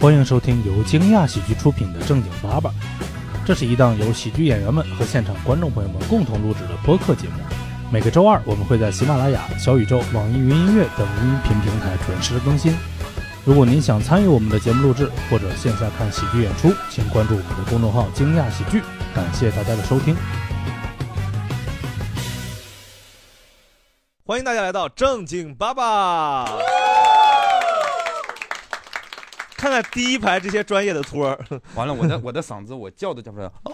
欢迎收听由惊讶喜剧出品的《正经八百》，这是一档由喜剧演员们和现场观众朋友们共同录制的播客节目。每个周二，我们会在喜马拉雅、小宇宙、网易云音乐等音频平台准时更新。如果您想参与我们的节目录制或者线下看喜剧演出，请关注我们的公众号“惊讶喜剧”。感谢大家的收听。欢迎大家来到正经爸爸。看看第一排这些专业的托儿，完了，我的 我的嗓子我叫都叫不出来。哦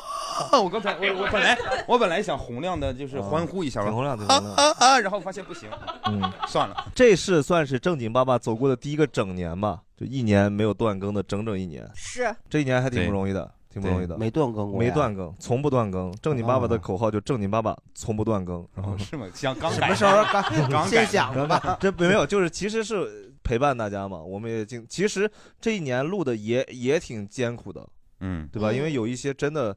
啊！ 我刚才我我本来我本来想洪亮的，啊就是欢呼一下，洪亮的啊啊啊！然后发现不行， 嗯，算了，这是算是正经爸爸走过的第一个整年吧，就一年没有断更的整整一年。是这一年还挺不容易的，挺不容易的，对没断更过呀没断更，从不断更。正经爸爸的口号就正经爸爸，从不断更。 然后是吗？想刚什改么时候刚 刚改的吧？ 这没有，就是其实是陪伴大家嘛。我们也经，其实这一年录的也也挺艰苦的，嗯，对吧？嗯因为有一些真的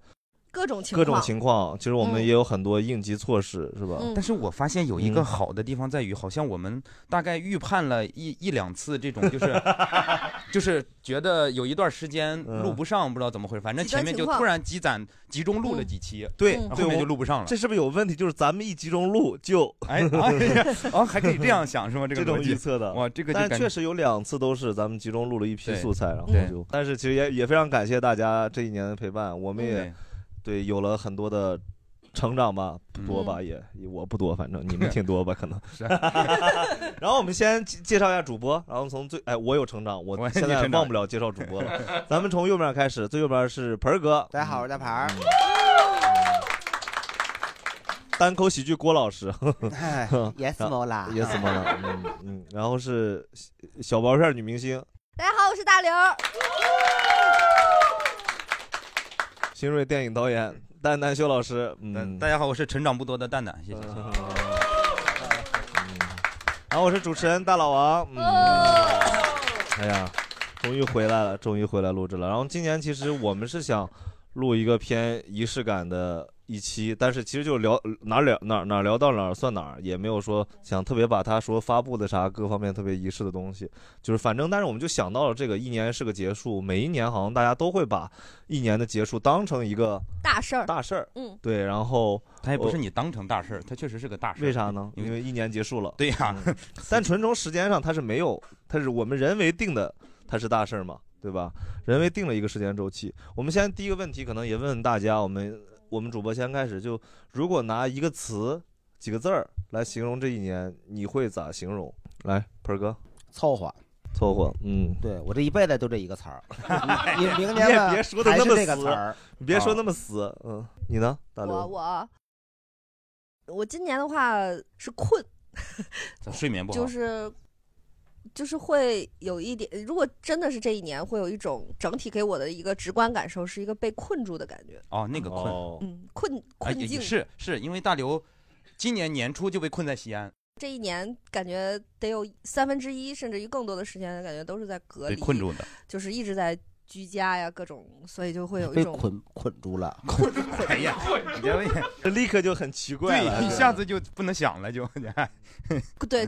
各种情各况，种情况，其实我嗯们也有很多应急措施，是吧？嗯嗯但是我发现有一个好的地方在于，好像我们大概预判了一一两次这种，就是 就是觉得有一段时间嗯录不上，不知道怎么回事，反正前面就突然积攒集中嗯录了几期，对，然后对后面我就录不上了。这是不是有问题？就是咱们一集中录就 哎哎呀哦还可以这样想是吗这个这种逻辑预测的哇这个就但感觉确实有两次都是咱们集中录了一批对素材，然后对就，但是其实也也非常感谢大家这一年的陪伴，我们也嗯对有了很多的成长吧，嗯不多吧，也也我不多，反正你 们挺多吧，可能。 然后我们先介介绍一下主播，然后从最哎，我有成长，我我现在你成长忘不了介绍主 播了。咱们从右面开始，最右边是盆儿哥，嗯大家好，我是大盆儿。单口喜剧郭老师哎啊，yes Mola ，yes Mola，嗯嗯，然后是小薄片女明星大家好，我是大刘。新锐电影导演蛋蛋修老师，嗯，大家好，我是成长不多的蛋蛋，谢谢。嗯然后我是主持人大老王，嗯，哎呀，终于回来了，终于回来录制了。然后今年其实我们是想录一个偏仪式感的一期，但是其实就聊哪儿聊哪儿哪儿聊到哪儿算哪儿，也没有说想特别把他说发布的啥各方面特别仪式的东西，就是反正但是我们就想到了这个一年是个结束，每一年好像大家都会把一年的结束当成一个大事儿，大事儿，嗯，对，然后他也不是你当成大事儿，他确实是个大事。为啥呢？因为一年结束了。嗯对呀、 但纯从时间上它是没有，它是我们人为定的，它是大事儿嘛，对吧？人为定了一个时间周期。我们先第一个问题，可能也问问大家，我们我们主播先开始就，如果拿一个词、几个字儿来形容这一年，你会咋形容？来，盆儿哥，凑合。凑合，嗯，对我这一辈子就这一个词 儿，哎你你明你也年吧别说的还那是么这个词死儿，，啊你别说么那么死，嗯，你呢，大我刘？我我今年的话是困，睡眠不好，就是就是会有一点，如果真的是这一年，会有一种整体给我的一个直观感受是一个被困住的感觉，哦，那个困，嗯，困哎，困也境、也是是因为大刘今年年初就被困在西安，这一年感觉得有三分之一甚至于更多的时间，感觉都是在隔被离，困住的。就是一直在居家呀，各种，所以就会有一被种捆捆住 了。哎呀，你这 立刻就很奇怪了对，一下子就不能想了，就 对，哎嗯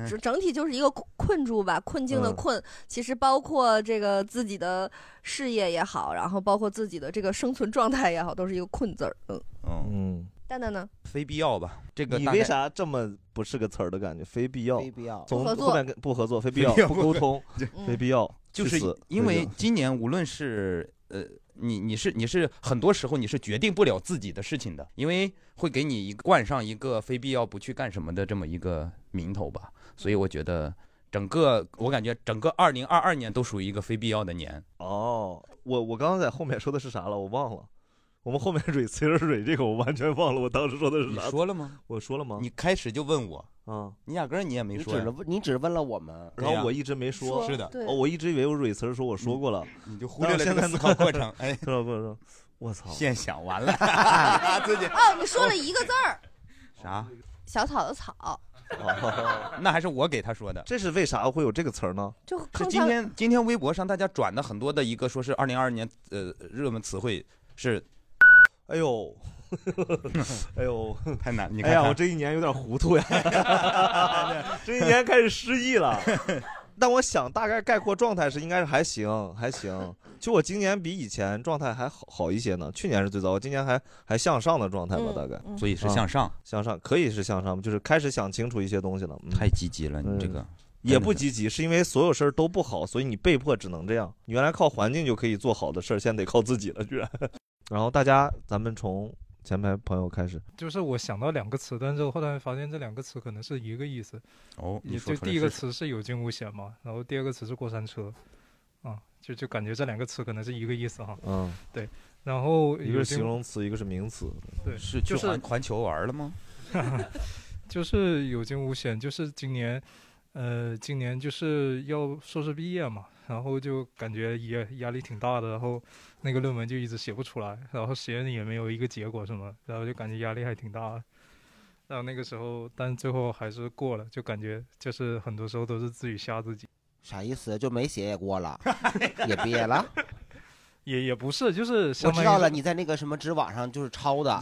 整整体就是一个困困住吧，困境的嗯困。其实包括这个自己的事业也好，然后包括自己的这个生存状态也好，都是一个困字儿。嗯，嗯，蛋蛋呢？非必要吧？这个你大为概啥这么不是个词儿的感觉？非必要，非必要从不合作嗯后面跟不合作，非必要，非必要不沟通 对，非必要，就去是死因非必为要今年无论是呃，你你是你是很多时候你是决定不了自己的事情的，因为会给你一个冠上一个非必要不去干什么的这么一个名头吧。所以我觉得整个我感觉整个二零二二年都属于一个非必要的年。哦，我我刚刚在后面说的是啥了？我忘了。我们后面 蕊词儿蕊这个我完全忘了，我当时说的是你啥？说了吗？我说了吗？你开始就问我， 啊，你压根儿你也没你说呀只，问你只问了我们，然对呀后我一直没说，是的对哦，我一直以为我蕊词儿说我说过了，嗯你就忽略了这个但是思现在考过程。哎，思考过程，我操，现想完 了， 自己哦，你说了一个字儿，啥？小草的草，哦那还是我给他说的。这是为啥会有这个词儿呢？就是更今像天今天微博上大家转的很多的一个说是二零二二年呃热门词汇是 哎呦，哎呦，太难，你看哎呀，看 我这一年有点糊涂呀，这一年开始失忆了，但我想大概概括状态是应该是还行，还行。就我今年比以前状态还好好一些呢，去年是最糟，我今年还还向上的状态吧，嗯大概。嗯所以是向上啊向上可以是向上，就是开始想清楚一些东西了。太积极了，你这个也不积极，是因为所有事儿都不好，所以你被迫只能这样。你原来靠环境就可以做好的事儿，现在得靠自己了，居然。 然后大家，咱们从前排朋友开始。就是我想到两个词，但是我后来发现这两个词可能是一个意思。哦也你就说出来第一个试词是有惊无险嘛，然后第二个词是过山车，啊，就就感觉这两个词可能是一个意思哈。嗯，对。然后一有个是形惊容词，一个是名词。对，是就去是环环球玩了吗？ 就是有惊无险，就是今年，呃，今年就是要硕士毕业嘛，然后就感觉也压力挺大的，然后那个论文就一直写不出来，然后实验也没有一个结果什么，然后就感觉压力还挺大的。然后那个时候，但最后还是过了，就感觉就是很多时候都是自己吓自己。啥意思？就没写也过 了，也毕业了。也也不是，就是我相当知于道是了，你在那个什么知网上就是抄的，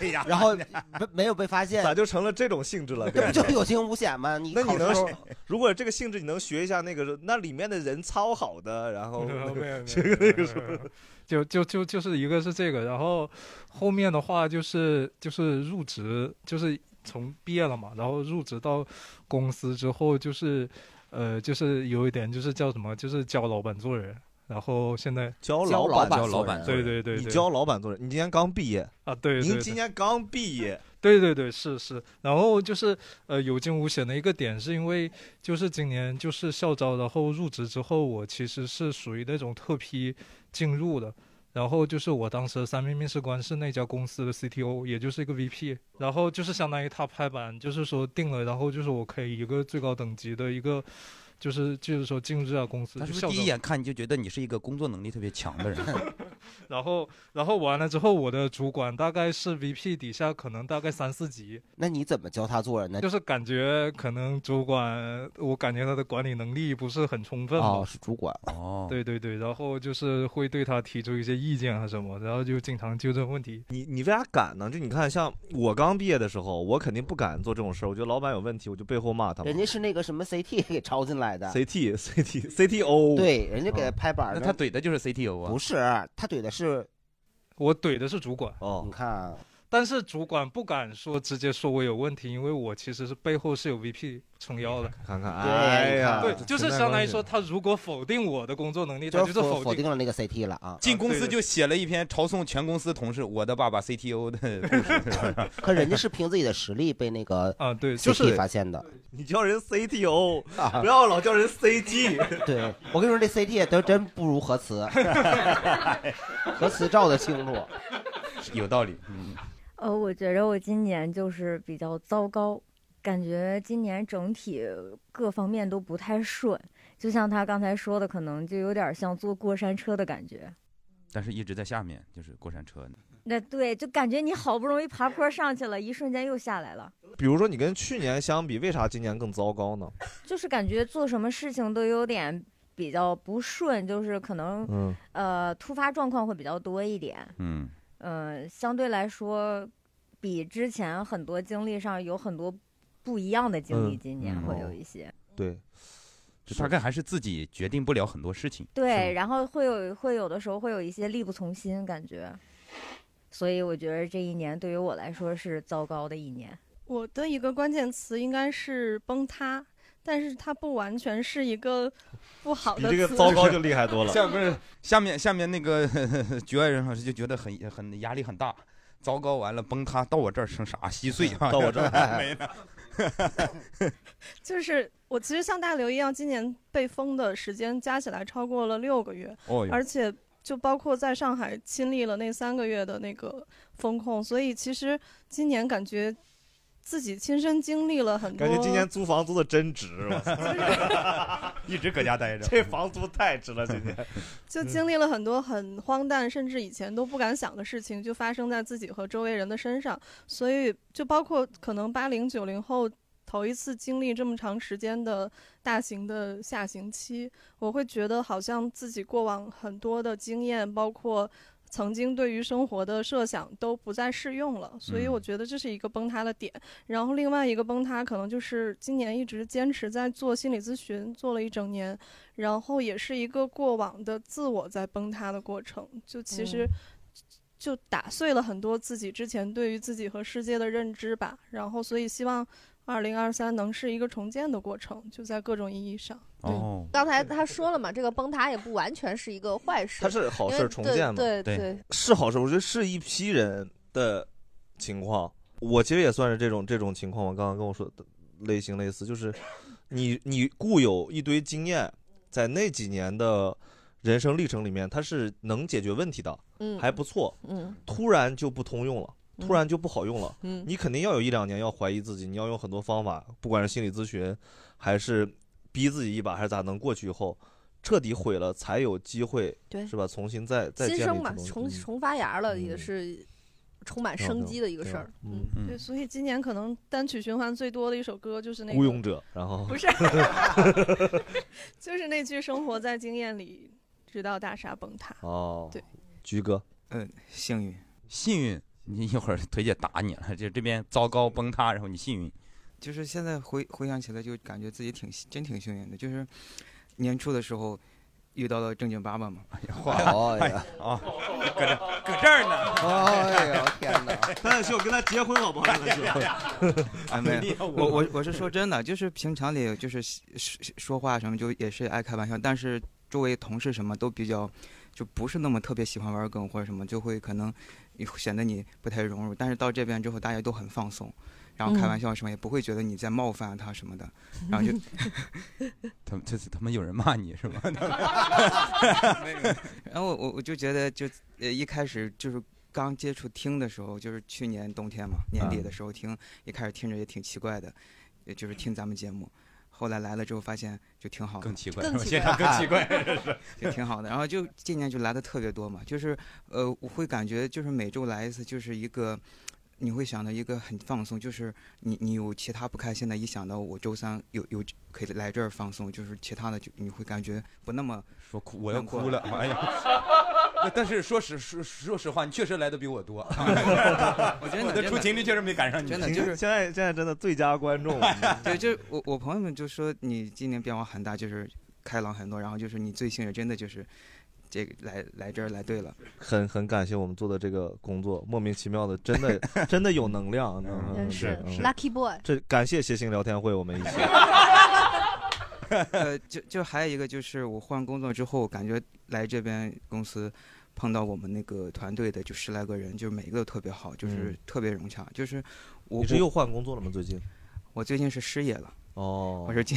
哎呀然 后 没没有被发现，咋就成了这种性 质了？这不就有惊无险吗？你那你考能试学，如果这个性质你能学一下那个，那里面的人超好的，然后 哦没有没有学个那个没有什没么，有 就就就就是一个是这个，然后后面的话就是就是入职，就是从毕业了嘛，然后入职到公司之后，就是呃，就是有一点就是叫什么，就是教老板做人，然后现在教老板做人对对对，你对教老板做人。你今年刚毕业啊，对，您对今年刚毕业，对对对，是是。然后就是呃，有惊无险的一个点，是因为就是今年就是校招，然后入职之后，我其实是属于那种特批进入的。然后就是我当时三名面试官是那家公司的 CTO，也就是一个 VP。然后就是相当于他拍板，就是说定了，然后就是我可以一个最高等级的一个，就是就是说进入这家公司。他是不是就校第一招眼看你就觉得你是一个工作能力特别强的人？ 然后然后完了之后，我的主管大概是 VP 底下可能大概三四级。那你怎么教他做人呢？就是感觉可能主管，我感觉他的管理能力不是很充分吧。哦，是主管哦对对对，然后就是会对他提出一些意见啊什么，然后就经常纠正问题。你你为啥敢呢？就你看，像我刚毕业的时候，我肯定不敢做这种事儿。我觉得老板有问题，我就背后骂他嘛。人家是那个什么 CT 给抄进来的 CT CT CTO，对，人家给他拍板儿呢。怼的就是 CTO 啊不是，他怼的是我怼的是主管嗯哦，你看啊，但是主管不敢说直接说我有问题，因为我其实是背后是有 VP 撑腰的。看看，对哎呀，对，就是相当于说，他如果否定我的工作能力，他就是否否定定了那个 CT 了啊。，进公司就写了一篇抄送全公司同事我的爸爸 CTO 的故事可人家是凭自己的实力被那个啊对就是发现的。你叫人 CTO，啊不要老叫人 CT。对我跟你说，这 CT 都真不如核磁， 核磁照的清楚。有道理。嗯，呃，我觉得我今年就是比较糟糕，感觉今年整体各方面都不太顺，就像他刚才说的，可能就有点像坐过山车的感觉。 但是一直在下面，就是过山车。那对，就感觉你好不容易爬坡上去了，一瞬间又下来了，比如说你跟去年相比，为啥今年更糟 糕呢？就是感觉做什么事情都有点比较不顺，就是可能、嗯呃突发状况会比较多一点。嗯，嗯、相对来说，比之前很多经历上有很多不一样的经历，嗯今年嗯会哦有一些。对，就大概还是自己决定不了很多事情。对，然后会有会有的时候会有一些力不从心感觉，所以我觉得这一年对于我来说是糟糕的一年。我的一个关键词应该是崩塌，但是它不完全是一个不好的词。厉害多 了下不是下面下面那个 呵呵局外人老师就觉得很很压力很大，糟糕完了崩塌到我这儿成啥稀碎 啊？到我这儿没了。 就是我其实像大刘一样，今年被封的时间加起来超过了六个月，哦哟而且就包括在上海经历了那三个月的那个风控，所以其实今年感觉自己亲身经历了很多。感觉今年租房租的真值，我操 一直搁家待 这房租太值了，今年。就经历了很多很荒诞，甚至以前都不敢想的事情，就发生在自己和周围人的身上。所以，就包括可能八零九零后头一次经历这么长时间的大型的下行期，我会觉得好像自己过往很多的经验，包括曾经对于生活的设想都不再适用了，所以嗯我觉得这是一个崩塌的点。然后另外一个崩塌可能就是今年一直坚持在做心理咨询，做了一整年，然后也是一个过往的自我在崩塌的过程，就其实嗯就打碎了很多自己之前对于自己和世界的认知吧。然后所以希望二零二三能是一个重建的过程，就在各种意义上。哦，刚才他说了嘛，这个崩塌也不嗯完全是一个坏 事，它是好因事为儿重建嘛？对对对，是好事儿。我觉得是一批人的情况，我其实也算是这种这种情况。我刚刚跟我说的类型类似，就是你你固有一堆经验，在那几年的人生历程里面，它是能解决问题的，嗯还不错，嗯突然就不通用了。突然就不好用了，嗯你肯定要有一两年要怀疑自己，你要用很多方法，不管是心理咨询，还是逼自己一把，还是咋能过去以后，彻底毁了，才有机会，对是吧？重新再再新建立生嘛，主动 重性重发芽了，嗯也是充满挺好生挺好机的一个挺事好儿。嗯对，所以今年可能单曲循环最多的一首歌就是那个孤勇者，然后不是， 就是那句“生活在经验里，直到大厦崩塌哦，对，菊哥，嗯，幸运，幸运，你一会儿腿姐打你了，就这边糟糕崩塌，然后你幸运，就是现在回回想起来，就感觉自己挺真挺幸运的，就是年初的时候遇到了正经八百嘛。好 哎呀啊，搁哎这搁这儿呢。哎呀，天哪！咱俩秀跟他结婚好不好？咱俩秀 啊，没 你有，要我我我我 是说真的，就是平常里就是说说话什么就也是爱开玩笑，但是周围同事什么都比较就不是那么特别喜欢玩梗或者什么，就会可能显得你不太嗯融入。但是到这边之后，大家都很放松，然后开玩笑什么也不会觉得你在冒犯他什么的，然后就 他们这次他们有人骂你是 吗？ 然后我我就觉得就呃一开始就是刚接触听的时候，就是去年冬天嘛，年嗯底的时候听，一开始听着也挺奇怪的，也就是听咱们节目。后来来了之后，发现就挺好的，更奇怪更是吧奇现怪场更奇怪 是就挺好的。然后就今年就来的特别多嘛，就是呃，我会感觉就是每周来一次，就是一个你会想到一个很放松，就是你你有其他不开心的，一想到我周三有有可以来这儿放松，就是其他的就你会感觉不那么说哭我要哭了，哎 呀！但是说实说说实话，你确实来的比我 多。我觉得你我的出勤率确实没赶上你，真的就是现在现在真的最佳观众。 对，就是我我朋友们就说你今年变化很大，就是开朗很多，然后就是你最幸运，真的就是这个来来这儿来对了。 很很感谢我们做的这个工作，莫名其妙的，真的真的有能量，嗯 是嗯 lucky boy 这感谢谐星聊天会，我们一起。呃，就就还有一个就是我换工作之后，感觉来这边公司碰到我们那个团队的就十来个人，就是每一个都特别好，就是嗯特别融洽。就是我你是我又换工作了吗？最近？我最近是失业了。哦，我是今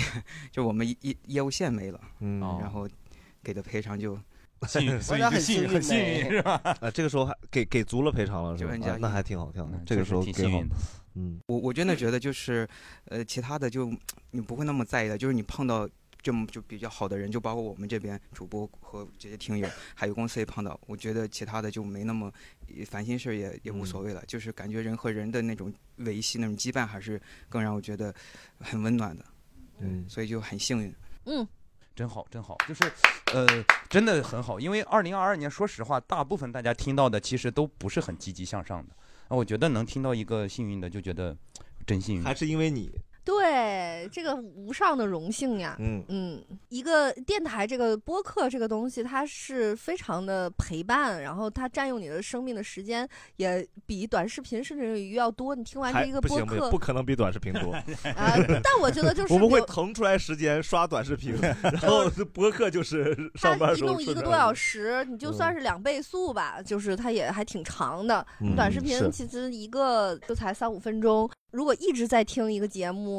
就我们业业业务线没了，嗯然后给的赔偿就 所以啊，这个时候还给给足了赔偿了是吧就人？家啊那还挺好，挺好。这嗯确个实时候挺给幸好运的，嗯，我我真的觉得就是，呃，其他的就你不会那么在意的，就是你碰到这么就比较好的人，就包括我们这边主播和这些听友，还有公司也碰到，我觉得其他的就没那么呃烦心事儿也也无所嗯谓了，就是感觉人和人的那种维系、那种羁绊，还是更让我觉得很温暖的，嗯，所以就很幸运。嗯，真好，真好，就是，呃，真的很好。因为二零二二年，说实话，大部分大家听到的其实都不是很积极向上的。啊，我觉得能听到一个幸运的，就觉得真幸运，还是因为你。对，这个无上的荣幸呀。嗯一个电台这个播客这个东西，它是非常的陪伴，然后它占用你的生命的时间也比短视频甚至于要多。你听完还这一个不播行不行，客不，可能比短视频 多。啊但我觉得就是我们比会如腾出来时间刷短视频，然后播客就是上班它一时候弄一顺个着多小时，你就算是两倍速吧，就是它也还挺长的。嗯短视频是其实一个就才三五分钟，如果一直在听一个节目，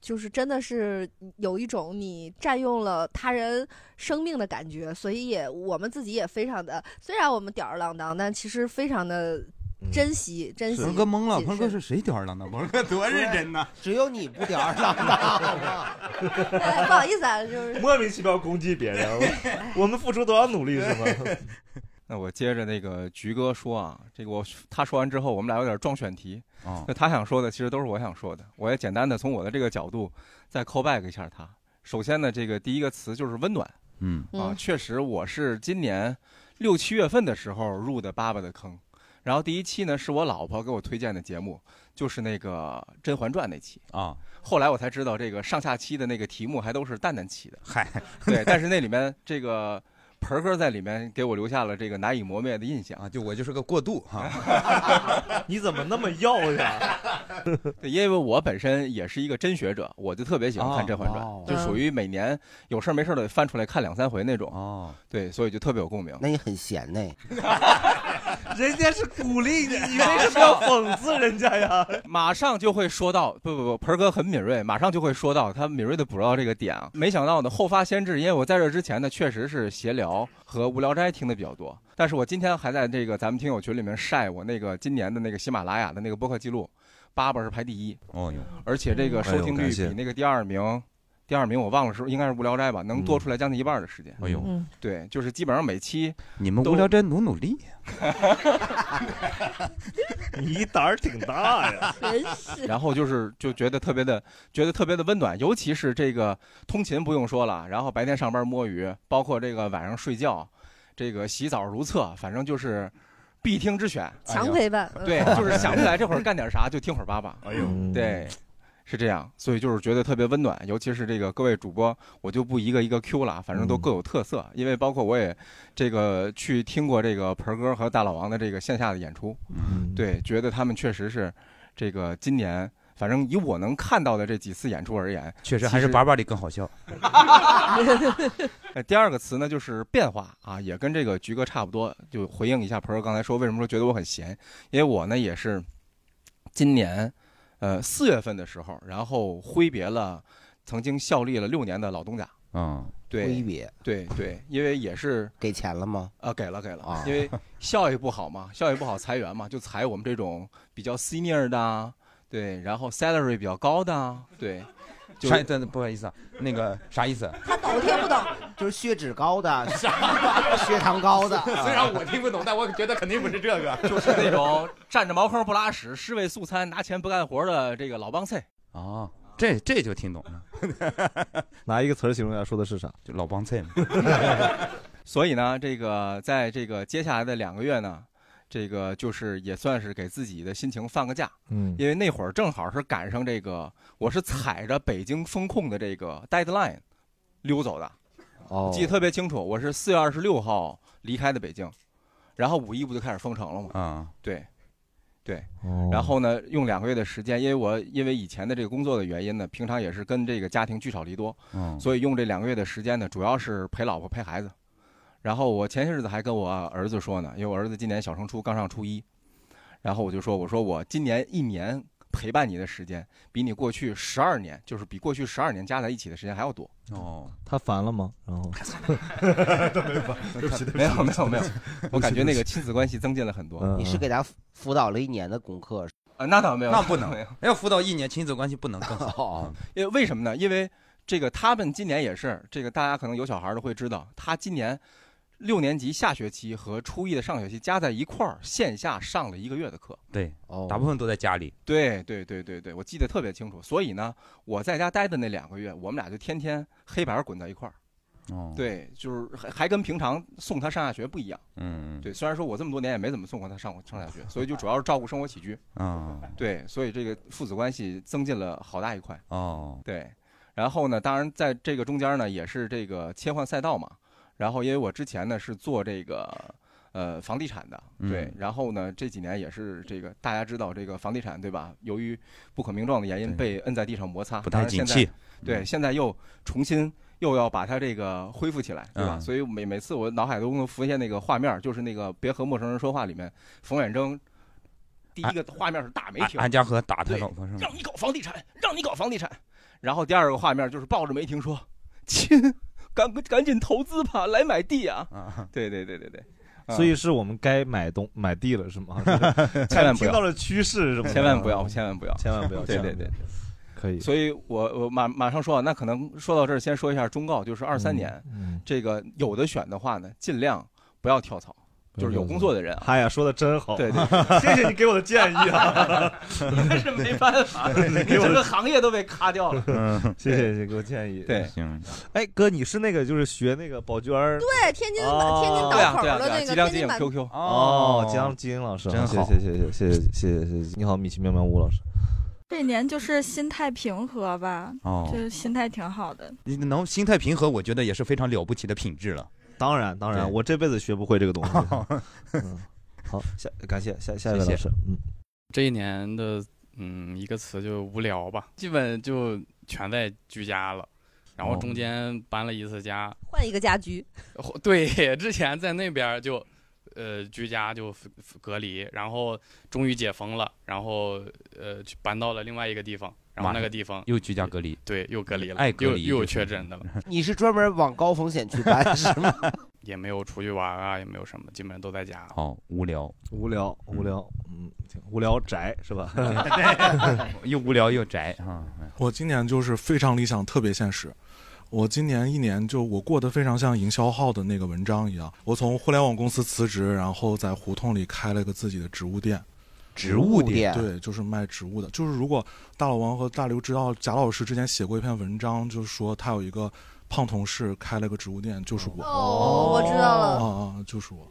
就是真的是有一种你占用了他人生命的感觉。所以也我们自己也非常的，虽然我们吊儿郎当，但其实非常的珍惜、珍惜。鹏 哥懵了，谨鹏慎哥是谁吊儿郎当？鹏哥多认真呐！只有你不吊儿郎当吗？哎不好意思啊，就是莫名其妙攻击别人， 我我们付出多少努力是吗？那我接着那个菊哥说啊，这个我他说完之后，我们俩有点撞选题。哦就他想说的，其实都是我想说的。我也简单的从我的这个角度再 call back 一下他。首先呢，这个第一个词就是温暖。嗯啊，确实我是今年六七月份的时候入的爸爸的坑，然后第一期呢是我老婆给我推荐的节目，就是那个《甄嬛传》那期啊。后来我才知道，这个上下期的那个题目还都是蛋蛋起的。 嗨， 对，但是那里面这个盆儿哥在里面给我留下了这个难以磨灭的印象啊。就我就是个过渡哈。 你怎么那么要呀？对，因为我本身也是一个真学者，我就特别喜欢看《甄嬛传》哦就属于每年有事儿没事儿得翻出来看两三回那种。哦，对，所以就特别有共鸣。那你很闲呢。人家是鼓励你，你为为什么什么要要讽讽刺人家呀？马上就会说到，不不不，盆儿哥很敏锐，马上就会说到，他敏锐的捕捉到这个点啊。没想到呢，后发先至，因为我在这之前呢，确实是闲聊和无聊斋听的比较多，但是我今天还在这个咱们听友群里面晒我那个今年的那个喜马拉雅的那个播客记录，八八是排第一，哦哟，而且这个收听率比那个第二名，第二名我忘了是应该是无聊斋吧，能多出来将近一半的时间。哎呦嗯对，就是基本上每期你们 都无聊斋努努力， 你胆儿挺大 呀，真是然后就是就觉得特别的，觉得特别的温暖，尤其是这个通勤不用说了，然后白天上班摸鱼，包括这个晚上睡觉，这个洗澡如厕，反正就是必听之选，强嗯陪伴哎呀对，就是想不起来这会儿干点啥就听会儿爸爸。嗯哎呦，对。是这样，所以就是觉得特别温暖，尤其是这个各位主播，我就不一个一个 Q 了，反正嗯都各有特色，因为包括我也这个去听过这个盆儿哥和大老王的这个线下的演出，嗯对，觉得他们确实是这个今年，反正以我能看到的这几次演出而言，确实还是其粑粑里更好 笑。呃，第二个词呢就是变化啊，也跟这个菊哥差不多，就回应一下朋友刚才说为什么说觉得我很闲，因为我呢也是今年呃四月份的时候，然后挥别了曾经效力了六年的老东家。嗯，对，挥别，对对，因为也是给钱了吗？啊，给了给了，啊因为效益不好嘛，效益不好裁员嘛，就裁我们这种比较 senior 的啊，对，然后 salary 比较高的啊，对，就。啥？真的不好意思啊，那个啥意思？啊 我听不懂，就是血脂高的，血糖高的啊 虽然我听不 懂，但我觉得肯定不是这个，就是那种占着茅坑不拉屎、尸位素餐、拿钱不干活的这个老帮菜。啊，这这就听懂了。拿一个词儿形容一下，说的是啥？就老帮菜嘛。所以呢，这个在这个接下来的两个月呢，这个就是也算是给自己的心情放个假。嗯因为那会儿正好是赶上这个，我是踩着北京风控的这个 deadline 溜走的。哦记得特别清楚，我是四月二十六号离开的北京，然后五一不就开始封城了吗？啊，对，对。哦然后呢，用两个月的时间，因为我因为以前的这个工作的原因呢，平常也是跟这个家庭聚少离多，嗯所以用这两个月的时间呢，主要是陪老婆陪孩子。然后我前些日子还跟我儿子说呢，因为我儿子今年小升初刚上初一，然后我就说，我说我今年一年陪伴你的时间，比你过去十二年，就是比过去十二年加在一起的时间还要多。哦，他烦了吗？然后都没法对不起对不起没有没有没有对不起对不，起我感觉那个亲子关系增进了很多。你是给他辅导了一年的功课啊？那倒没有，那不能没有，要辅导一年亲子关系不能更 好。因为为什么呢？因为这个他们今年也是，这个大家可能有小孩的会知道，他今年六年级下学期和初一的上学期加在一块儿，线下上了一个月的课。对，哦大部分都在家里。对对对对对，我记得特别清楚。所以呢，我在家待的那两个月，我们俩就天天黑白滚到一块儿。哦，对，就是还还跟平常送他上下学不一样。嗯，对，虽然说我这么多年也没怎么送过他上过上下学，所以就主要是照顾生活起居。嗯啊，对，所以这个父子关系增进了好大一块。哦，对，然后呢，当然在这个中间呢，也是这个切换赛道嘛。然后因为我之前呢是做这个呃房地产的，对，嗯然后呢这几年也是这个大家知道这个房地产对吧？由于不可名状的原因被摁在地上摩擦，不当太然景现在气嗯对，现在又重新。又要把它这个恢复起来，对吧？嗯所以每每次我脑海中都浮现那个画面儿，就是那个《别和陌生人说话》里面，冯远征第啊一个画面是大媒安体，安家和打他对老婆是吗？让你搞房地产，让你搞房地产。然后第二个画面就是抱着梅婷说：“亲，赶赶紧投资吧，来买地啊！”啊，对对对对对，啊？所以 是我们该买东买地了是吗 千万不要听到了趋势是吗？嗯千万不要，千万不要， 千万 不对要，对千万不对要，，可以。所以我我马马上说啊，那可能说到这儿，先说一下忠告，就是二三年、嗯这个有的选的话呢，尽量不要跳槽。就是有工作的人啊。哎呀，说的真好，对 对谢谢你给我的建议啊 但是没办 法，你整个行业都被咔掉了。嗯， 谢谢谢给我建议。对，行。哎，哥，你是那个就是学那个宝娟儿？对，天津哦天津对岛啊口对啊的对啊那吉个良天津金版有 QQ 哦，吉良吉英老师，真好谢谢谢谢谢谢谢谢谢谢，你好，米奇妙妙屋老师。这年就是心态平和吧，哦就是心态挺好的。你能心态平和，我觉得也是非常了不起的品质了。当然，当然，对我这辈子学不会这个东西。 嗯，好，下感谢下下一位老谢谢师，嗯，这一年的嗯一个词就无聊吧，基本就全在居家了，然后哦中间搬了一次家，换一个家居，或对，之前在那边就呃居家就隔离，然后终于解封了，然后呃去搬到了另外一个地方，然后那个地方又居家隔离，对又隔离了，爱隔离又又有就是确 诊的了。 你是专门往高风险去搬是吗？ 也没有出去玩啊，也没有什么，基本上都在家。好无聊，无聊无聊，嗯，挺无聊宅是吧？ 又无聊又宅啊。我今年就是非常理想，特别现实。我今年一年就我过得非常像营销号的那个文章一样，我从互联网公司辞职，然后在胡同里开了个自己的植物店。植物店对，就是卖植物的。就是如果大老王和大刘知道贾老师之前写过一篇文章，就是说他有一个胖同事开了个植物店，就是我。哦我知道了啊啊，就是我。哦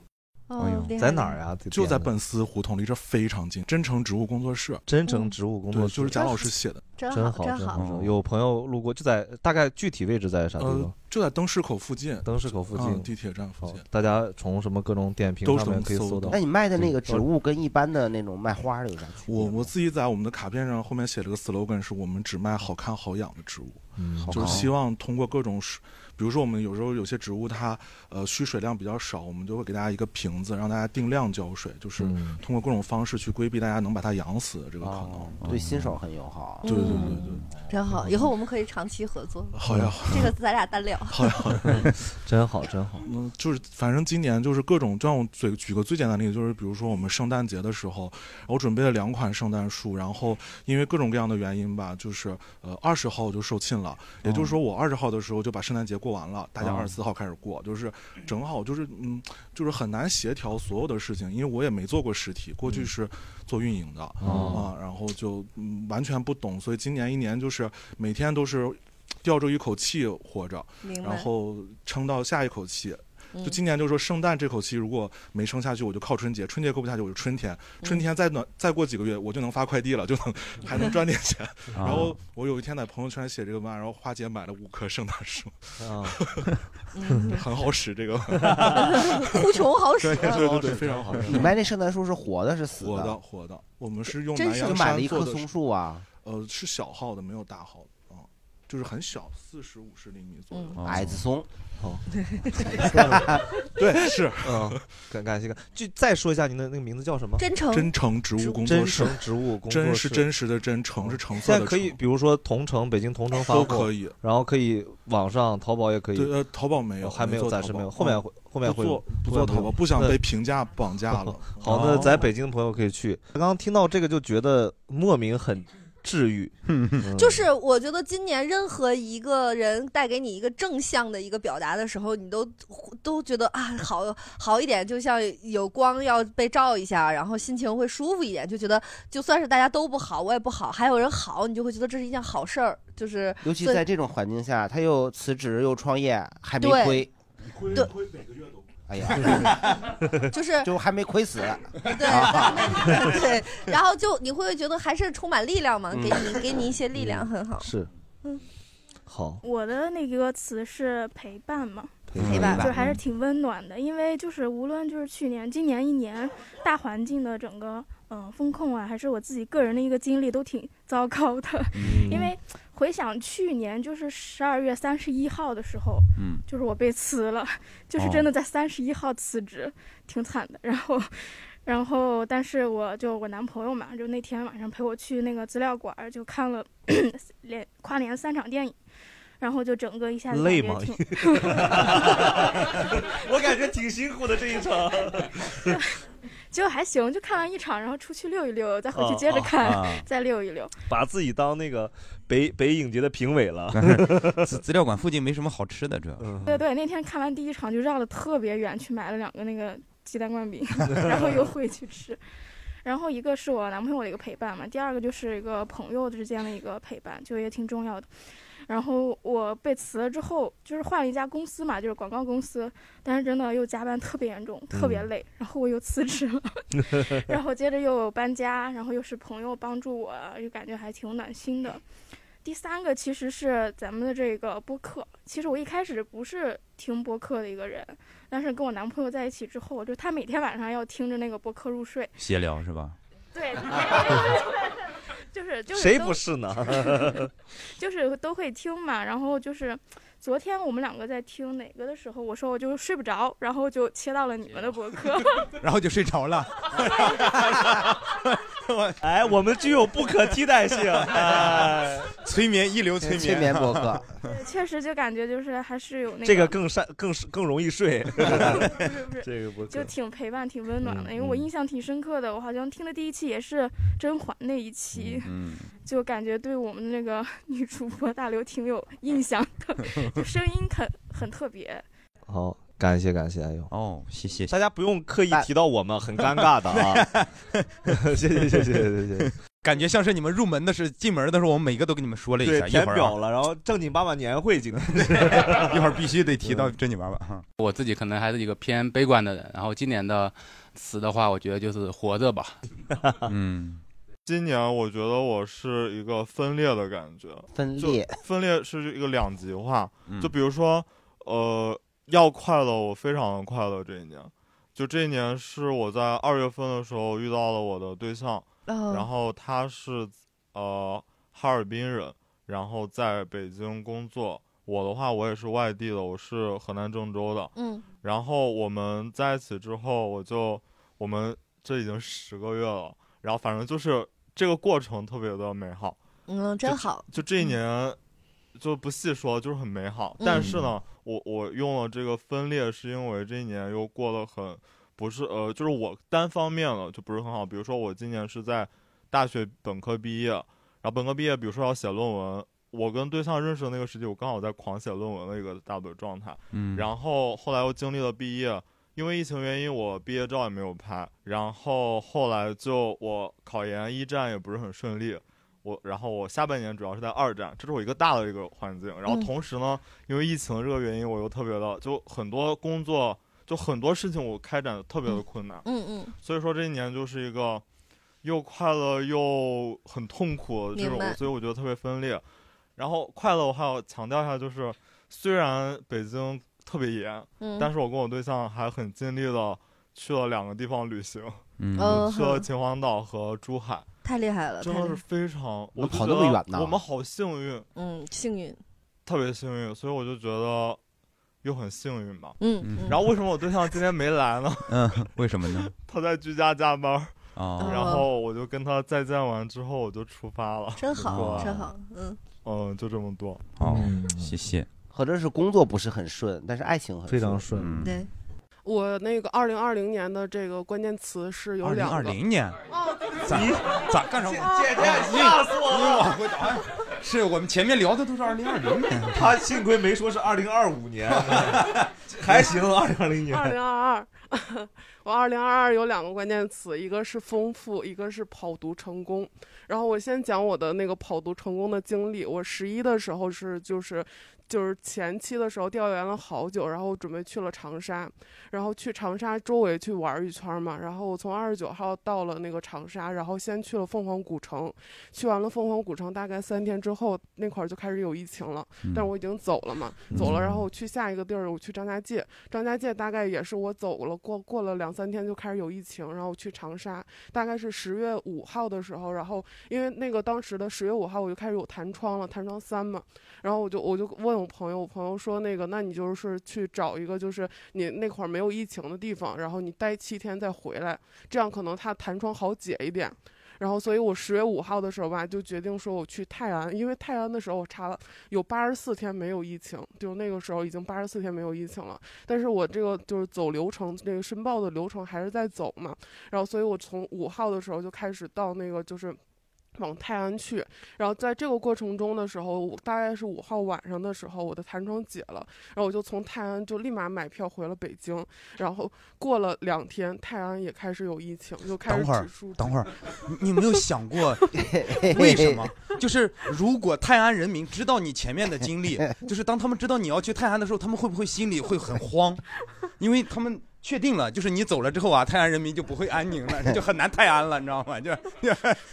哎呦厉害在哪儿啊呀这就在店呢本司胡同，离这非常近。真诚植物工作室，真诚植物工作对室嗯就是贾老师写的，嗯真真好真好好，有朋友路过，就在大概具体位置在啥地方呃？，就在灯市口附近，灯市口附近嗯地铁站附近。大家从什么各种点评都上面能可以搜搜到嗯到。那你卖的那个对植物跟一般的那种卖花的有啥区别？我我自己在我们的卡片上后面写了个 slogan，是我们只卖好看好养的植物，嗯好就是看希望通过各种水，比如说我们有时候有些植物它呃需水量比较少，我们就会给大家一个瓶子，让大家定量浇水，就是嗯通过各种方式去规避大家能把它养死的这个可嗯能。哦对新手很友好。，对对对对。嗯嗯真好。以后我们可以长期合作。好呀 嗯这个咱俩单聊。好呀，好呀， 真好，真好。嗯，就是反正今年就是各种，就让我嘴举个最简单的例子，就是比如说我们圣诞节的时候，我准备了两款圣诞树，然后因为各种各样的原因吧，就是呃二十号我就售罄了，也就是说我二十号的时候就把圣诞节过完了，大家哦二十四号开始过，就是正好就是嗯，就是很难协调所有的事情，因为我也没做过实体，过去是做运营的啊、嗯哦然后就、嗯、完全不懂，所以今年一年就是每天都是吊着一口气活着明，白然后撑到下一口气。嗯就今年就说圣诞这口气如果没撑下去，我就靠春节；春节过不下去，我就春天；嗯春天再暖再过几个月，我就能发快递了，就能 还能赚点钱。然后我有一天在朋友圈写这个文案，然后花姐买了五棵圣诞树， 啊很好使这个 哭穷好啊使对对对对，非常好使。你卖那圣诞树是活的，是死活的的？活的，我们是用真南是洋就买了杉一做棵的松树树啊。呃，是小号的，没有大号的啊，就是很小，四十五十厘米左右。，嗯矮子松 哦 对是 嗯，感感谢感，就再说一下您的那个名字叫什么？真诚真诚植物工作室，真诚植物工作室真是真实的真诚，是橙色现的在橙。可以，比如说同城、北京同城发货都可以，然后可以网上淘宝也可以。对，呃，淘宝没有，哦还没有，做淘暂宝啊时没有，后面会后面会不有做不做淘宝，不想被评价绑架了。 哦好，那在北京的朋友可以去。刚刚听到这个就觉得莫名很治愈，嗯 就是我觉得今年任何一个人带给你一个正向的一个表达的时候，你都都觉得啊好好一点，就像有光要被照一下，然后心情会舒服一点，就觉得就算是大家都不好，我也不好，还有人好，你就会觉得这是一件好事儿，就是尤其对在这种环境下，他又辞职又创业，还没对亏。对，哎呀 就是就还没亏 死。对，啊对，然后就你会觉得还是充满力量嘛，给你给你一些力量，很好。嗯是嗯，好，我的那个词是陪伴嘛，哦陪伴嗯就是还是挺温暖的，因为就是无论就是去年、今年一年大环境的整个嗯、呃风控啊，还是我自己个人的一个经历都挺糟糕的，嗯因为回想去年就是十二月三十一号的时候，嗯就是我被辞了，就是哦真的在三十一号辞职，挺惨的。然后，然后，但是我就我男朋友嘛，就那天晚上陪我去那个资料馆儿，就看了连跨年三场电影，然后就整个一下子感累觉 吗挺 我感觉挺辛苦的这一场。就还行，就看完一场，然后出去溜一溜，再回去接着哦看，啊 再溜一溜。 把自己当那个北北影节的评委了。资资嗯料馆附近没什么好吃的，主要是。对对，那天看完第一场就绕得特别远去买了两个那个鸡蛋灌饼，然后又回去吃。然后一个是我男朋友的一个陪伴嘛，第二个就是一个朋友之间的一个陪伴，就也挺重要的。然后我被辞了之后，就是换了一家公司嘛，就是广告公司，但是真的又加班特别严重，特别累，然后我又辞职了， 然后接着又搬家，然后又是朋友帮助我，就感觉还挺暖心的。第三个其实是咱们的这个播客，其实我一开始不是听播客的一个人，但是跟我男朋友在一起之后，就他每天晚上要听着那个播客入 睡， 闲聊是吧？对，就是就是谁都不是呢？ 就是都会听嘛。然后就是昨天我们两个在听哪个的时候，我说我就睡不着，然后就切到了你们的博哎客。然后就睡着了。 哎，我们具有不可替代性，哎、催眠一流催眠，催眠博客，对 确实就感觉就是还是有 那这个更善更更容易 睡，不是这个不嗯就挺陪伴、挺温暖的。因为我印象挺深刻的，我好像听的第一期也是甄嬛那一期， 嗯，就感觉对我们那个 女主播大刘挺有印象的，就声音很很特别。好，感谢感谢，哎呦，哦，谢谢，大家不用刻意提到我们，很尴尬的 啊， 谢谢谢谢谢谢。感觉像是你们入门的是进门的时候，我们每个都跟你们说了一对下，一填会儿表啊了，然后正经八百年会今天 一会儿必须得提到正经八百哈。我自己可能还是一个偏悲观的人，然后今年的词的话，我觉得就是活着吧。嗯，今年我觉得我是一个分裂的感觉，分裂就分裂是一个两极化。嗯就比如说，呃，要快乐，我非常的快乐这一年。就这一年是我在二月份的时候遇到了我的对象，哦然后他是呃哈尔滨人，然后在北京工作。我的话，我也是外地的，我是河南郑州的。嗯然后我们在一起之后，我就我们这已经十个月了，然后反正就是这个过程特别的美好，嗯，真好。就这一年就不细说，就是很美好。但是呢，我我用了这个分裂，是因为这一年又过得很不是呃，就是我单方面的就不是很好。比如说我今年是在大学本科毕业，然后本科毕业，比如说要写论文。我跟对象认识的那个时期，我刚好在狂写论文的一个大的状态，嗯然后后来又经历了毕业，因为疫情原因，我毕业照也没有拍，然后后来就我考研一战也不是很顺利，我然后我下半年主要是在二战，这是我一个大的一个环境。然后嗯同时呢，因为疫情这个原因，我又特别的就很多工作，就很多事情我开展得特别的困难。嗯嗯所以说这一年就是一个又快乐又很痛苦的这明种白，所以我觉得特别分裂。然后快乐我还要强调一下，就是虽然北京特别严，嗯但是我跟我对象还很尽力的去了两个地方旅行，嗯哦去了秦皇岛和珠海。太厉害了，真太的是厉害非常，我能就跑觉那么得远呢我们好幸运，嗯，幸运，特别幸运，所以我就觉得又很幸运吧。嗯嗯然后为什么我对象今天没来呢？嗯，为什么 呢？他在居家加班儿。哦 然后我就跟他再见完之后，我就出发了。真好，哇真好，嗯。嗯，就这么多。哦，嗯谢谢。可能是工作不是很顺，但是爱情很非常嗯顺。对，我那个二零二零年的这个关键词是有两个。 2020年哦，咋咋干什么？姐姐你吓死我了你往回倒哎是我们前面聊的都是二零二零年，他幸亏没说是二零二 五年，还行，二零二零二零二 二，我二零二二有两个关键词，一个是丰富，一个是跑读成功。然后我先讲我的那个跑读成功的经历。我十一的时候是就是就是前期的时候调研了好久，然后准备去了长沙，然后去长沙周围去玩一圈嘛。然后我从二十九号到了那个长沙，然后先去了凤凰古城，去完了凤凰古城，大概三天之后那块儿就开始有疫情了，但是我已经走了嘛，走了，然后我去下一个地儿，我去张家界，张家界大概也是我走了过过了两三天就开始有疫情，然后我去长沙，大概是十月五号的时候，然后因为那个当时的十月五号我就开始有弹窗了，弹窗三嘛，然后我就我就问我朋友，我朋友说那个那你就是去找一个就是你那会儿没有疫情的地方，然后你待七天再回来，这样可能他弹窗好解一点。然后，所以我十月五号的时候吧，就决定说我去泰安，因为泰安的时候我查了有八十四天没有疫情，就那个时候已经八十四天没有疫情了。但是我这个就是走流程，这个申报的流程还是在走嘛。然后，所以我从五号的时候就开始到那个就是。往泰安去，然后在这个过程中的时候，我大概是五号晚上的时候，我的弹窗解了，然后我就从泰安就立马买票回了北京，然后过了两天，泰安也开始有疫情，就开始等会儿指数，等会儿，你你有没有 想过为什么？就是如果泰安人民知道你前面的经历，就是当他们知道你要去泰安的时候，他们会不会心里会很慌？因为他们确定了，就是你走了之后啊，泰安人民就不会安宁了，就很难泰安了，你知道吗？就是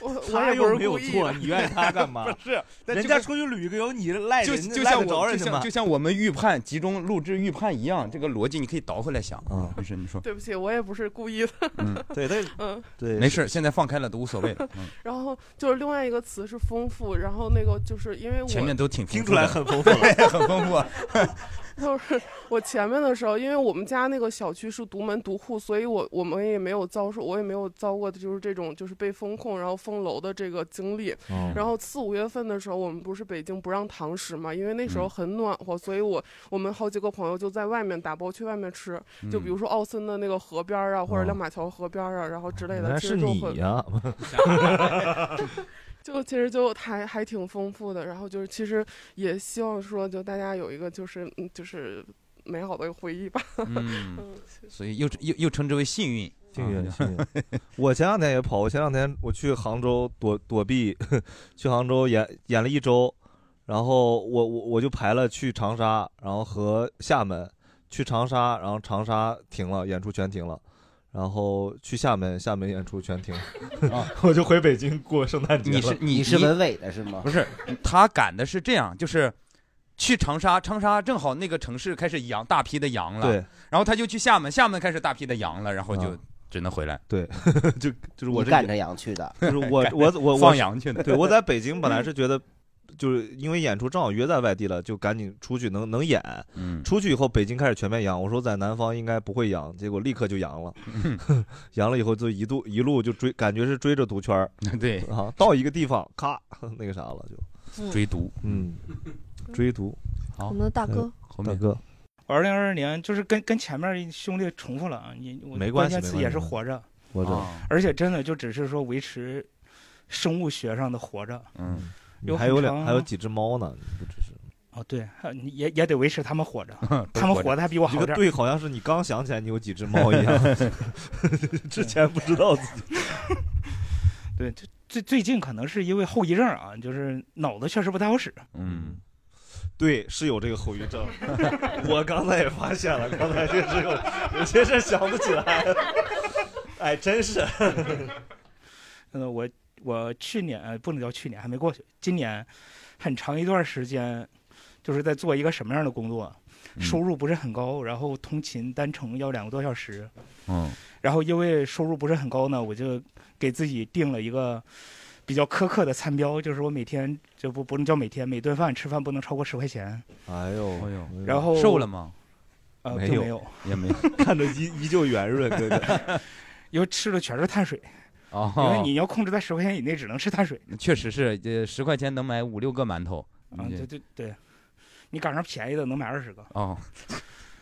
我我也不是故意的 不是，但人就家跟出去旅个游，你赖就人就赖像得着我人就家吗像就像我们预判集中录制预判一样，这个逻辑你可以倒回来想啊，不是你说，对不起，我也不是故意的，嗯，对对 嗯，对没事，现在放开了都无所谓了， 嗯。然后就是另外一个词是丰富，然后那个就是因为我前面都挺听丰出富来的很丰富了 对很丰富啊。 就是我前面的时候，因为我们家那个小区是独门独户，所以我我们也没有遭受，我也没有遭过的就是这种就是被封控然后封楼的这个经历。哦然后四五月份的时候，我们不是北京不让堂食嘛，因为那时嗯候很暖和，所以我我们好几个朋友就在外面打包去外面吃，就比嗯如说奥森的那个河边儿啊，或者亮马桥河边儿啊，然后之类哦原的，来其实是就你很。呀、就其实就还还挺丰富的，然后就是其实也希望说，就大家有一个就是嗯就是美好的回忆吧。 嗯，所 以又又又称之为幸运，幸运啊幸运。我前两天也跑，我前两天我去杭州躲躲避，去杭州演演了一周，然后我我我就排了去长沙，然后和厦门，去长沙，然后长沙停了，演出全停了。然后去厦门，厦门演出全停， 我就回北京过圣诞节了。哦你是你不是，他赶的是这样，就是去长沙，长沙正好那个城市开始阳大批的阳了，对，然后他就去厦门，厦门开始大批的阳了，然后嗯就只能回来，啊对， 就就是我你这赶着羊去的 就是我我我我放羊去的嗯对，我在北京本来是觉得，就是因为演出正好约在外地了，就赶紧出去能能演。嗯出去以后北京开始全面阳，我说在南方应该不会阳，结果立刻就阳了。嗯 阳了以后就一度一路就追，感觉是追着毒圈儿对啊，到一个地方咔那个啥了就追毒，嗯，追毒。哎好我们的大哥，大哥，二零二二年就是跟跟前面兄弟重复了啊，你我没关关系键没词关也系是活着，活着而且真的就只是说维持生物学上的活着，嗯，有还有很两长还有几只猫呢，不只是。，哦对，还有你也也得维持他们活 着他们活的还比我好你点的儿。对，好像是你刚想起来你有几只猫一 样，之前不知道自己。 对，就最最近可能是因为后遗症啊，就是脑子确实不太好使。嗯，对，是有这个后遗症。 我刚才也发现了，刚才就是有有些事想不起来。哎，真是。嗯，我我去年呃不能叫去年，还没过去，今年很长一段时间就是在做一个什么样的工作，啊收入不是很高，然后通勤单程要两个多小时，嗯，然后因为收入不是很高呢，我就给自己定了一个比较苛刻的餐标，就是我每天就不不能叫每天，每顿饭吃饭不能超过十块钱。哎呦，哎呦然后瘦了吗？呃，没并有没有，也没有看着依依旧圆润，对对。因为吃的全是碳水，哦因为你要控制在十块钱以内，只能吃碳水。确实是，呃，十块钱能买五六个馒头，啊，你对对对，你赶上便宜的能买二十 个。哦，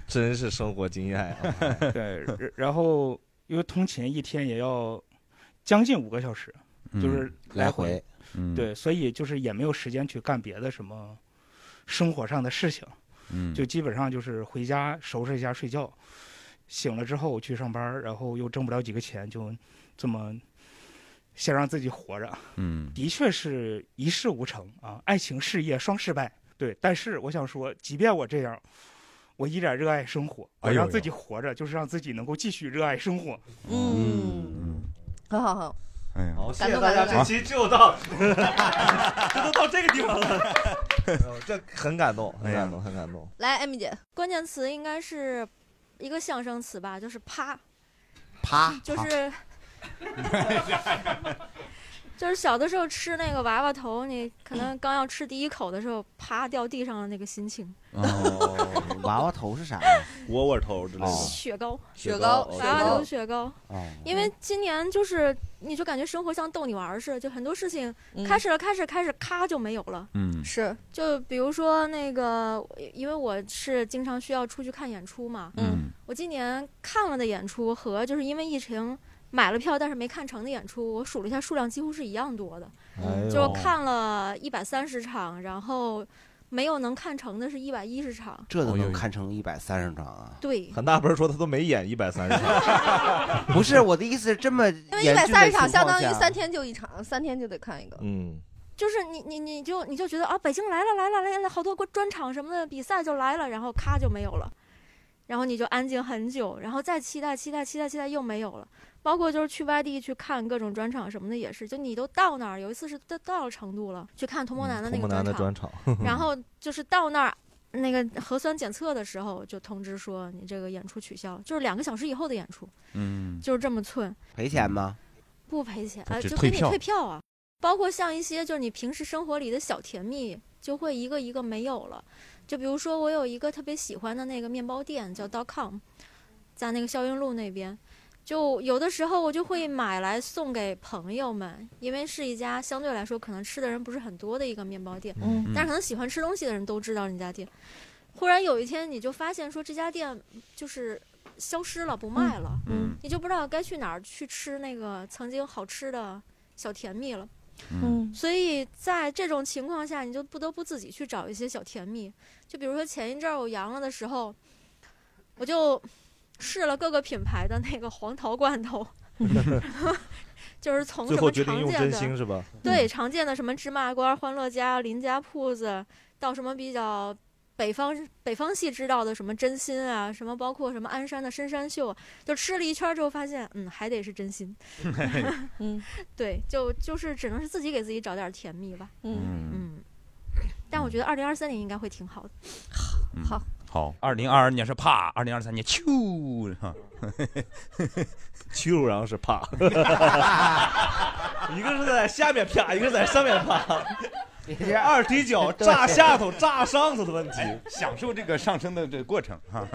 真是生活经验 啊！对，然然后因为通勤一天也要将近五个小时，就是嗯来回回，嗯对，所以就是也没有时间去干别的什么生活上的事情，嗯就基本上就是回家收拾一下睡觉，醒了之后去上班儿，然后又挣不了几个钱，就这么先让自己活着。嗯的确是一事无成啊，爱情事业双失败。对，但是我想说，即便我这样，我依然热爱生活。哎我呦让呦自己活着，就是让自己能够继续热爱生活。嗯，很好很好。哎呀，好，谢感谢动大家，感这动期就到， 这都到这个地方了，这很感动，哎很感动，很感动。来，艾米姐，关键词应该是一个象声词吧，就是啪，啪 就是。就是小的时候吃那个娃娃头，你可能刚要吃第一口的时候，啪掉地上的那个心情， 哦，娃娃头是啥呀？窝窝头之类哦的。雪糕，哦雪糕哦雪糕娃娃头雪糕。啊哦，因为今年就是，你就感觉生活像逗你玩儿似的，就很多事情嗯开始了，开始，开始，咔就没有了。嗯，是，就比如说那个，因为我是经常需要出去看演出嘛，嗯，我今年看了的演出和就是因为疫情买了票但是没看成的演出，我数了一下数量几乎是一样多的，哎呦就看了一百三十场，然后没有能看成的是一百一十场。这都能看成一百三十张啊？对韩大不是说他都没演一百三十场， 不是我的意思，这么因为一严百峻的三十场情相况当于下三天就一场，三天就得看一个。嗯，就是你你你就你就觉得啊，北京来了来了来了，好多专专场什么的比赛就来了，然后咔就没有了，然后你就安静很久，然后再期待期待期待期待又没有了。包括就是去外地去看各种专场什么的也是，就你都到那儿，有一次是都到成都了，去看童梦楠的那嗯童个梦楠的专专场场， 然后就是到那儿。那个核酸检测的时候，就通知说你这个演出取消，就是两个小时以后的演出，嗯，就是这么寸。赔钱吗？嗯不赔钱，就呃，只就退给你票退票啊。包括像一些就是你平时生活里的小甜蜜，就会一个一个没有了。就比如说我有一个特别喜欢的那个面包店叫 .com，在那个校园路那边，就有的时候我就会买来送给朋友们，因为是一家相对来说可能吃的人不是很多的一个面包店，嗯但是可能喜欢吃东西的人都知道那家店。忽然有一天，你就发现说这家店就是消失了，不卖了，嗯你就不知道该去哪儿去吃那个曾经好吃的小甜蜜了。嗯所以在这种情况下，你就不得不自己去找一些小甜蜜。就比如说前一阵儿我阳了的时候，我就试了各个品牌的那个黄桃罐 头，就是从最什后么决定常用见真心的是吧？嗯对常见的什么芝麻官、欢乐家、林家铺子，到什么比较北方北方系知道的什么真心啊，什么包括什么鞍山的深山秀，啊就吃了一圈儿之后发现，嗯，还得是真心。 嗯，对，就就是只能是自己给自己找点儿甜蜜吧。嗯嗯，但我觉得二零二三年应该会挺好的。好，好，二零二二年是啪，二零二三年啾，哈 啾，然后是啪， 一个是在下面啪，一个是在上面啪。这二踢脚对炸下头、炸上头的问题，哎享受这个上升的这个过程哈。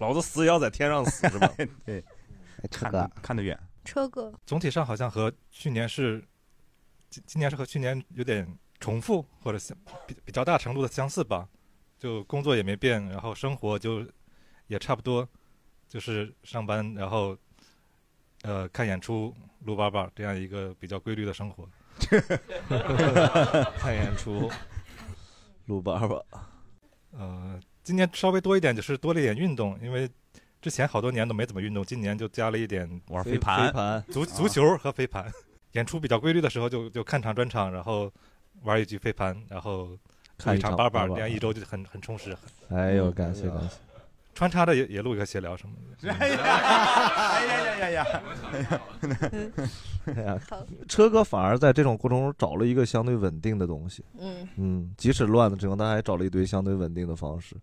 老子死也要在 天上死是吧？ 对，看得看得远。车哥，总体上好像和去年是，今今年是和去年有点重复，或者相比比较大程度的相似吧。就工作也没变，然后生活就也差不多，就是上班，然后呃看演出、撸叭叭这样一个比较规律的 生活。 看演出，撸叭叭。呃，今年稍微多一点，就是多了一点运动，因为之前好多年都没怎么运动，今年就加了一点玩飞盘飞盘足啊足球和飞盘。演出比较规律的时候就，就看场专场，然后玩一局飞盘，然后看一一场八八板，板这样一周就很很充实。哎嗯呦，感谢感谢。穿插着也也录一个闲聊什么的。哎呀，哎呀呀呀呀！哎呀，车哥反而在这种过程中找了一个相对稳定的东西。嗯嗯，即使乱的情况，他还找了一堆相对稳定的方式。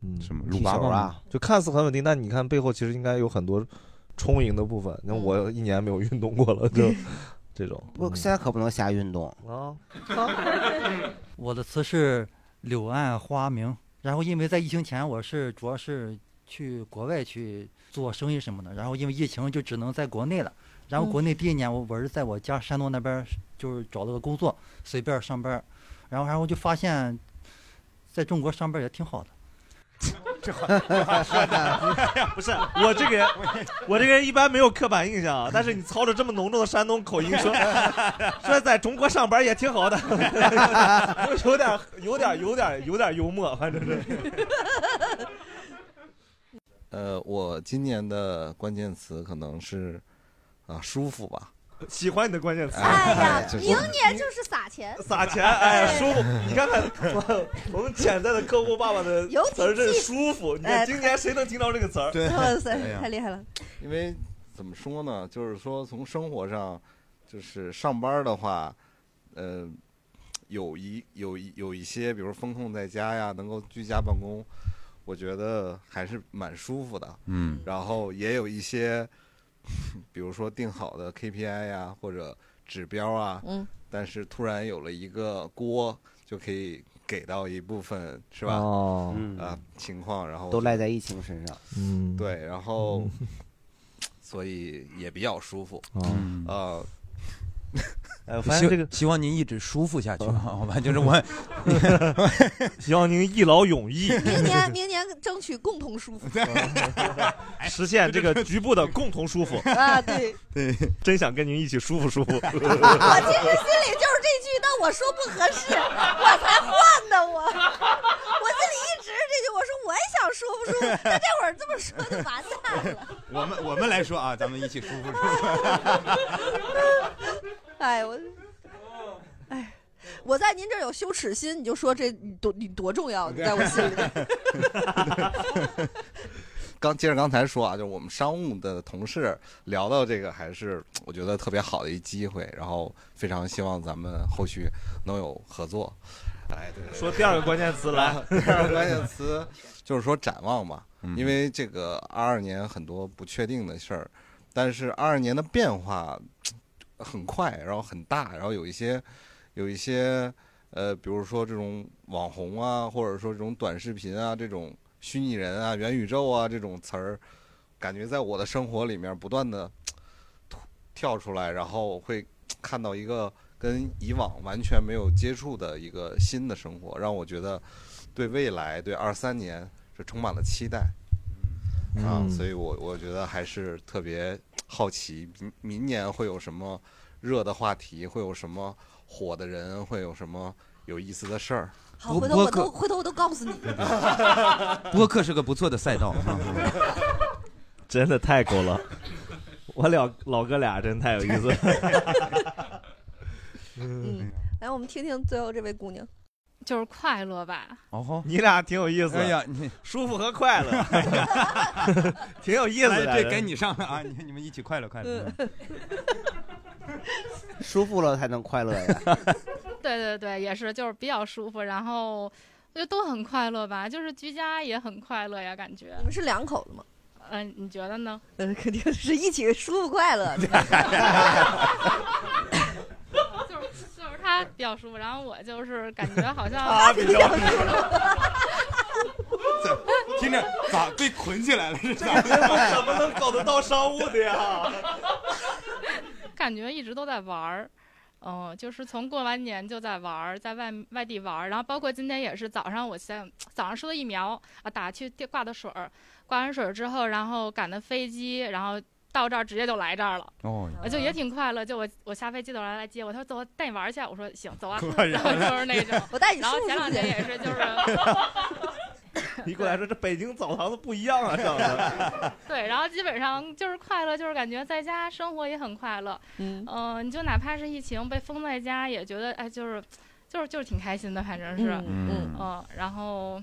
嗯，什么撸踢八球棒吗啊？就看似很稳定，但你看背后其实应该有很多充盈的部分。嗯那我一年没有运动过了，嗯就这种。我现在可不能瞎运动啊！嗯 我的词是柳暗花明。然后因为在疫情前，我是主要是去国外去做生意什么的。然后因为疫情，就只能在国内了。嗯然后国内第一年，我我是在我家山东那边儿就是找了个工作，随便上班儿。然后然后就发现，在中国上班儿也挺 好的。这话这话说的， 不是我这个人，我这个人一般没有刻板印象啊，但是你操着这么浓重的山东口音说，说在中国上班也挺好的， 有点有点有点有点幽默，反正是。呃，我今年的关键词可能是啊舒服吧。 喜欢你的关键词。哎呀就是明年就是撒钱，撒钱，哎，舒服。你看看我我们潜在的客户爸爸的有底词儿是气舒服，你哎看今年谁能听到这个词儿？对哇塞哎，呀太厉害了！因为怎么说呢，就是说从生活上，就是上班儿的话，呃，有一有一有一些，比如风控在家呀，能够居家办公，我觉得还是蛮舒服的。嗯然后也有一些， 比如说定好的 KPI 呀，啊或者指标啊，嗯，但是突然有了一个锅，就可以给到一部分是吧？哦啊、情况，然后都赖在疫情身上。嗯，对，然后所以也比较舒服。 嗯呃，哎我发现希这 个嗯希望您一直舒服下去，好吧？就是 我， 希望您一劳永逸，明年明年争取共同 舒服。实现这个局部的共同舒服。啊，对，对， 真想跟您一起舒 服舒服。我其实心里就是这句，但我说不合适，我才换的我。我 心里一直这句，我说我也想舒服舒服，但这会儿这么说就完蛋了。我们我们来说啊，咱们一起舒服舒 哎，我，哎，我在您这儿有羞耻心，你就说这你多你多重要，在我心里。 里。刚接着刚才说啊，就是我们商务的同事聊到这个，还是我觉得特别好的一机会，然后非常希望咱们后续能有合作。哎，对，说第二个关键词来第二个关键词就是说展望嘛，因为这个二二年很多不确定的事儿，但是二二年的变化很快，然后很大，然后有一些有一些呃，比如说这种网红啊，或者说这种短视频啊，这种虚拟人啊、元宇宙啊这种词儿，感觉在我的生活里面不断的跳出来，然后会看到一个跟以往完全没有接触的一个新的生活，让我觉得对未来、对二三年是充满了期待。啊，嗯所以我我觉得还是特别好奇，明明年会有什么热的话题，会有什么火的人，会有什么有意思的事儿。好，回头我 都回头我都告诉你。播客是个不错的赛道。 真的太够了，我俩老哥俩真太有意思了。嗯，来，我们听听最后这位姑娘。就是快乐吧。哦吼，你俩挺有意思。哎呀，你舒服和快乐，挺有意思的。来这该你上了啊！你你们一起快乐快乐。舒服了才能 快乐呀。 对对对，也是，就是比较舒服，然后就都很快乐吧，就是居家也很快乐呀，感觉。你们是两口子吗？嗯、你觉得呢？ 嗯，肯定是一起舒服快乐。就是就是他比较舒服，然后我就是感觉好像他比较舒服。听着，咋被捆起 来了？是咋？怎么能搞得到商务的呀？ 感觉一直都在玩儿。嗯，就是从过完年就在玩儿，在外外地玩儿，然后包括今天也是早上我先早上输的疫苗啊，打去电挂的水儿，挂完水儿之后，然后赶的飞机，然后到这儿直接就来这儿了，哦，啊就也挺快乐。就我我下飞机走人来接我，他说走，带你玩儿去，我说行，走啊，果然 就是那种。我带你然后舒服前两去天也是，就是一过来说这北京澡堂子不一样啊，上次。对，然后基本上就是快乐，就是感觉在家生活也很快乐。嗯呃你就哪怕是疫情被封在家，也觉得哎，就是就是就是挺开心的，反正是嗯嗯呃然后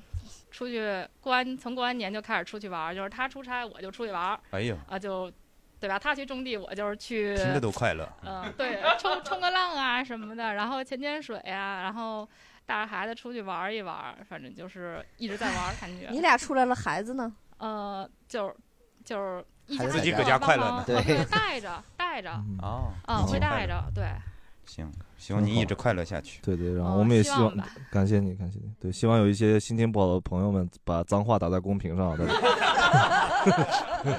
出去过完从过完年就开始出去玩儿，就是他出差我就出去玩儿，哎呦啊就。对吧？他去种地，我就是去，听着都快乐嗯、对，冲冲个浪啊什么的，然后潜潜水啊，然后带着孩子出去玩儿一玩儿，反正就是一直在玩儿，感觉。你俩出来了，孩子呢？呃，就是就是一孩家子自己人搁帮家帮快乐忙呢啊对，对带着带着，哦，一嗯，起快会带乐着， 对，行，希望您一直快乐下去。对对，然后我们也哦希希望望吧， 感谢你，感谢你。对，希望有一些心情不好的朋友们把脏话打在公屏上。啊对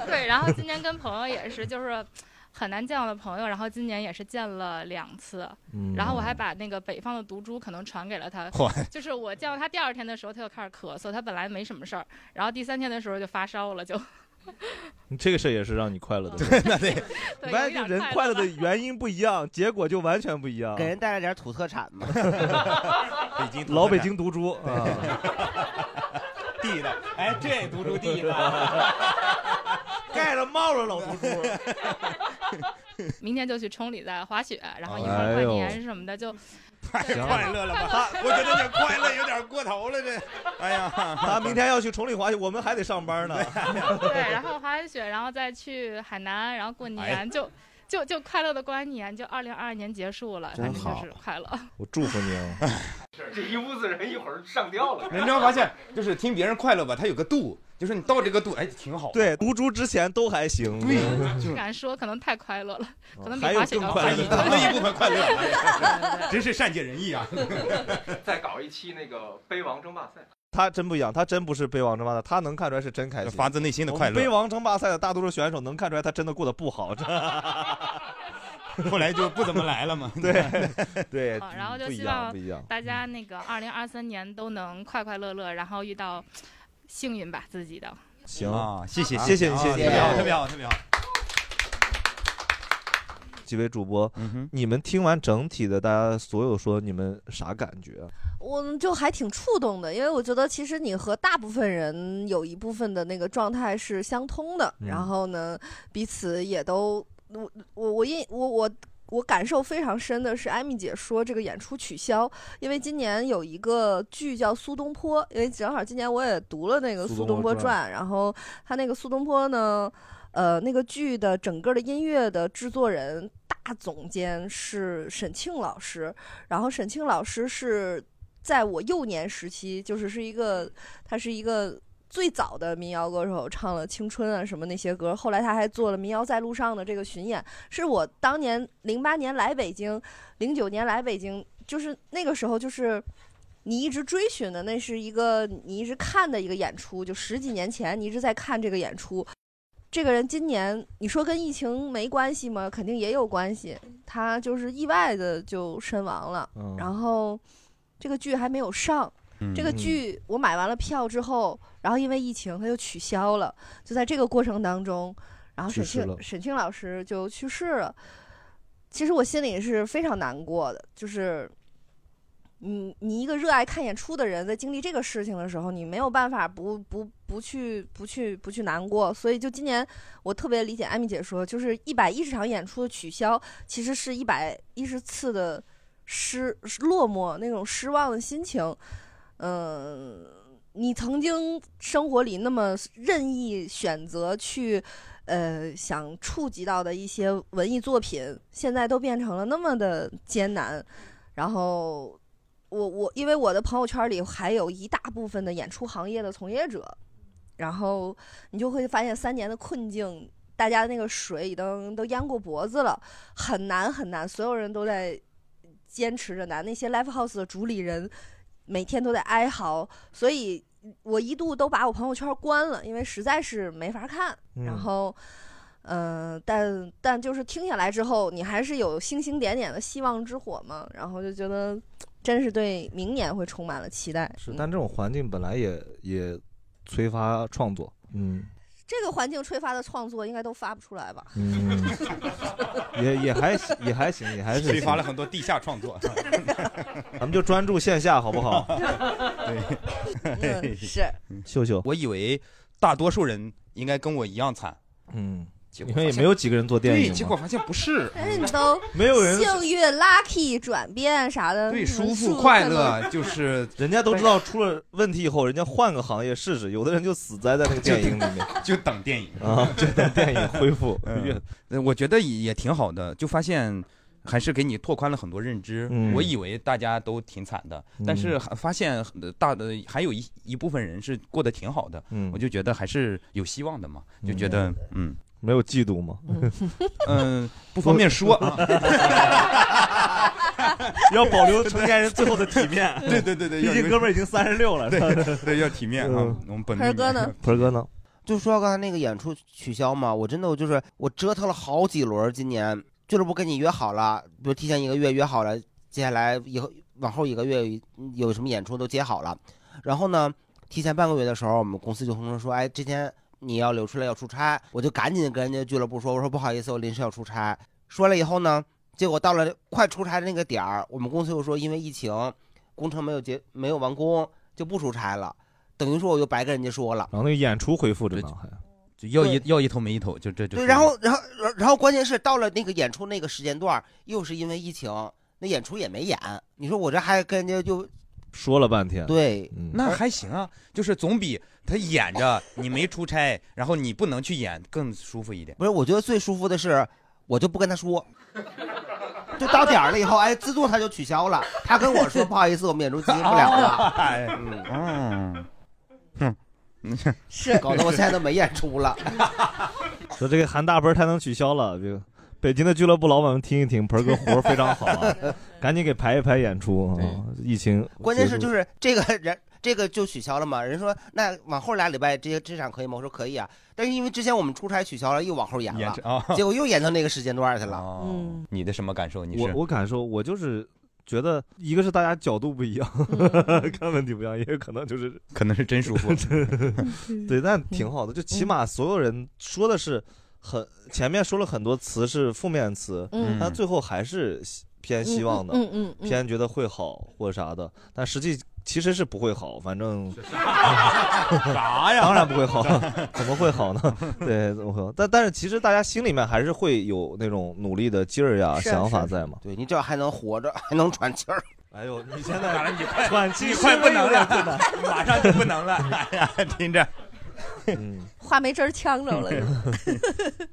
对。然后今年跟朋友也是，就是很难见到的朋友，然后今年也是见了两次，嗯然后我还把那个北方的毒株可能传给了他嚯，就是我见到他第二天的时候，他就开始咳嗽，他本来没什么事儿，然后第三天的时候就发烧了，就 这个事儿也是让你快乐的。 那得， 对发有一点现人快快乐乐吧的原因不一样，结果就完全不一样。给人带来点土特产嘛。北京老北京毒株啊，地的，哎，这毒株地的， 盖上帽了老毒株。 明天就去崇礼再滑雪，然后一块哎儿跨呦年什么的，就太行了 快乐了吧？我觉得这快乐有点过头 了，这，哎呀，啊 他明天要去崇礼滑雪，我们还得上班呢。 对，然后滑完雪，然后再去海南，然后过年，哎就就就快乐的过完年，就二零二二年结束了，真反正就好是快乐。 我祝福你啊！这一屋子人一会儿上吊了人家发现就是听别人快乐吧，他有个度，就是你到这个度，哎，挺好。对，毒株之前都还行。不敢说，可能太快乐了，可能比哦还有滑雪更要快乐乐的哎那 一部 分快乐 哎乐真是善解人意啊！再搞一期那个杯王争霸赛。他真不一样，他真不是杯王争霸赛，他能看出来是真开心，发自内心的快乐我们杯王争霸赛的大多数选手能看出来，他真的过得不好。这 后来就不怎么来了嘛对对好，嗯然后就不一希样望不一样大家嗯那个二零二三年都能快快乐乐，然后遇到幸运吧自己的。行啊谢谢 谢谢你，啊谢谢你，特别好特别好特别 好几位主播，嗯你们听完整体的，大家所有说你们啥感觉？我就还挺触动的，因为我觉得其实你和大部分人有一部分的那个状态是相通的，嗯然后呢，彼此也都我我我印我我。我感受非常深的是，艾米姐说这个演出取消，因为今年有一个剧叫《苏东坡》，因为正好今年我也读了那个《苏苏东东坡坡传传》，然后他那个《苏东坡》呢，呃，那个剧的整个的音乐的制作人大总监是沈庆老师，然后沈庆老师是在我幼年时期，就是是一个，他是一个。最早的民谣歌手唱了《青春》啊，什么那些歌，后来他还做了《民谣在路上》的这个巡演，是我当年零八年来北京，零九年来北京，就是那个时候就是你一直追寻的，那是一个你一直看的一个演出，就十几年前你一直在看这个演出。这个人今年你说跟疫情没关系吗？肯定也有关系，他就是意外的就身亡了。嗯然后这个剧还没有上，这个嗯剧我买完了票之后，然后因为疫情它又取消了，就在这个过程当中，然后沈去世庆了沈庆老师就去世了。其实我心里是非常难过的，就是你你一个热爱看演出的人，在经历这个事情的时候，你没有办法不不不去不去不去难过。所以就今年，我特别理解艾米姐说，就是一百一十场演出的取消，其实是一百一十次的失落寞那种失望的心情。嗯、你曾经生活里那么任意选择去。呃，想触及到的一些文艺作品，现在都变成了那么的艰难，然后我我因为我的朋友圈里还有一大部分的演出行业的从业者，然后你就会发现三年的困境，大家那个水已经都淹过脖子了，很难很难，所有人都在坚持着难。那些 live house 的主理人每天都在哀嚎，所以我一度都把我朋友圈关了，因为实在是没法看。嗯然后。嗯，但但就是听下来之后，你还是有星星点点的希望之火嘛，然后就觉得真是对明年会充满了期待。是，嗯但这种环境本来也也催发创作，嗯，这个环境吹发的创作应该都发不出来吧？ 嗯也也还也还行，也还是催行发了很多地下创作。咱们就专注线下好 不 好？ 对，是。秀秀，嗯我以为大多数人应该跟我一样惨，嗯，结你果看发也现没有几个人做电影对，嘛结果发现不是，但是你都没有人幸运、lucky 转变啥的，嗯对你们舒服数可快能乐 就是 人家都知道出了问题以后，人家换个行业试试，有的人就死栽在那个电影里面， 就等电影。啊，就等电影恢复嗯呃我觉得也也挺好的，就发现还是给你拓宽了很多认知。嗯我以为大家都挺惨的，但是嗯还发现呃大的还有一一部分人是过得挺好的，嗯我就觉得还是有希望的嘛，就觉 得嗯没有嫉妒吗？嗯不方便说啊。要保留成年人最后的体面 对对对对 毕竟要哥们儿已经三十六了，对是吧 对要体面啊嗯我们本命盆儿啊哥呢？盆儿哥呢？就说到刚才那个演出取消嘛，我真的我就是我折腾了好几轮儿，今年俱乐部跟你约好了，比如提前一个月约好了，接下来以后往后一个月有有什么演出都接好了，然后呢，提前半个月的时候，我们公司就通知说，哎，今天你要留出来要出差，我就赶紧跟人家俱乐部说，我说不好意思，我临时要出差。说了以后呢，结果到了快出差的那个点儿，我们公司又说因为疫情，工程没有结没有完工，就不出差了，等于说我又白跟人家说了。然后那个演出恢复着呢，还就要一要一头没一头，就这就对，是然后然后然后然后关键是到了那个演出那个时间段儿，又是因为疫情，那演出也没演。你说我这还跟人家就说了半天，对，那还行啊，就是总比他演着你没出差，然后你不能去演更舒服一点。不是？我觉得最舒服的是，我就不跟他说，就到点儿了以后，哎，自动他就取消了。他跟我说不好意思，我们演出进行不了哦 了。嗯哎嗯，哼，是搞得我现在都没演出了。说这个韩大盆儿太能取消了，这个北京的俱乐部老板们听一听，盆儿哥活儿 非 常好啊，赶紧给排一排演出啊！疫情结束， 关键是就是这个人。这个就取消了嘛。人说那往后俩礼拜这些这场可以吗？我说可以啊，但是因为之前我们出差取消了，又往后延延了迟，哦啊结果又延到那个时间段去了。嗯，你的什么感受？你我是我感受，我就是觉得，一个是大家角度不一样，嗯 看问题不一样，也有可能就是可能是真舒 服嗯对，但挺好的，就起码所有人说的是很前面说了很多词是负面词，嗯但最后还是希偏希望的，嗯嗯嗯嗯偏觉得会好或啥的，但实际。其实是不会好，反正啥呀 当然不会好，怎么会好呢？对，怎么会好？但但是其实大家心里面还是会有那种努力的劲儿呀、啊是啊想法是在嘛。对你只要还能活着，还能喘气儿。 哎呦，你现在你快喘气你快不能了声音有点困难 马上就不能了哎呀听着，话没汁儿呛着了又。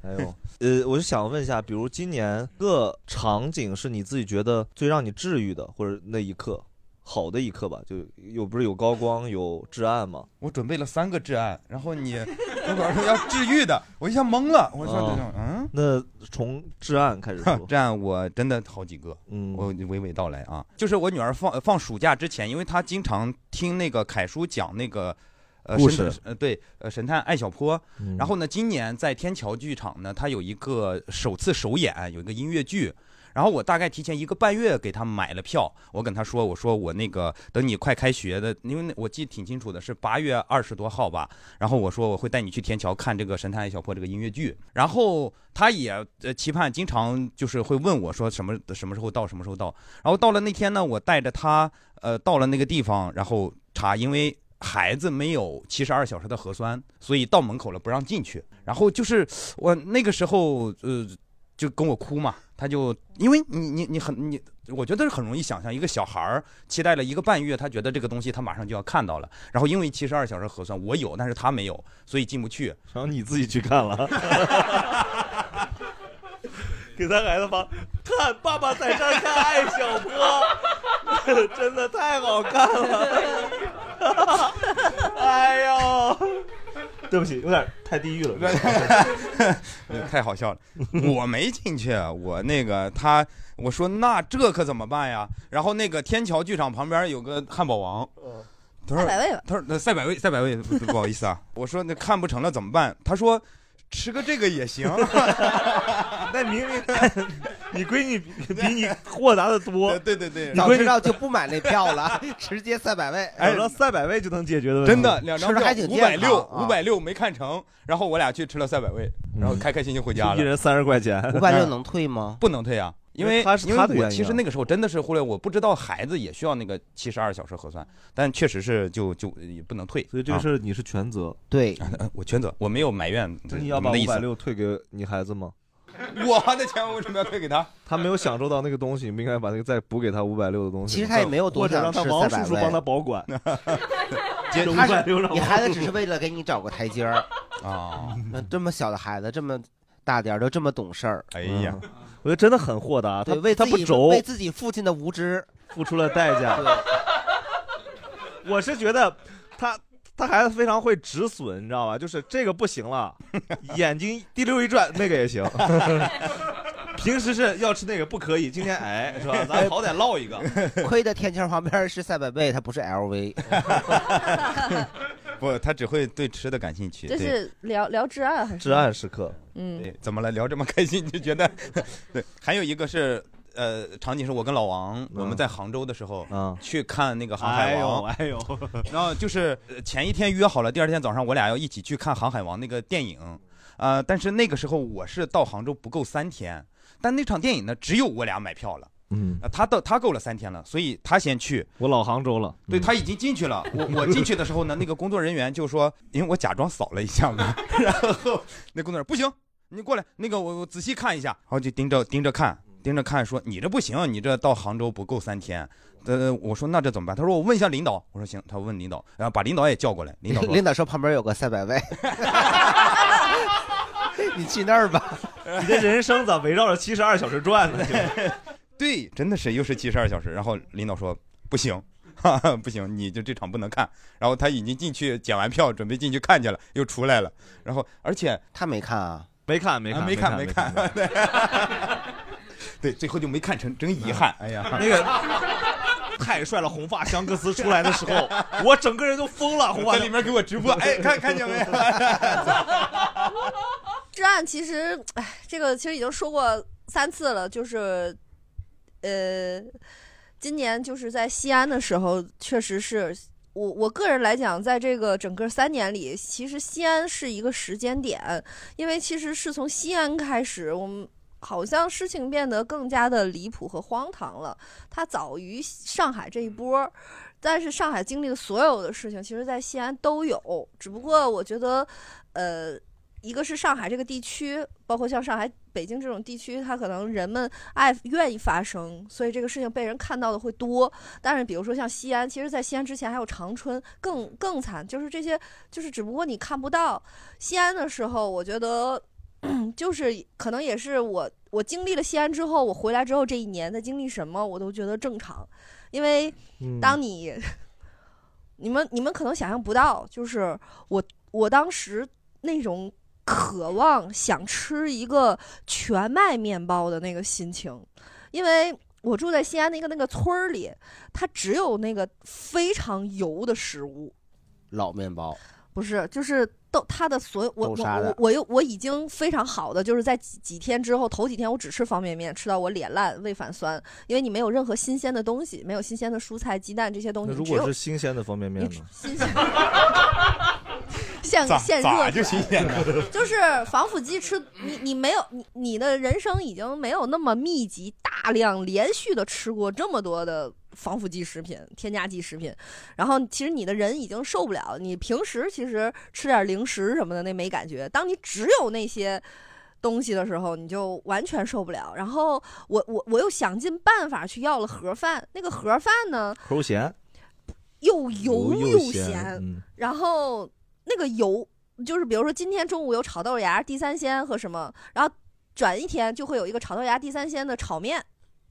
哎呦，呃，我就想问一下，比如今年个场景是你自己觉得最让你治愈的，或者那一刻好的一刻吧？就有不是有高光有至暗吗？我准备了三个至暗，然后你 跟我说要治愈的，我一下懵了，我说这种嗯。，啊那从哦至暗开始说这样我真的好几个，嗯，我娓娓道来啊。 就是我女儿放放暑假之前，因为她经常听那个凯叔讲那个。呃，故神事呃，对，呃，神探艾小坡，嗯然后呢，今年在天桥剧场呢，他有一个首次首演，有一个音乐剧，然后我大概提前一个半月给他买了票，我跟他说，我说我那个等你快开学的，因为那我记得挺清楚的，是八月二十多号吧。然后我说我会带你去天桥看这个《神探爱小坡》这个音乐剧，然后他也呃期盼，经常就是会问我说什么什么时候到，什么时候到。然后到了那天呢，我带着他呃到了那个地方，然后查，因为孩子没有七十二小时的核酸，所以到门口了不让进去。然后就是我那个时候，呃，就跟我哭嘛，他就因为你你你很你，我觉得是很容易想象一个小孩儿期待了一个半月，他觉得这个东西他马上就要看到了，然后因为七十二小时核酸我有，但是他没有，所以进不去。然后你自己去看了。 给他孩子发，看爸爸在这儿看爱小坡，真的 太好看了。 哎呦，对不起，有点太地狱了。 太好笑了，我没进去，我那个他，我说那这可怎么办呀？然后那个天桥剧场旁边有个汉堡王，他说赛百味吧他说呃赛百味，赛百味，不不好意思啊， 我说那看不成了怎么办？他说吃个这个也行。 那明明 你闺女比比你豁达的多，对对对早知道就不买那票了， 直接三百位。哎，到赛百味就能解决的问题，真的，两张吃着还票挺五健百康六，啊五百六没看成，然后我俩去吃了赛百味，然后开开心心回家了。嗯一人三十块钱， 560能退吗？不能退啊，因因为为他是因他的为我原因其实啊那个时候真的是忽略，我不知道孩子也需要那个七十二小时核酸， 但确实是就就也不能退。啊所以这个事儿你是全责。对，呃我全责，我没有埋怨。那你要把的五意百思，六退给你孩子吗？我的钱我为什么要退给他？他没有享受到那个东西，你不应该把那个再补给他五百六的东西吗。其实他也没有多或者想让他吃王300叔叔位帮他保管。姐， 560他让是我你孩子只是为了给你找个台阶 儿哦啊！那这么小的孩子，这么大点儿都这么懂事儿，嗯哎呀，我觉得真的很豁达，他对，为他自不己轴，为自己父亲的无知付出了代价。我是觉得他他孩子非常会止损，你知道吧？就是这个不行 了，眼睛滴溜一转，那个也行。平时是要吃那个不可以，今天哎 是吧？咱好歹唠一个。亏的天桥旁边是赛百味，它不是 LV。 不，他只会对吃的感兴 趣。这对是聊聊至暗还是？时刻。嗯对，怎么了？聊这么开心就觉得，对。还有一个是，呃，场景是我跟老王，我们在杭州的时候，去看那个《航海王》。哎呦，哎呦，然后就是呃前一天约好了，第二天早上我俩要一起去看《航海王》那个电影，呃，但是那个时候我是到杭州不够三天，但那场电影呢，只有我俩买票了。嗯呃他到他够了三天了，所以他先去。我老杭州了，嗯对他已经进去了。我我进去的时候呢，那个工作人员就说，因为我假装扫了一下嘛， 然后那工作人员不行，你过来，那个我我仔细看一下，然后就盯着盯着看，盯着看说你这不行，你这到杭州不够三天。呃，我说那这怎么办？他说我问一下领导。我说行，他问领导，然后把领导也叫过来。领导说 领导说旁边有个赛百味，你去那儿吧。你的人生咋围绕着七十二小时转 呢？对，真的是又是七十二小时。然后领导说不行，哈哈，不行，你就这场不能看。然后他已经进去检完票，准备进去看去了，又出来了。然后而且他没看啊，没看没没看没看没看看， 嗯对，对，最后就没看成，真遗憾。哎呀，那个太帅了，红发香克斯出来的时候，我整个人都疯了。红发在里面给我直播哎看看见 没 有？至暗其实，哎，这个其实已经说过三次了，就是，呃，今年就是在西安的时候，确实是我我个人来讲，在这个整个三年里，其实西安是一个时间点，因为其实是从西安开始，我们。好像事情变得更加的离谱和荒唐了。它早于上海这一波儿，但是上海经历的所有的事情，其实在西安都有。只不过我觉得，呃，一个是上海这个地区，包括像上海、北京这种地区，它可能人们爱愿意发生，所以这个事情被人看到的会多。但是比如说像西安，其实在西安之前还有长春，更更惨，就是这些，就是只不过你看不到。西安的时候，我觉得。 就是可能也是我我经历了西安之后，我回来之后这一年在经历什么，我都觉得正常，因为嗯当你、你们你们可能想象不到，就是我我当时那种渴望想吃一个全麦面包的那个心情，因为。我住在西安的一个那个村儿里，它只有那个非常油的食物，老面包，不是，就是豆，它的所有我豆我沙的我我又我已经非常好的，就是在几几天之后，头几天我只吃方便面，吃到我脸烂、胃反酸，因为你没有任何新鲜的东西，没有新鲜的蔬菜、鸡蛋这些东那西，如哦只果有是新鲜的方便面呢？现咋现热咋出就来新鲜的 呢就是防腐剂吃你你没有你你的人生已经没有那么密集、大量连续的吃过这么多的防腐剂食品、添加剂食品，然后其实你的人已经受不了。你平时其实吃点零食什么的那没感觉，当你只有那些。东西的时候，你就完全受不了。然后我我我又想尽办法去要了盒饭，那个盒饭呢，齁咸，又油油又又咸，咸嗯然后那个油就是比如说今天中午有炒豆芽、地三鲜和什么，然后转一天就会有一个炒豆芽、地三鲜的炒面，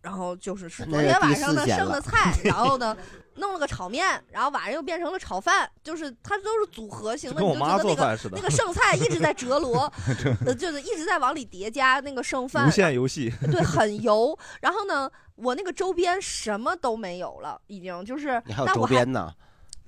然后就是是那昨天就晚第上四的鲜剩的了菜，然后呢弄了个炒面，然后晚上又变成了炒饭，就是它都是组合型的，就跟你我就妈觉得做那饭个似的那个剩菜一直在折罗，呃，就是一直在往里叠加 那个剩饭，无限游戏。 对，很油。然后呢，我那个周边什么都没有了，已经就是你还，有但周我还边呢。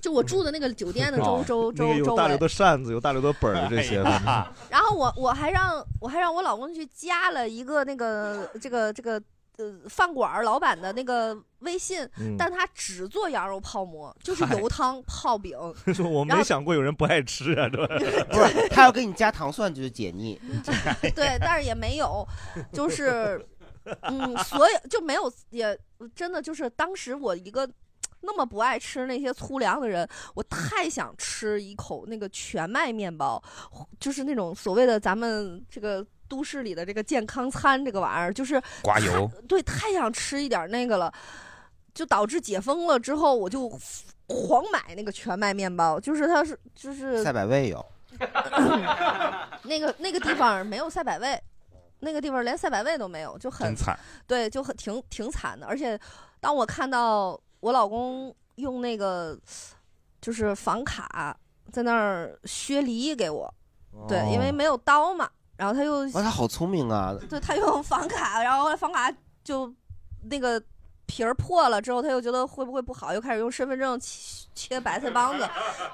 就我住的那个酒店的周哦周那个周周有大围刘，的扇子，有大刘的本儿这些哎的。 然后我我还让我还让我老公去加了一个那个这个这个呃饭馆儿老板的那个微信，嗯但他只做羊肉泡馍，就是嗨油汤泡 饼。 说我然没后想过有人不爱吃啊，对吧？ 不是，他要给你加糖蒜就是解 腻。对，但是也没有，就是，嗯，所有就没有，也真的就是当时我一个那么不爱吃那些粗粮的人，我太想吃一口那个全麦面包，就是那种所谓的咱们这个都市里的这个健康餐这个玩意儿，就是刮油对，太想吃一点儿那个了，就导致解封了之后，我就狂买那个全麦面包，就是它是就是赛百味有，那个那个地方没有赛百味，那个地方连赛百味都没有，就很真惨。对，就很挺挺惨的。而且当我看到我老公用那个就是房卡在那儿削梨给我，对，因为哦没有刀嘛，然后他呃又哇，他好聪明啊！对他用房卡，然后房卡就那个皮儿破了之后，他又觉得会不会不好，又开始用身份证切切白菜帮子，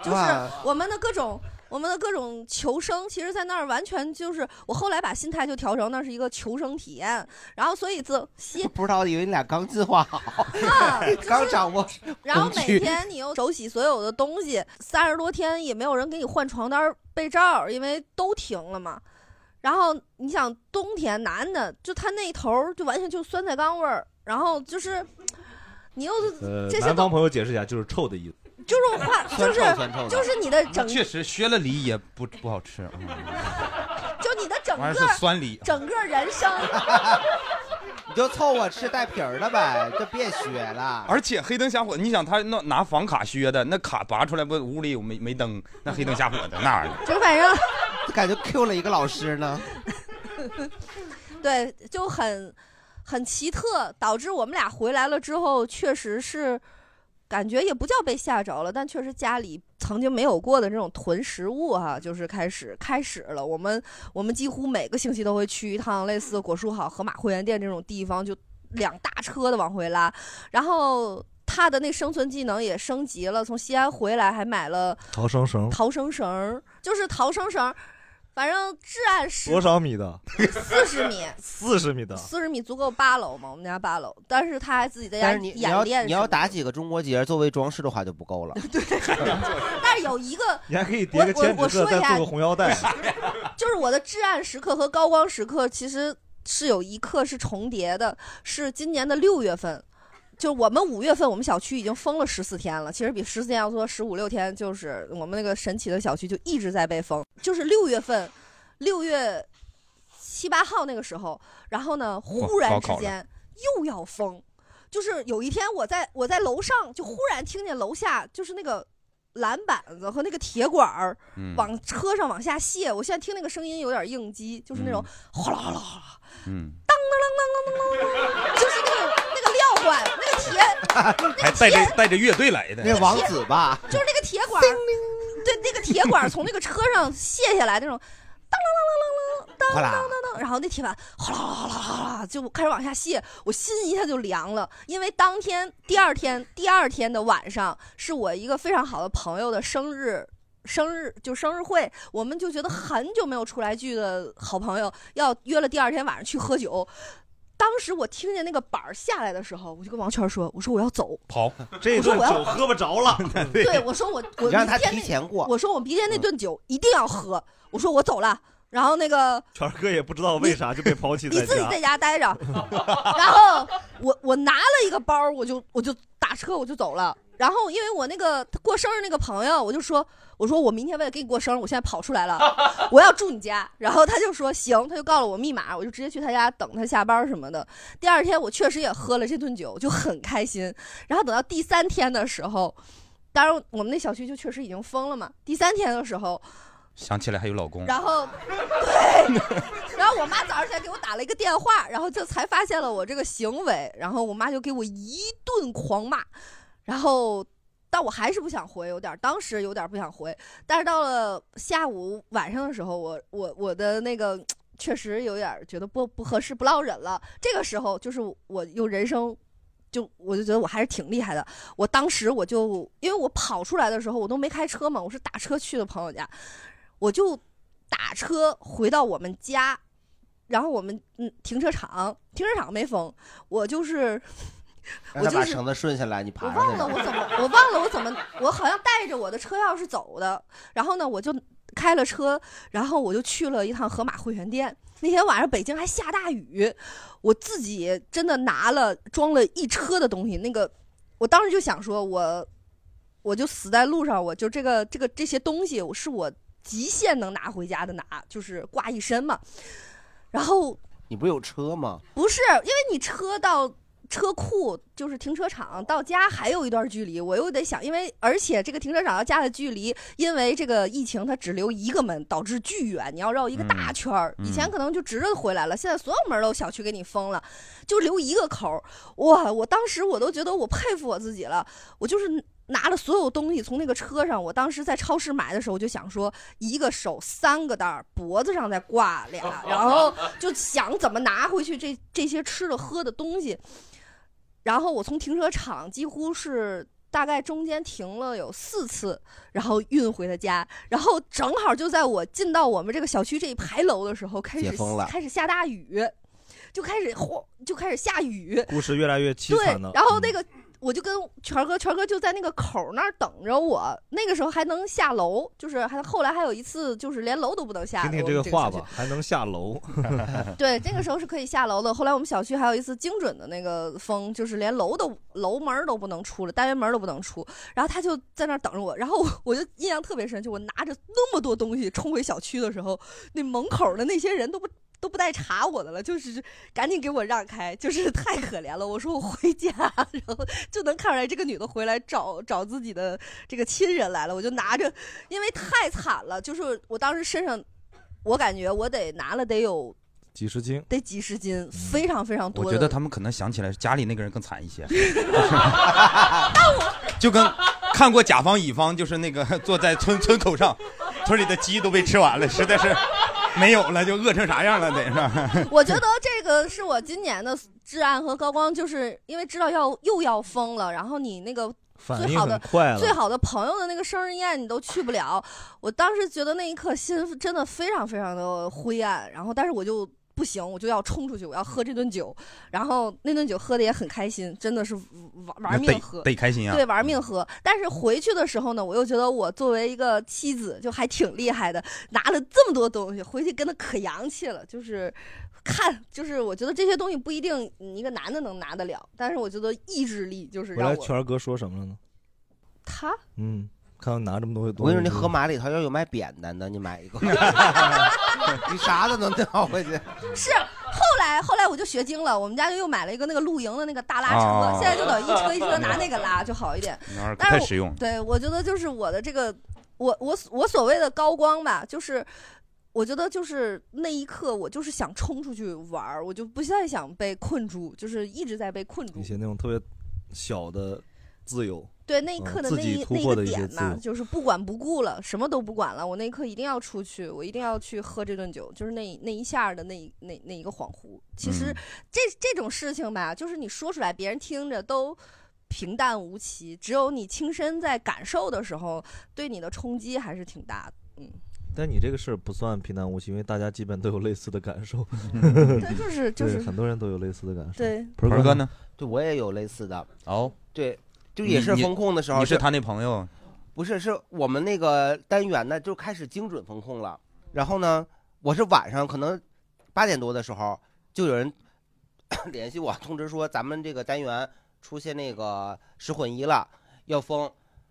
就是哇我们的各种。我们的各种求生，其实，在那儿完全就是我后来把心态就调成那是一个求生体验，然后所以这 西不知道以为你俩刚进化好，啊 刚掌握 然后工每具天你又手洗所有的东西，三十多天也没有人给你换床单儿、被罩儿，因为都停了嘛。然后你想冬天男的，就他那头儿就完全就酸菜缸味儿，然后就是你又呃这，些南都方朋友解释一下，就是臭的意思。就是换就是就是你的整嗯确实削了梨也不不好吃，嗯就你的整玩意儿个是酸梨整个人生。 你就凑合吃带皮儿的呗，就别学了。而且黑灯瞎火，你想他那拿房卡削的，那卡拔出来不屋里有没没灯，那黑灯瞎火的那玩意儿，就反正感觉 Q 了一个老师呢。 对，就很很奇特，导致我们俩回来了之后，确实是感觉也不叫被吓着了，但确实家里曾经没有过的这种囤食物哈、就是开始开始了。我们我们几乎每个星期都会去一趟类似果蔬好、盒马会员店这种地方，就两大车的往回拉，然后。怕的那生存技能也升级了，从西安回来还买了逃生绳逃生绳儿，就是逃生绳儿，反正至暗时多少米的？四十米，四十米的。四十米足够八楼嘛，我们家八楼，但是他还自己在家但是你你要演练你什么要的打几个中国结作为装饰的话就不够 了。但是有一个，你还可以叠个我我我说一下腰带。就是我的至暗时刻和高光时刻，其实是有一刻是重叠的，是今年的六月份。就是我们五月份，我们小区已经封了十四天了，其实比十四天要多十五六天。就是我们那个神奇的小区就一直在被封。就是六月份，六月七八号那个时候，然后呢，忽然之高考间了又要封，就是有一天我在我在楼上，就忽然听见楼下就是那个蓝板子和那个铁管儿嗯往车上往下卸。我现在听那个声音有点应激，就是那种哗啦哗啦哗啦，嗯，就是那个那个料管那个铁。还带着带着乐队来的，那王子吧就是那个铁管儿，对，那个铁管儿从那个车上卸下来那种，当啷啷啷啷啷，当当当当，然后那铁板哗啦哗啦哗啦哗啦就开始往下卸，我心一下就凉了，因为当天第二天第二天的晚上是我一个非常好的朋友的生日。生日就生日会，我们就觉得很久没有出来聚的好朋友，要约了第二天晚上去喝酒。当时我听见那个板儿下来的时候，我就跟王圈说：“我说我要走，跑，这我说顿我要酒喝不着了。 对， 我说我我你让他明天提那前过嗯我说我明天那顿酒一定要喝。我说我走了，然后那个圈儿哥也不知道为啥就被抛弃你在自己在家。家待着。 然后我我拿了一个包，我就我就打车我就走了。然后因为我那个过生日那个朋友，我就说我说我明天为了给你过生日，我现在跑出来了，我要住你家。然后他就说行，他就告了我密码，我就直接去他家等他下班什么的。第二天我确实也喝了这顿酒，就很开心。然后等到第三天的时候，当然我们那小区就确实已经封了嘛。第三天的时候，想起来还有老公，然后，对，然后我妈早上起来给我打了一个电话，然后就才发现了我这个行为，然后我妈就给我一顿狂骂，然后，但我还是不想回，有点儿，当时有点儿不想回，但是到了下午晚上的时候，我我我的那个确实有点儿觉得不不合适，不落忍了。这个时候就是我又人生就我就觉得我还是挺厉害的。我当时我就因为我跑出来的时候我都没开车嘛，我是打车去的朋友家，我就打车回到我们家，然后我们嗯停车场停车场没封，我就是。让他我就把是绳子顺下来，你爬我上去。忘了 我怎么，我忘了我怎么，我好像带着我的车钥匙走的。然后呢，我就开了车，然后我就去了一趟盒马会员店。那天晚上北京还下大雨，我自己真的拿了装了一车的东西。那个，我当时就想说我，我就死在路上，我就这个这个这些东西，我是我极限能拿回家的拿，就是挂一身嘛。然后你不是有车吗？不是，因为你车到车库就是停车场到家还有一段距离，我又得想，因为而且这个停车场到家的距离，因为这个疫情它只留一个门，导致巨远，你要绕一个大圈儿。嗯以前可能就直着回来了，现在所有门儿都小区给你封了，就留一个口儿。哇，我当时我都觉得我佩服我自己了，我就是。拿了所有东西从那个车上，我当时在超市买的时候，我就想说，一个手三个袋儿，脖子上再挂俩，然后就想怎么拿回去这这些吃的喝的东西。然后我从停车场几乎是大概中间停了有四次，然后运回了家。然后正好就在我进到我们这个小区这一排楼的时候，开始解封了开始下大雨，就开始哗，就开始下雨。故事越来越凄对惨了，。然后那个我就跟全哥，全哥就在那个口儿那儿等着我。那个时候还能下楼，就是还后来还有一次就是连楼都不能下。听听我这们个这话小区吧，还能下楼。嗯 对，那个时候是可以下楼的。后来我们小区还有一次精准的那个风，就是连楼都楼门儿都不能出了，单元门儿都不能出。然后他就在那儿等着我，然后我 我就印象特别深，就我拿着那么多东西冲回小区的时候，那门口的那些人都不。都不带查我的了，就是赶紧给我让开，就是太可怜了。我说我回家， 然后就能看出来这个女的回来找找自己的这个亲人来了。我就拿着，因为太惨了，就是我当时身上，我感觉我得拿了得有几十斤，得几十斤，非常非常多嗯的。我觉得他们可能想起来家里那个人更惨一 些，就跟看过甲方乙方，就是那个坐在村村口上，村里的鸡都被吃完了，实在是没有了，就饿成啥样了，得是吧。 我觉得这个是我今年的至暗和高光，就是因为知道要又要封了，然后你那个反最应好的很快了最好的朋友的那个生日宴你都去不了，我当时觉得那一刻心真的非常非常的灰暗，然后但是我就。不行，我就要冲出去，我要喝这顿酒。然后那顿酒喝的也很开心，真的是玩那玩得命喝，得开心啊对，玩命喝。但是回去的时候呢，我又觉得我作为一个妻子，就还挺厉害的，拿了这么多东西回去，跟他可洋气了。就是看，就是我觉得这些东西不一定你一个男的能拿得了，但是我觉得意志力就是我来让我全儿哥说什么了呢？ 他嗯，看他拿这么多东我西，跟你说，那河马里头要有卖扁担的，你买一个，你啥都能钓回去。是后来后来我就学精了，我们家就又买了一个那个露营的那个大拉车，哦现在就等一车一车拿那个拉就好一点。那玩意儿可但是太我实用了对，我觉得就是我的这个，我我我所谓的高光吧，就是。我觉得就是那一刻，我就是想冲出去玩儿，我就不再想被困住，就是一直在被困住一。些那种特别小的自由。对那一刻的嗯那自己一、突那一破个的一些点自嘛由，就是不管不顾了，什么都不管了。我那一刻一定要出去，我一定要去喝这顿酒，就是那那一下儿的那一那那一个恍惚。其实嗯这这种事情吧，就是你说出来，别人听着都平淡无奇，只有你亲身在感受的时候，对你的冲击还是挺大的。嗯，但你这个事儿不算平淡无奇，因为大家基本都有类似的感受。 对就是就是对很多人都有类似的感受。对盆儿哥呢？？对，我也有类似的。哦，对，就也是你你风控的时候，你是他那朋友，不是，是我们那个单元呢就开始精准风控了。然后呢，我是晚上可能八点多的时候，就有人 联系我通知说咱们这个单元出现那个十混一了，要封。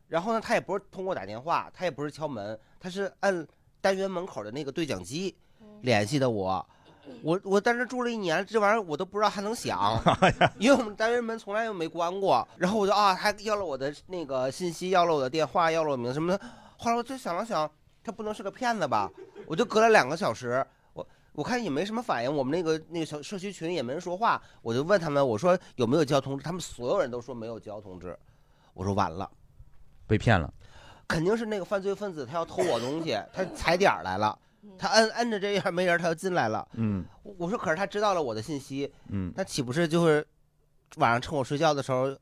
然后呢，他也不是通过打电话，他也不是敲门，他是按单元门口的那个对讲机联系的我。我我在这住了一年，这玩意儿我都不知道还能响，因为我们单元门从来就没关过。然后我就啊，还要了我的那个信息，要了我的电话，要了我名什么的。后来我就想了想，他不能是个骗子吧？我就隔了两个小时，我我看也没什么反应，我们那个那个小社区群也没人说话，我就问他们，我说有没有交通知？他们所有人都说没有交通知。我说完了，被骗了，肯定是那个犯罪分子他要偷我东西，他踩点儿来了，他摁摁着这样没人，他就进来了。嗯我我说可是他知道了我的信息， 嗯，那岂不是就是晚上趁我睡觉的时候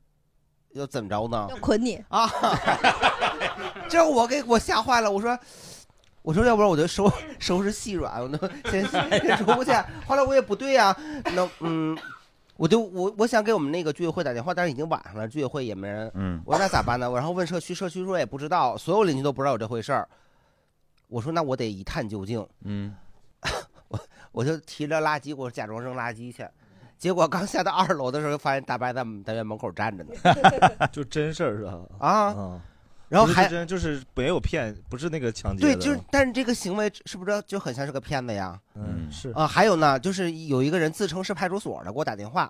要怎么着呢要？捆你啊！ 这我给我吓坏了，我说。我说，要不然我就收收拾细软，我都先先出去。 后来我也不对呀、那嗯，我就我我想给我们那个居委会打电话，但是已经晚上了，居委会也没人。嗯我说那咋办呢？我然后问社区，社区说也不知道，所有邻居都不知道有这回事儿。我说那我得一探究竟。嗯，我就提着垃圾，我假装扔垃圾去。结果刚下到二楼的时候，发现大白在我们单元门口站着呢。 就真事儿是吧？啊，然后不是还真就是没有骗，不是那个抢劫对，的。就是但是这个行为是不是就很像是个骗子呀？嗯是啊，还有呢，就是有一个人自称是派出所的，给我打电话，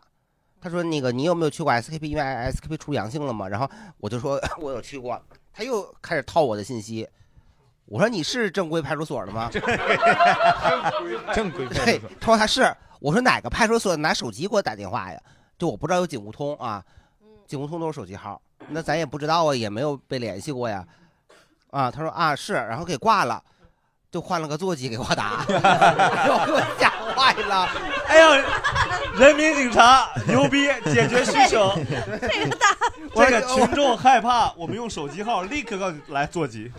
他说那个你有没有去过 SKP？因为 SKP 出阳性了嘛，然后我就说 我有去过，他又开始套我的信息。我说你是正规派出所的吗？ 正规派对出所，他说他是。我说哪个派出所拿手机给我打电话呀？就我不知道有警务通啊，嗯警务通都是手机号，那咱也不知道啊，也没有被联系过呀。啊，他说啊是，然后给挂了，就换了个座机给我打，我给我吓坏了。哎呀， 人民警察牛逼，解决需求。 这个 大， 这个群众害怕，我们用手机号立刻告诉来座机。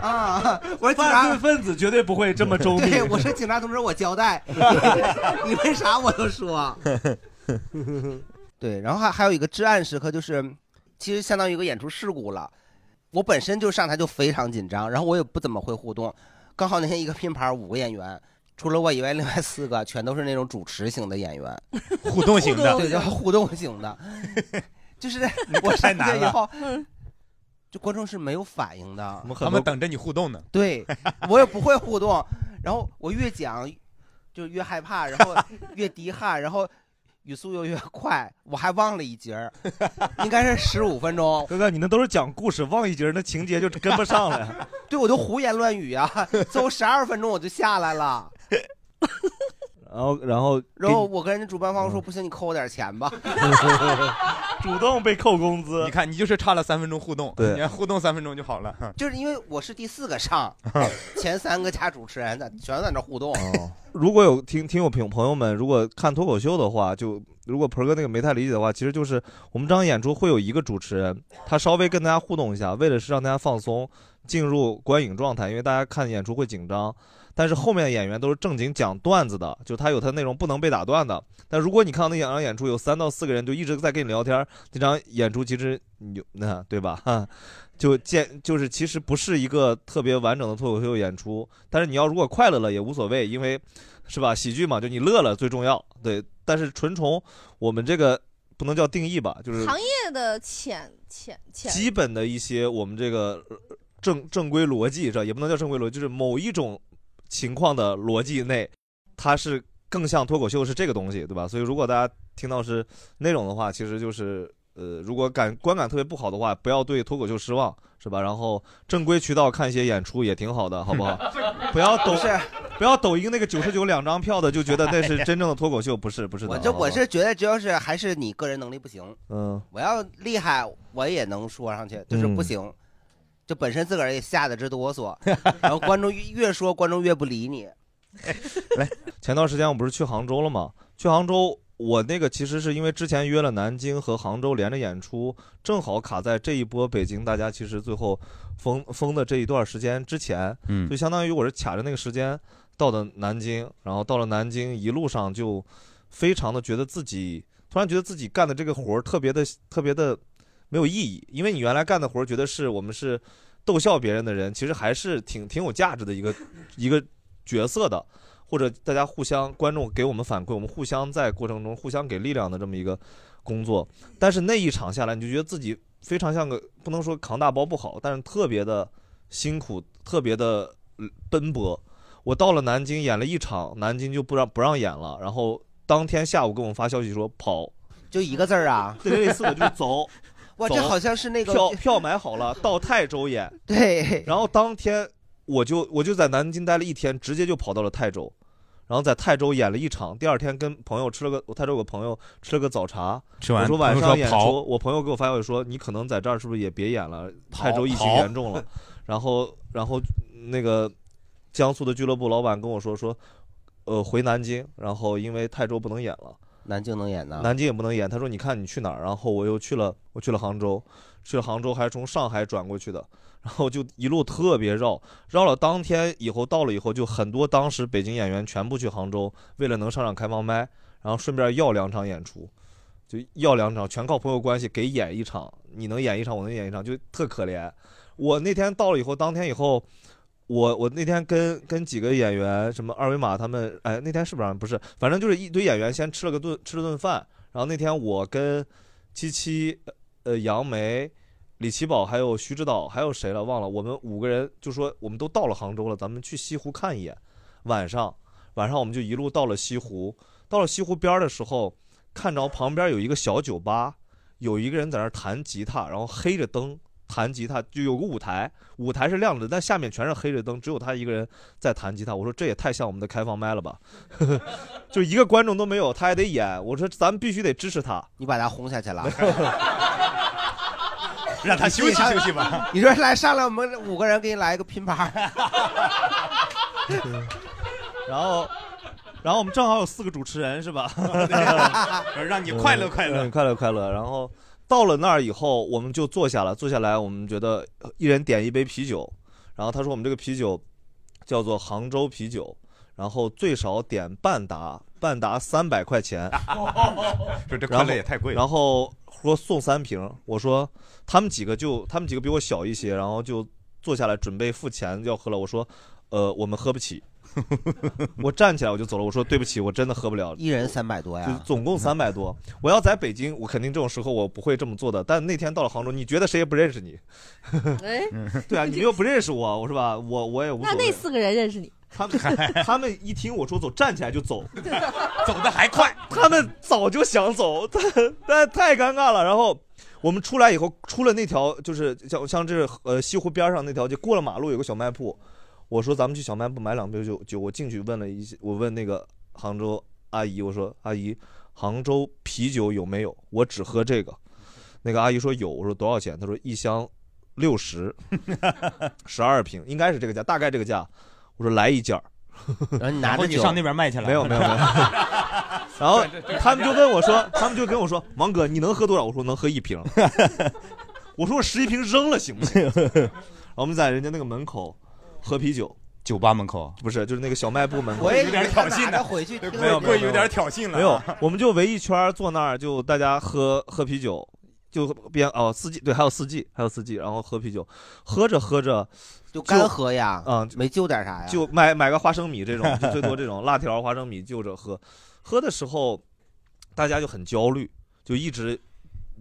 啊， 我说警犯罪察，分子绝对不会这么周密。对，我说警察同志，我交 代，你为啥我都说。 对，然后还还有一个至暗时刻，就是其实相当于一个演出事故了。我本身就上台就非常紧张，然后我也不怎么会互动，刚好那天一个拼盘五个演员。除了我以外，另外四个全都是那种主持型的演员，互动型的对，叫互动型的， 就是我太上难去以了后，就观众是没有反应的，他们等着你互动呢。对我也不会互动，然后我越讲就越害怕，然后 越低汗，然后语速又越快，我还忘了一节 儿，应该是十五分钟。哥哥，你那都是讲故事，忘一节儿那情节就跟不上了呀。对，我就胡言乱语啊，最后十二分钟我就下来了。然后然后然后我跟人家主办方嗯说：“不行，你扣我点钱 吧。主动被扣工资，你看你就是差了三分钟互动，对你看互动三分钟就好 了”。就是因为我是第四个上，嗯前三个加主持人的全在那互动。如果有听听友朋朋友们，如果看脱口秀的话，就如果盆儿哥那个没太理解的话，其实就是我们这场演出会有一个主持人，他稍微跟大家互动一下，为了是让大家放松，进入观影状态，因为大家看演出会紧张。但是后面的演员都是正经讲段子的，就他有他的内容不能被打断的。但如果你看到那两场演出有三到四个人就一直在跟你聊天儿，那场演出其实你就那对吧？ 哈，就见就是其实不是一个特别完整的脱口秀演出，但是你要如果快乐了也无所谓，因为是吧？喜剧嘛，就你乐了最重要。对，但是纯从我们这个不能叫定义吧，就是行业的潜潜潜基本的一些我们这个呃正正规逻辑，这也不能叫正规逻辑，就是某一种情况的逻辑内，它是更像脱口秀是这个东西，对吧？所以如果大家听到是内容的话，其实就是呃，如果感观感特别不好的话，不要对脱口秀失望，是吧？然后正规渠道看一些演出也挺好的，好不好？不要抖， 不要抖音那个九十九两张票的就觉得那是真正的脱口秀，不是不是的。哎哦我这好不好我是觉得，只要是还是你个人能力不行，嗯，我要厉害我也能说上去，就是不行。就本身自个儿也吓得直哆 嗦，然后观众越越说，观众越不理你。前段时间我不是去杭州了吗？去杭州，我那个其实是因为之前约了南京和杭州连着演出，正好卡在这一波北京大家其实最后封封的这一段时间之前，嗯就相当于我是卡着那个时间到的南京，然后到了南京一路上就非常的觉得自己突然觉得自己干的这个活儿特别的特别的没有意义，因为你原来干的活儿觉得是我们是逗笑别人的人，其实还是挺挺有价值的一个 一个角色的，或者大家互相观众给我们反馈，我们互相在过程中互相给力量的这么一个工作。但是那一场下来，你就觉得自己非常像个不能说扛大包不好，但是特别的辛苦，特别的奔波。我到了南京演了一场，南京就不让不让演了，然后当天下午给我们发消息说跑，就一个字儿啊，对，类似的就是走。哇，这走好像是那个票票买好了，到泰州演。 对，然后当天我就我就在南京待了一天，直接就跑到了泰州，然后在泰州演了一场。第二天跟朋友吃了个，我泰州有个朋友吃了个早茶，吃完我说晚朋友上说演跑出，我朋友给我发消息说你可能在这儿是不是也别演了？跑泰州疫情跑严重了。然后然后那个江苏的俱乐部老板跟我说说，呃，回南京，然后因为泰州不能演了。南京能演呢？南京也不能演。他说：“你看你去哪儿？”然后我又去了，我去了杭州，去了杭州还是从上海转过去的，然后就一路特别绕，绕了当天以后到了以后，就很多当时北京演员全部去杭州，为了能上场开放麦，然后顺便要两场演出，就要两场，全靠朋友关系给演一场，你能演一场，我能演一场，就特可怜。我那天到了以后，当天以后。我我那天跟跟几个演员，什么二维码他们，哎，那天是不是不是？反正就是一堆演员先吃了个顿吃了顿饭，然后那天我跟七七、呃杨梅、李奇宝还有徐指导还有谁了忘了，我们五个人就说我们都到了杭州了，咱们去西湖看一眼。晚上晚上我们就一路到了西湖，到了西湖边儿的时候，看着旁边有一个小酒吧，有一个人在那儿弹吉他，然后黑着灯弹吉他，就有个舞台，舞台是亮着的，但下面全是黑着灯，只有他一个人在弹吉他。我说这也太像我们的开放麦了吧， 就一个观众都没有，他还得演。我说咱们必须得支持他，你把他轰下去了，让他休息休息吧。你说 来上来，我们五个人给你来一个拼盘儿， 然后，然后我们正好有四个主持人是 吧？让你快乐快乐嗯，快乐快乐。然后到了那儿以后，我们就坐下了，坐下来，我们觉得呃一人点一杯啤酒。然后他说我们这个啤酒叫做杭州啤酒，然后最少点半打，半打三百块钱。啊说这然快后乐也太贵了。然后说送三瓶，我说他们几个就他们几个比我小一些，然后就坐下来准备付钱要喝了。我说，呃，我们喝 不起。我站起来我就走了，我说对不起，我真的喝不了。一人三百多就是呀。总共三百多。我要在北京，我肯定这种时候我不会这么做的。但那天到了杭州，你觉得谁也不认 识你，哎，嗯对啊，你们又不认识我，我是吧？我我也无那所那谓。四个人认识你，他们 他们一听我说走，站起来就走，走的还快。他们早就想走， 但但太尴尬了。然后我们出来以后，出了那条就是像像这呃西湖边上那条街，过了马路有个小卖铺，我说咱们去小卖部买两杯酒酒。我进去问了一些，我问那个杭州阿姨，我说阿姨，杭州啤酒有没有？我只喝这个。 那个阿姨说有，我说多少钱？她说一箱六 十，十二瓶，应该是这个价，大概这个价。我说来一件儿， 然后你拿着酒然后你上那边卖去了没有没有没有。然后他们就跟我说，他们就跟我说，芒哥你能喝多少？我说能喝一瓶。我说我十一瓶扔了行不行？然后我们在人家那个门口喝啤酒，酒吧门口啊不是，就是那个小卖部门口。我也以为呢拿着回去听没有了没有有点挑衅了没有，我们就围一圈儿坐那儿，就大家喝喝啤酒，就边哦四季对，还有四季，还有四季，然后喝啤酒，喝着喝着就干喝呀，嗯，没就点啥呀，就买买个花生米这种，就最多这种辣 条、花生米就着喝。喝的时候，大家就很焦虑，就一直，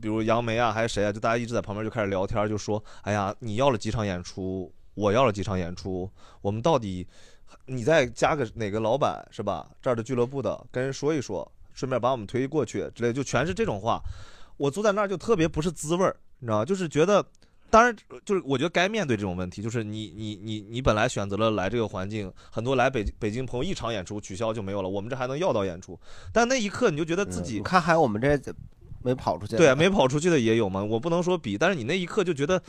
比如杨梅啊，还是谁啊，就大家一直在旁边就开始聊天，就说：“哎呀，你要了几场演出，我要了几场演出，我们到底，你再加个哪个老板是吧？这儿的俱乐部的跟人说一说，顺便把我们推过去之类的，就全是这种话。我坐在那儿就特别不是滋味儿，你知道吗？就是觉得。”当然，就是我觉得该面对这种问题，就是你你你你本来选择了来这个环境，很多来北北京朋友一场演出取消就没有了，我们这还能要到演出，但那一刻你就觉得自己、看嗯还有我们这啊没跑出去，对，啊没跑出去的也有嘛，我不能说比，但是你那一刻就觉得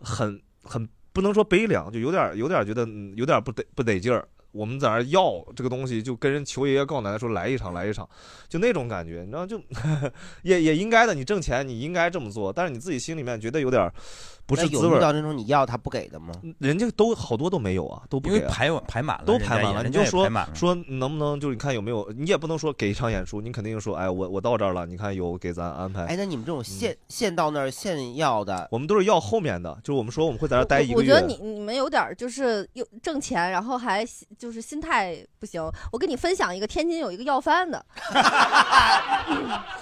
很很不能说悲凉，就有点有点觉得嗯有点不得不得劲儿。我们在那儿要这个东西，就跟人求爷爷告奶奶说来一场来一场，就那种感觉，你知道就 也也应该的，你挣钱你应该这么做，但是你自己心里面觉得有点儿不是那滋有味遇儿。嗯到那种你要他不给的吗？人家都好多都没有啊，都不因为给啊排完排满了都人家排满也了。你人家就也说排满了说能不能就是你看有没有，你也不能说给一场演出，你肯定说哎我我到这儿了，你看有给咱安排。哎，那你们这种现现到那儿现要的，我们都是要后面的，就是我们说我们会在这儿待一我个觉月。得你你们有点儿就是又挣钱，然后还心就是心态不行。我跟你分享一个，天津有一个要饭的，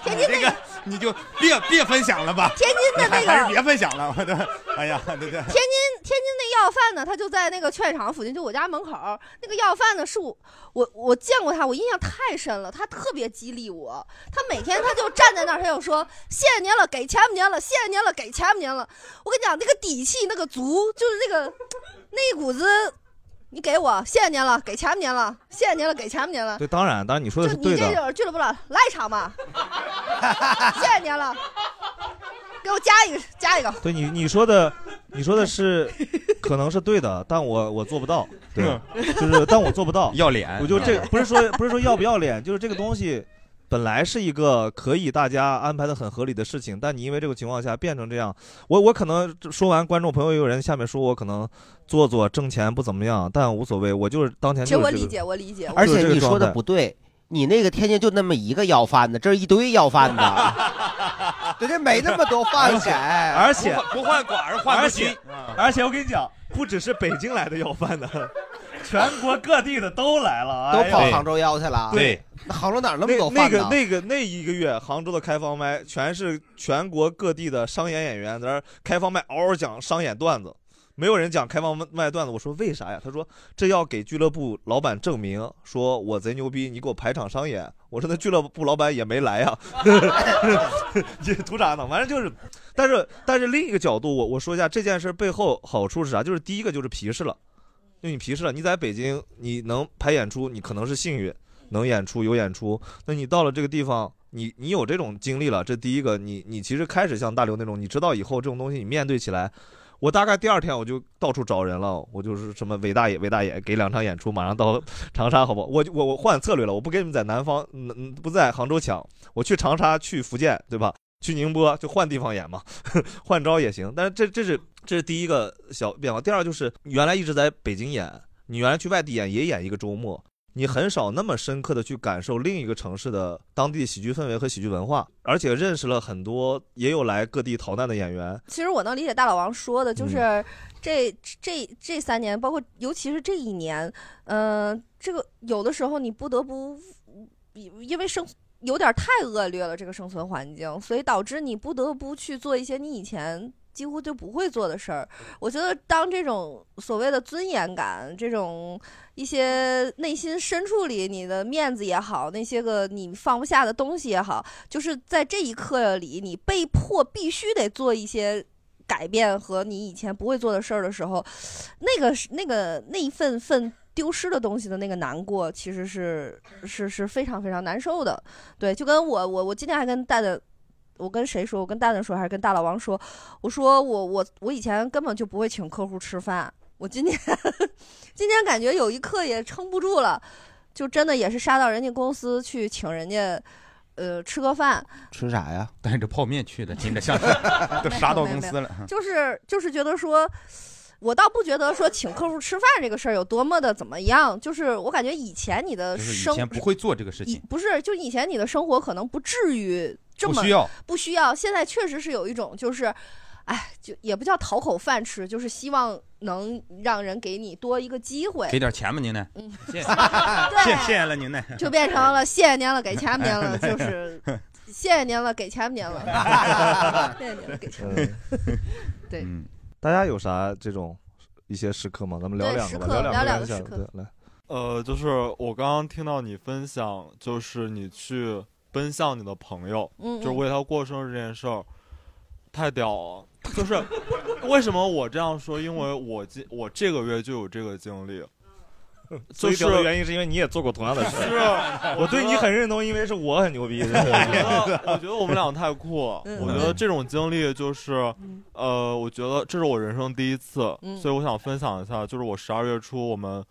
天津这个你就别别分享了吧，天津的那个你还还是别分享了，我的，哎呀，对对，天津天津那要饭呢，他就在那个劝业场附近，就我家门口儿那个要饭呢，是我我我见过他，我印象太深了，他特别激励我。他每天他就站在那儿，他就说谢谢您了，给钱不您了，谢谢您了，给钱不您了。我跟你讲，那个底气，那个足，就是那个那一股子，你给我谢谢您了，给钱不您了，谢谢您了，给钱不您了。对，当然当然你说的是你对这的，种俱乐部了，来一场吧， 谢谢您了，给我加一个加一个。对你你说的你说的是可能是对的，但我我做不到，对，嗯就是但我做不到， 要脸我就这不是说不是说要不要脸，就是这个东西本来是一个可以大家安排的很合理的事情，但你因为这个情况下变成这样，我我可能说完，观众朋友也有人下面说我可能做做挣钱不怎么样，但无所谓，我就是当前其实就是我这理个解，我理解，而且这个你状说的态不对，你那个天津就那么一个要饭的，这儿一堆要饭 哎的，人家没那么多饭给，而且不患寡而患而不且均，而且我跟你讲，不只是北京来的要饭的， 全国各地的都来了，都哎呀跑杭州要去了。对，那杭州哪儿那那么多那饭个呢？那个那一个月，杭州的开放麦全是全国各地的商演演员在那儿开放麦嗷嗷讲商演段子，没有人讲开放麦段子。我说为啥呀？他说这要给俱乐部老板证明，说我贼牛逼，你给我排场商演。我说那俱乐部老板也没来呀， 这图啥呢？反正就是，但是但是另一个角度，我我说一下这件事背后好处是啥？就是第一个就是皮实了。就你皮实了，你在北京你能排演出，你可能是幸运，能演出有演出。那你到了这个地方，你你有这种经历了，这第一个，你你其实开始像大刘那种，你知道以后这种东西你面对起来。我大概第二天我就到处找人了，我就是什么伟大爷，伟大爷给两场演出，马上到 长沙，好不好？我就我我换策略了，我不跟你们在南方，嗯嗯，不在杭州抢，我去长沙，去福建，对吧？去宁波就换地方演嘛， 换招也行。但是这这是这是第一个小变化。第二就是原来一直在北京演，你原来去外地演也演一个周末，你很少那么深刻的去感受另一个城市的当地喜剧氛围和喜剧文化，而且认识了很多也有来各地逃难的演员。其实我能理解大老王说的，嗯就是这、这这三年，包括尤其是这一年，嗯、这个有的时候你不得不因为生有点太恶劣了，这个生存环境，所以导致你不得不去做一些你以前几乎就不会做的事儿。我觉得，当这种所谓的尊严感，这种一些内心深处里你的面子也好，那些个你放不下的东西也好，就是在这一刻里，你被迫必须得做一些改变和你以前不会做的事儿的时候，那个是那个那一份份丢失的东西的那个难过，其实是是是非常非常难受的。对，就跟我我我今天还跟蛋蛋，我跟谁说？我跟蛋蛋说还是跟大老王说？我说我我我以前根本就不会请客户吃饭，我今天今天感觉有一刻也撑不住了，就真的也是杀到人家公司去请人家。呃，吃个饭，啊吃啥呀？带着泡面去的，听着像 是啊都杀到公司没有没有没有了。就是就是觉得说，我倒不觉得说请客户吃饭这个事儿有多么的怎么样，就是我感觉以前你的就是生以前不会做这个事情，不是，就以前你的生活可能不至于这么不需要不需要现在确实是有一种就是，哎，就也不叫讨口饭吃，就是希望能让人给你多一个机会，给点钱吧您呢？嗯，谢谢谢对，谢谢了您 哎呢， 就变成了谢谢您了，给 钱您了，就是谢谢您了，给钱您 了，谢谢您了，给钱您了， 对。嗯大家有啥这种一些时刻吗？咱们聊对两时个吧，刻两聊个两来个讲时刻对，来，呃，就是我刚刚听到你分享，就是你去奔向你的朋友，嗯嗯就是为他过生日这件事儿，太屌了。就是为什么我这样说？因为我今我这个月就有这个经历，就最是屌的原因是因为你也做过同样的事，是啊我我对觉你得很认同，因为是我很牛逼。真我 觉的得我觉得我们俩太酷了。嗯我觉得这种经历就是，呃，我觉得这是我人生第一次，嗯所以我想分享一下，就是我十二月初我们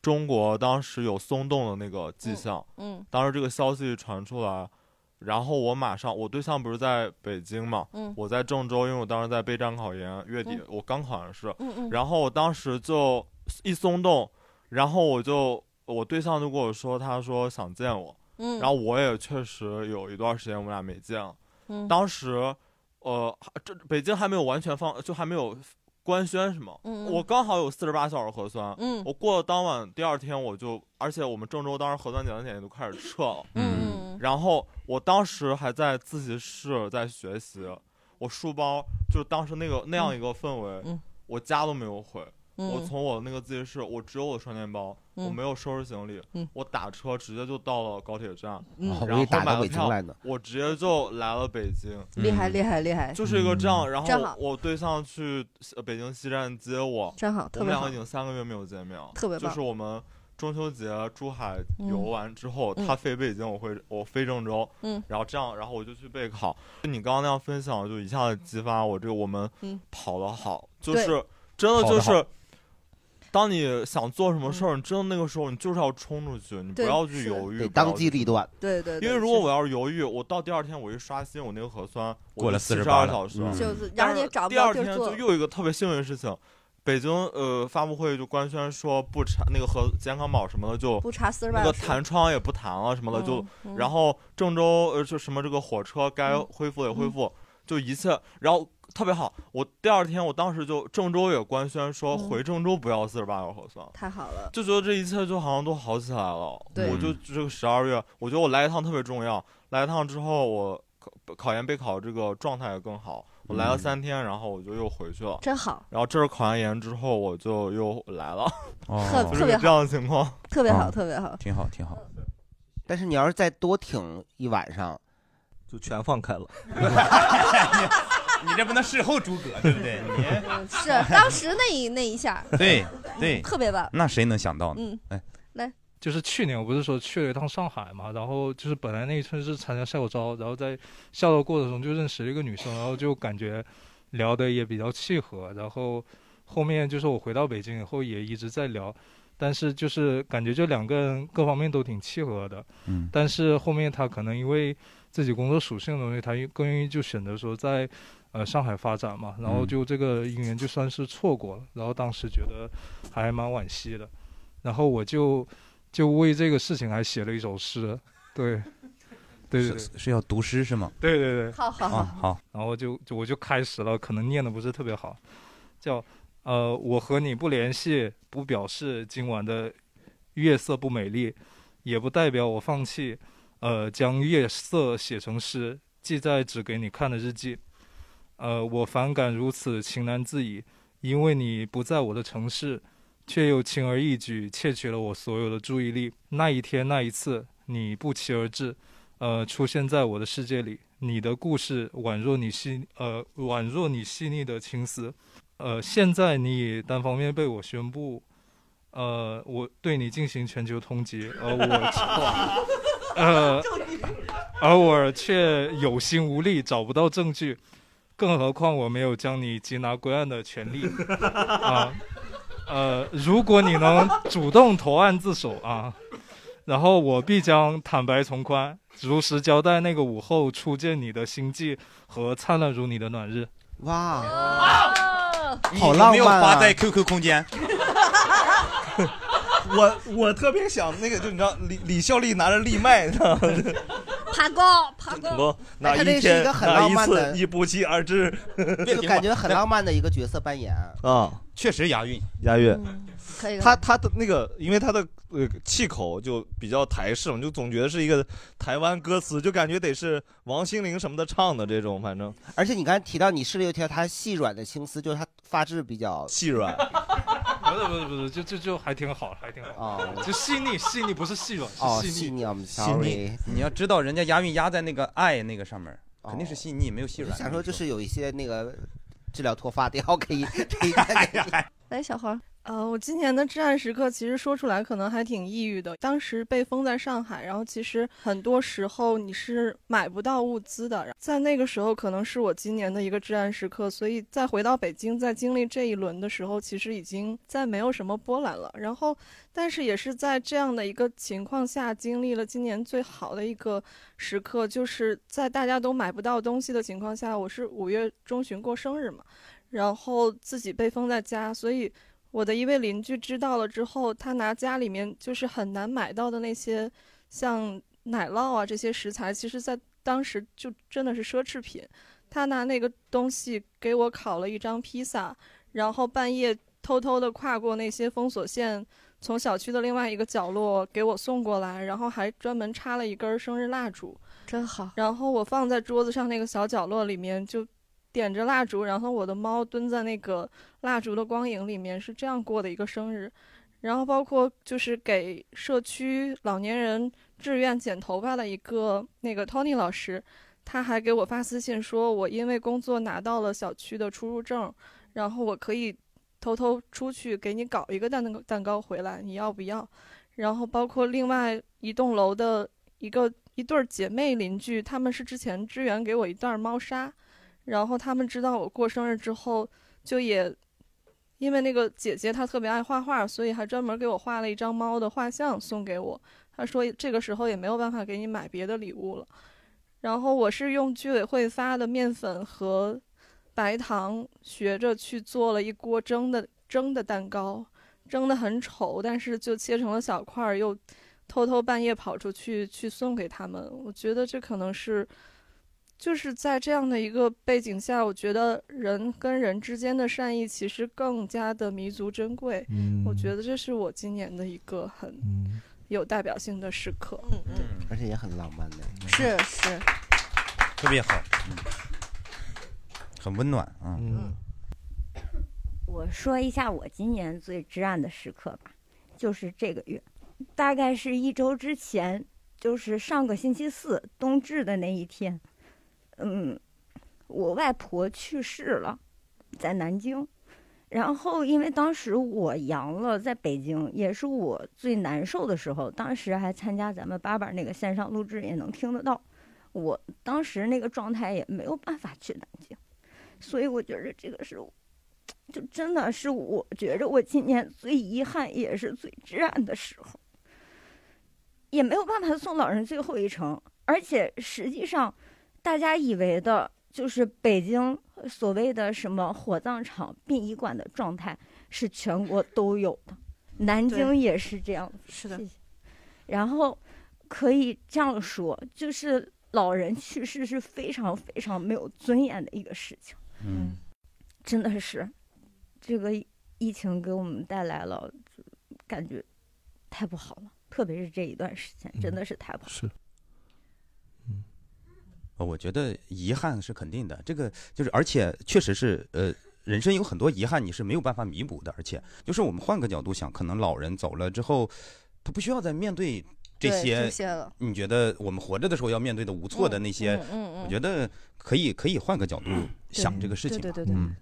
中国当时有松动的那个迹象，嗯嗯当时这个消息传出来。然后我马上，我对象不是在北京嘛，嗯我在郑州，因为我当时在备战考研，月底、嗯我刚考完试，嗯嗯然后我当时就一松动，然后我就我对象就跟我说，他说想见我，嗯然后我也确实有一段时间我们俩没见了，嗯当时呃还这北京还没有完全放，就还没有官宣什么，嗯嗯我刚好有四十八小时核酸，嗯我过了当晚第二天我就，而且我们郑州当时核酸检测点也都开始撤了，嗯，然后我当时还在自习室在学习，我书包就是当时那个那样一个氛围，嗯我家都没有回。嗯我从我那个自习室，我只有我的双肩包，嗯我没有收拾行李，嗯我打车直接就到了高铁站，嗯我然哦后以为啊打到买了北京票来呢我直接就来了北京，嗯厉害厉害厉害就是一个这样。然真好后我对象去呃北京西站接我，真好特我们别两好个已经三个月没有见面了，特别棒就是我们中秋节珠海嗯游完之后，嗯他飞北京，我回我飞郑州，嗯然后这样，然后我就去备考。你刚刚那样分享，就一下子激发我这个我们嗯跑得好，就对是真的跑就得是好。当你想做什么事儿，嗯你真的那个时候你就是要冲出去，你不对要去是犹豫，得不要当机去立断对对对因为如果我要是犹豫，我到第二天我一刷新我那个核酸，过了四十48了小时，嗯就是然后你也找不第到二地天儿坐就又有一个特别幸运的事情，北京呃发布会就官宣说不查那个核健康宝什么的就不查48那小个时弹窗也不弹了什么的就，嗯嗯嗯然后郑州呃就什么这个火车该恢复也恢复，就一切，然后特别好，我第二天我当时就郑州也官宣说嗯回郑州不要四十八小时核酸，太好了，就觉得这一切就好像都好起来了。对我就嗯这个十二月，我觉得我来一趟特别重要。来一趟之后，我考考研备考这个状态也更好。我来了嗯三天，然后我就又回去了，真好。然后这是考完研之后，我就又来了，哦 特就特别是好这样的情况，特别啊好特别好挺好，挺好。嗯但是你要是再多挺一晚上，就全放 开了。 你这不能事后诸葛，对不 对？哎你嗯是当时那一那一下，对对，特别棒那谁能想到呢？嗯，哎，来，就是去年我不是说去了一趟上海嘛，然后就是本来那一次是参加校招，然后在校招过程中就认识了一个女生，然后就感觉聊的也比较契合，然后后面就是我回到北京以后也一直在聊，但是就是感觉这两个人各方面都挺契合的，嗯但是后面她可能因为自己工作属性的东西，她更愿意就选择说在呃上海发展嘛，然后嗯就这个姻缘就算是错过了，然后当时觉得还蛮惋惜的。然后我就就为这个事情还写了一首诗，对，嗯对对对是是要读诗是吗？对对对，好好好啊好，然后就就我就开始了，可能念的不是特别好，叫呃，我和你不联系，不表示今晚的月色不美丽，也不代表我放弃，呃，将月色写成诗，记在只给你看的日记。呃，我反感如此情难自已，因为你不在我的城市，却又轻而易举窃取了我所有的注意力。那一天，那一次，你不期而至，呃，出现在我的世界里。你的故事宛若你细，呃，宛若你细腻的情思，呃，现在你已单方面被我宣布，呃，我对你进行全球通缉，而 我， 呃，而我却有心无力，找不到证据，更何况我没有将你缉拿归案的权利 啊。呃，如果你能主动投案自首啊，然后我必将坦白从宽，如实交代那个午后初见你的心迹和灿烂如你的暖日。哇，好浪漫啊哦没有发在 QQ 空 间？我我特别想那个，就你知道李李孝利拿着立麦，你知道吗？爬高，爬高我，那他这一是一天个很那浪一漫的次一不 期而 至，就感觉 很浪漫的一个角色扮演。啊，确实押韵，押韵。嗯可以他他的那个，因为他的呃气口就比较台式嘛，就总觉得是一个台湾歌词，就感觉得是王心凌什么的唱的这种，反正。而且你刚才提到你是不是有提到他细软的青丝，就是他发质比较细 软。 不是不是不是，就就就还挺好，还挺好，哦就细腻细腻，不是细软，是细腻。你要知道人家押韵押在那个爱那个上面，肯定是细腻，没有细我软。就想说，就是有一些那个治疗脱发的 药可以。哎来，小黄，呃，我今年的至暗时刻，其实说出来可能还挺抑郁的。当时被封在上海，然后其实很多时候你是买不到物资的，在那个时候可能是我今年的一个至暗时刻。所以再回到北京，在经历这一轮的时候，其实已经再没有什么波澜了。然后，但是也是在这样的一个情况下，经历了今年最好的一个时刻，就是在大家都买不到东西的情况下，我是五月中旬过生日嘛，然后自己被封在家，所以我的一位邻居知道了之后，他拿家里面就是很难买到的那些像奶酪啊这些食材，其实在当时就真的是奢侈品。他拿那个东西给我烤了一张披萨，然后半夜偷偷的跨过那些封锁线，从小区的另外一个角落给我送过来，然后还专门插了一根生日蜡烛，真好。然后我放在桌子上那个小角落里面就点着蜡烛，然后我的猫蹲在那个蜡烛的光影里面，是这样过的一个生日。然后包括就是给社区老年人志愿剪头发的一个那个 Tony 老师，他还给我发私信说，我因为工作拿到了小区的出入证，然后我可以偷偷出去给你搞一个蛋糕蛋糕回来，你要不要？然后包括另外一栋楼的一个一对儿姐妹邻居，她们是之前支援给我一袋儿猫砂，然后她们知道我过生日之后，就也因为那个姐姐她特别爱画画，所以还专门给我画了一张猫的画像送给我。她说这个时候也没有办法给你买别的礼物了。然后我是用居委会发的面粉和白糖学着去做了一锅蒸的蒸的蛋糕，蒸的很丑，但是就切成了小块儿，又偷偷半夜跑出去去送给他们。我觉得这可能是，就是在这样的一个背景下，我觉得人跟人之间的善意其实更加的弥足珍贵。我觉得这是我今年的一个很有代表性的时刻。 嗯而且也很浪漫的。是是，特别好，嗯很温暖啊。嗯我说一下我今年最至暗的时刻吧，就是这个月，大概是一周之前，就是上个星期四冬至的那一天，嗯，我外婆去世了，在南京。然后因为当时我阳了，在北京也是我最难受的时候，当时还参加咱们八板那个线上录制，也能听得到。我当时那个状态也没有办法去南京，所以我觉得这个是我就真的是我觉着我今年最遗憾也是最至暗的时候，也没有办法送老人最后一程。而且实际上，大家以为的就是北京所谓的什么火葬场、殡仪馆的状态是全国都有的，南京对也是这样子。是的谢谢然后可以这样说，就是老人去世是非常非常没有尊严的一个事情。嗯，真的是，这个疫情给我们带来了就感觉太不好了，特别是这一段时间，真的是太不好。是呃我觉得遗憾是肯定的，这个就是，而且确实是，呃，人生有很多遗憾你是没有办法弥补的，而且就是我们换个角度想，可能老人走了之后，他不需要再面对这对些，这些了你觉得我们活着的时候要面对的无措的那些，嗯嗯嗯我觉得可以可以换个角度想这个事情吧，对对对对嗯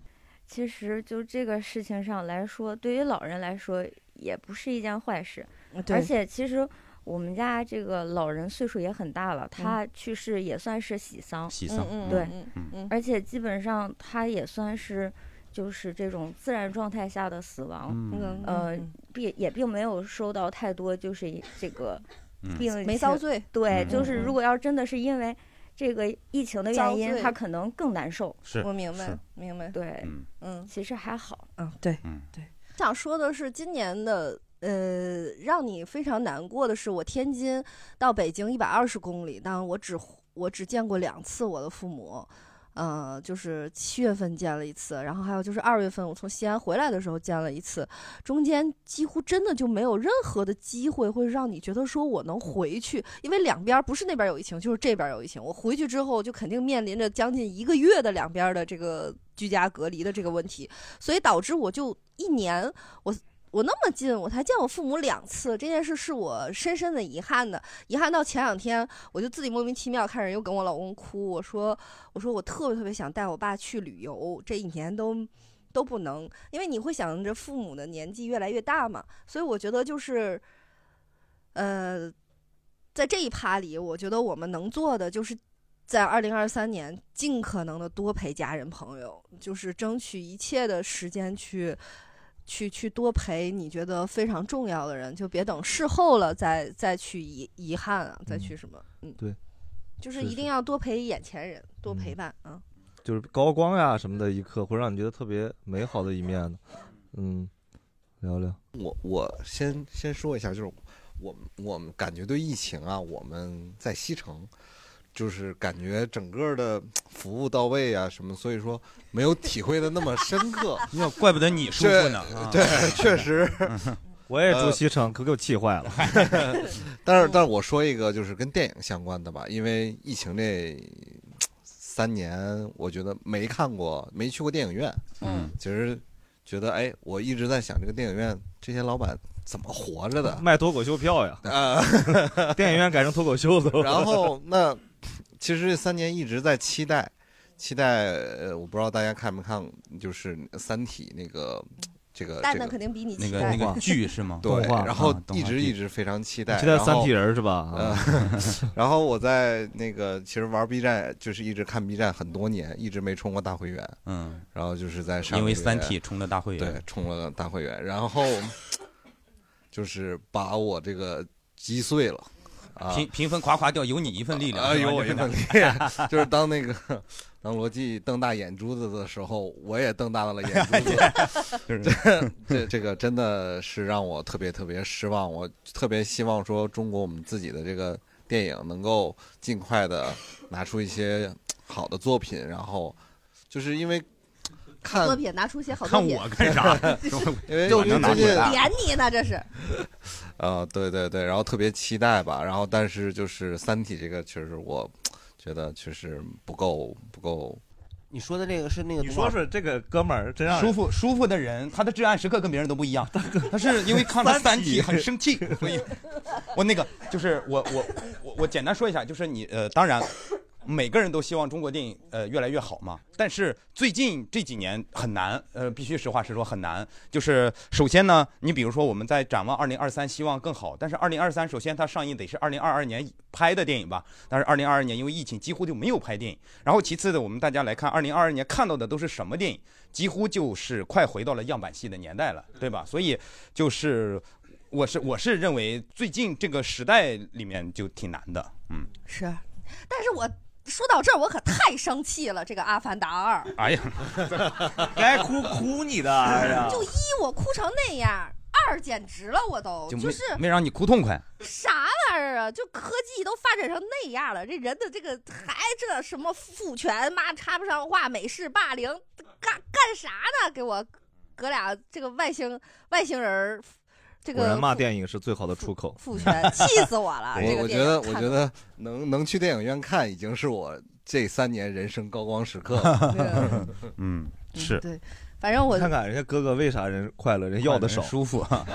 其实就这个事情上来说，对于老人来说，也不是一件坏事。嗯对而且其实我们家这个老人岁数也很大了，嗯他去世也算是喜丧，喜丧嗯嗯对嗯嗯嗯，而且基本上他也算是。就是这种自然状态下的死亡，嗯呃嗯嗯，并也并没有收到太多，就是这个嗯病没情遭罪对，嗯就嗯是嗯如果要真的是因为这个疫情的遭原因，罪他可能更难受。是我明白是明白。对，嗯，其实还好。嗯，对，对。想说的是，今年的呃，让你非常难过的是，我天津到北京一百二十公里，但我只我只见过两次我的父母。呃，就是七月份见了一次，然后还有就是二月份我从西安回来的时候见了一次，中间几乎真的就没有任何的机会会让你觉得说我能回去，因为两边儿不是那边儿有疫情，就是这边儿有疫情。我回去之后就肯定面临着将近一个月的两边儿的这个居家隔离的这个问题，所以导致我就一年我。我那么近，我才见我父母两次，这件事是我深深的遗憾的。遗憾到前两天，我就自己莫名其妙开始又跟我老公哭，我说我说我特别特别想带我爸去旅游，这一年都都不能，因为你会想着父母的年纪越来越大嘛，所以我觉得就是，呃，在这一趴里，我觉得我们能做的就是在二零二三年尽可能的多陪家人朋友，就是争取一切的时间去。去去多陪你觉得非常重要的人，就别等事后了再再去遗遗憾啊，再去什么，嗯，对，就是是一是定要多陪眼前人，多陪嗯伴啊。就是高光呀什么的一刻，会让你觉得特别美好的一面的。嗯，聊聊。。我我先先说一下，就是我们我们感觉对疫情啊，我们在西城，就是感觉整个的服务到位啊什么，所以说没有体会的那么深刻。那怪不得 你舒服呢这啊 对，确实嗯呃我也住西城，可给我气坏了。 但是但是我说一个就是跟电影相关的吧，因为疫情这三年，我觉得没看过，没去过电影院。嗯，其实觉得哎，我一直在想这个电影院这些老板怎么活着的。卖脱口秀票呀！ 啊， 电影院改成脱口秀了。 然后那其实这三年一直在期待，期待呃，我不知道大家看没看，就是《三体》那个。这个蛋这蛋个肯定比你期待动画剧是吗对动，画然后啊动画一直剧一直非常期待，你期待然后三体人是吧啊嗯 然后我在那个其实玩 B 站，就是一直看 B 站很多年，一直没充过大会员。嗯，然后就是在上因为个月三体充了大会员对，充了大会员，然后 就是把我这个击碎了。啊，评评分夸夸掉，有你一份力量，啊，是吧有我一就，。份力 就是当那个当罗辑瞪大眼珠子的时候，我也瞪大了眼珠 子这这这个真的是让我特别特别失望。我特别希望说，中国我们自己的这个电影能够尽快的拿出一些好的作品，然后就是因为好看作品，拿出一些好作品。 因为又因为最近点你呢，这是。呃，对对对，然后特别期待吧，然后但是就是《三体》这个，确实我觉得确实不够不够。你说的这个是那个你动画说说这个哥们儿真舒服舒服的人，他的至暗时刻跟别人都不一 样。他是因为看了《三体》很生气，所以，我那个就是我我我我简单说一下，就是你呃，当然每个人都希望中国电影呃越来越好嘛，但是最近这几年很难，呃，必须实话实说很难。就是首先呢，你比如说我们在展望二零二三，希望更好，但是二零二三首先它上映得是二零二二年拍的电影吧，但是二零二二年因为疫情几乎就没有拍电影。然后其次的，我们大家来看二零二二年看到的都是什么电影，几乎就是快回到了样板戏的年代了，对吧？所以就是。我是我是认为最近这个时代里面就挺难的，嗯，是，但是我说到这儿，我可太生气了。这个《阿凡达二哎 呀，该哭哭你的，哎呀》，就一我哭成那样，二简直了，我都就没就是没让你哭痛快，啥玩意儿啊！就科技都发展成那样了，这人的这个还这什么父权，妈插不上话，美式霸凌，干干啥呢？给我哥俩这个外星外星人儿，这果个然骂电影是最好的出口。父权， 气死我 了！这我个我电觉影得我看觉得得能能去电影院看，已经是我这三年人生高光时刻对了。 嗯，是对，反正我看看人家哥哥为啥人快乐，人要的少，舒服 啊。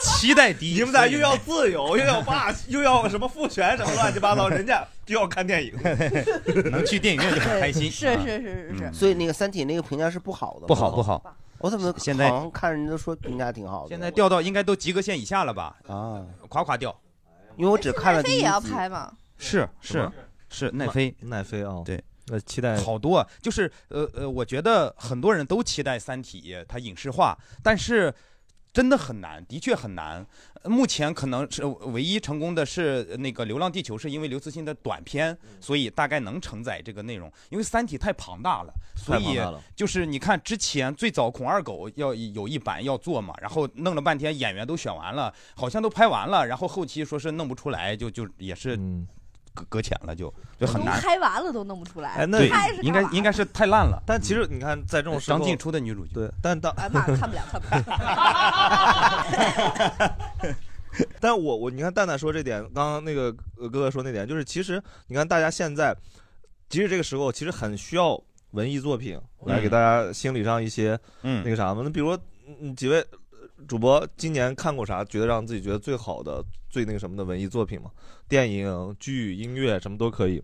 期嗯待低，你们俩又要自由，又 要霸，又要什么父权，什么乱七八糟，人家就要看电影。 能去电影院就很开心。 嗯是是是是是嗯所以那个《三体》那个评价是不好的吗，不好不好，我怎么现在好像看人家说评价挺好的？现 在掉到应该都及格线以下了吧？啊，夸夸掉。因为我只看了飞也要拍吗？是什是么是奈飞奈飞啊，对，呃，期待好多啊，就是呃呃，我觉得很多人都期待《三体》它影视化，但是真的很难，的确很难。呃目前可能是唯一成功的是呃那个《流浪地球》，是因为刘慈欣的短片，嗯所以大概能承载这个内容。因为《三体》太庞大了，所太庞以大了就是你看之前最早孔二狗要有一版要做嘛，然后弄了半天演员都选完了，好像都拍完了，然后后期说是弄不出来，就就也是嗯搁搁浅了，就就很都难。拍完了都弄不出来，对拍哎是应该干嘛应该是太烂了。哎但其实你看，在这种时候张静初的女主角，对，但当哎妈，看不了，看不了。 但我我你看蛋蛋说这点，刚刚那个呃哥哥说那点，就是其实你看大家现在，即使这个时候，其实很需要文艺作品来给大家心理上一些嗯那个啥嘛。那比如说嗯几位呃主播今年看过啥，觉得让自己觉得最好的、最那个什么的文艺作品嘛？电影、剧、音乐什么都可以。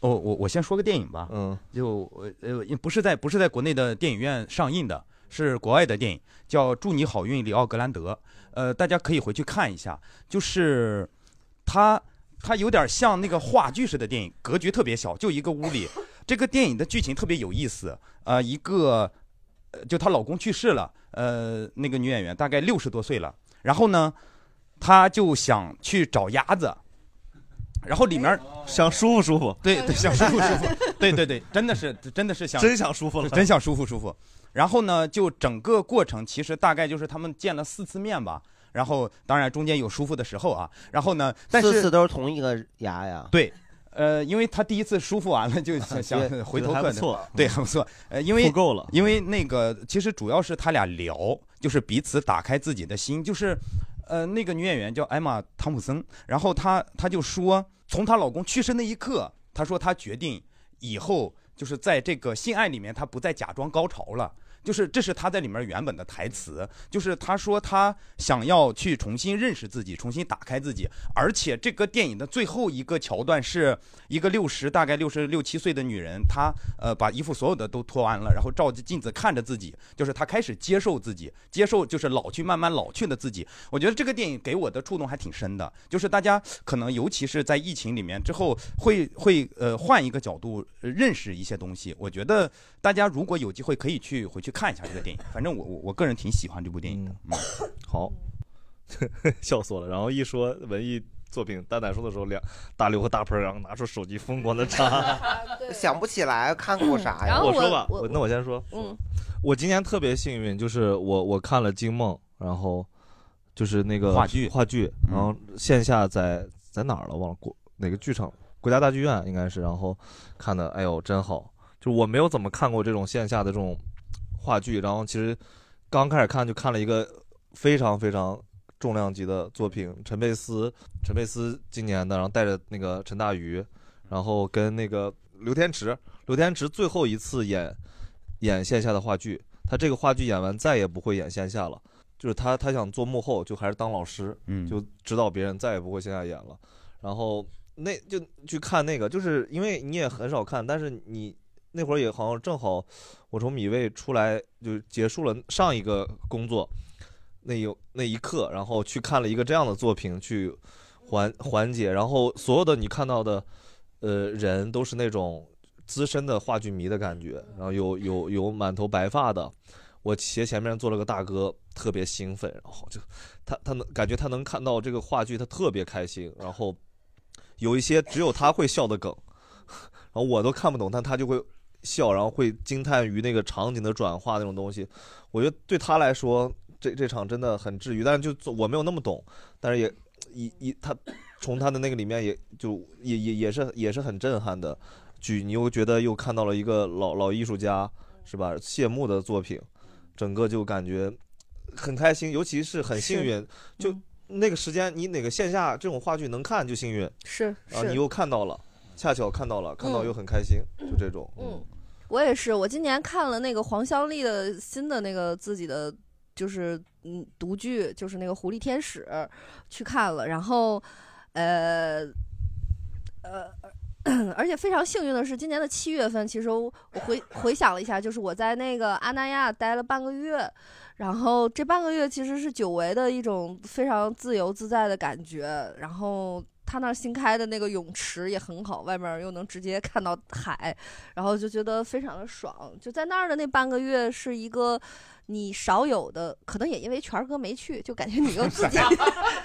哦，我我先说个电影吧，嗯，就呃呃，不是在不是在国内的电影院上映的，是国外的电影，叫《祝你好运》，里奥格兰德，呃，大家可以回去看一下，就是它它有点像那个话剧式的电影，格局特别小，就一个屋里。这个电影的剧情特别有意思，呃，一个呃就她老公去世了，呃，那个女演员大概六十多岁了，然后呢，她就想去找鸭子，然后里面哎想舒服舒服，对对，想舒服舒服，对对对，真的是真的是想真想舒服了真想舒服舒服。然后呢，就整个过程其实大概就是他们见了四次面吧，然后当然中间有舒服的时候啊，然后呢，但是四次都是同一个牙呀。对，呃，因为他第一次舒服完了 就想想觉得回觉得头还客不的错对，很不错。呃，因为复购了因为那个其实主要是他俩聊，就是彼此打开自己的心，就是呃，那个女演员叫艾玛·汤普森，然后她她就说，从她老公去世那一刻，她说她决定以后就是在这个性爱里面，她不再假装高潮了。就是这是她在里面原本的台词，就是她说她想要去重新认识自己，重新打开自己，而且这个电影的最后一个桥段是一个六十大概六十六七岁的女人，她呃把衣服所有的都脱完了，然后照着镜子看着自己，就是她开始接受自己，接受就是老去慢慢老去的自己。我觉得这个电影给我的触动还挺深的，就是大家可能尤其是在疫情里面之后会会呃换一个角度呃认识一些东西。我觉得大家如果有机会可以去回去看一下这个电影，反正我我我个人挺喜欢这部电影的。嗯好， 笑死我了。然后一说文艺作品，蛋蛋说的时候，两大刘和大盆儿，然后拿出手机疯狂的查。想不起来看过啥呀？然后我我说吧我我那我先说嗯，我今年特别幸运，就是我我看了《惊梦》，然后就是那个话剧嗯话剧，然后线下在在哪儿了忘了国哪个剧场，国家大剧院应该是，然后看的，哎呦真好，就我没有怎么看过这种线下的这种话剧，然后其实刚开始看就看了一个非常非常。重量级的作品，陈佩斯，陈佩斯今年的，然后带着那个陈大愚，然后跟那个刘天池，刘天池最后一次演演线下的话剧，他这个话剧演完再也不会演线下了，就是他他想做幕后，就还是当老师，嗯就指导别人，再也不会线下演了。然后那就去看那个，就是因为你也很少看，但是你那会儿也好像正好我从米未出来就结束了上一个工作，那有那一刻，然后去看了一个这样的作品去缓缓解，然后所有的你看到的呃人都是那种资深的话剧迷的感觉，然后有有有满头白发的，我斜前面坐了个大哥，特别兴奋，然后就他他能感觉他能看到这个话剧，他特别开心，然后有一些只有他会笑的梗，然后我都看不懂，但他就会笑，然后会惊叹于那个场景的转化那种东西。我觉得对他来说，这这场真的很治愈，但是就我没有那么懂，但是也一一他从他的那个里面也就也也也是也是很震撼的剧，你又觉得又看到了一个老老艺术家是吧？谢幕的作品，整个就感觉很开心，尤其是很幸运是，就嗯那个时间你哪个线下这种话剧能看就幸运，是啊，是你又看到了，恰巧看到了，看到嗯又很开心，就这种。嗯，我也是，我今年看了那个黄湘丽的新的那个自己的，就是嗯独剧，就是那个《狐狸天使》，去看了，然后，呃，呃。嗯， 而且非常幸运的是，今年的七月份，其实我我回回想了一下，就是我在那个阿那亚待了半个月，然后这半个月其实是久违的一种非常自由自在的感觉。然后他那儿新开的那个泳池也很好，外面又能直接看到海，然后就觉得非常的爽。就在那儿的那半个月是一个你少有的，可能也因为权儿哥没去，就感觉你又自己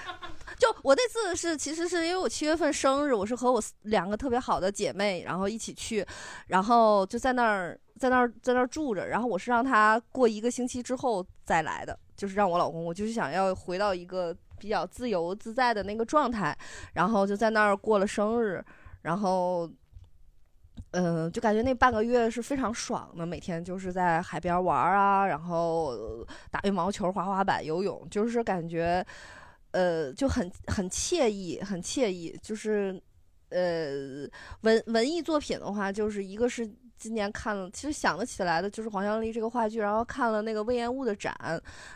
就我那次是，其实是因为我七月份生日，我是和我四两个特别好的姐妹，然后一起去，然后就在那儿，在那儿，在那儿住着，然后我是让她过一个星期之后再来的，就是让我老公，我就是想要回到一个比较自由自在的那个状态，然后就在那儿过了生日，然后嗯，就感觉那半个月是非常爽的，每天就是在海边玩儿啊，然后打羽毛球、滑滑板、游泳，就是感觉，呃，就很很惬意，很惬意。就是，呃，文文艺作品的话，就是一个是今年看了，其实想得起来的就是黄香丽这个话剧，然后看了那个魏延物的展，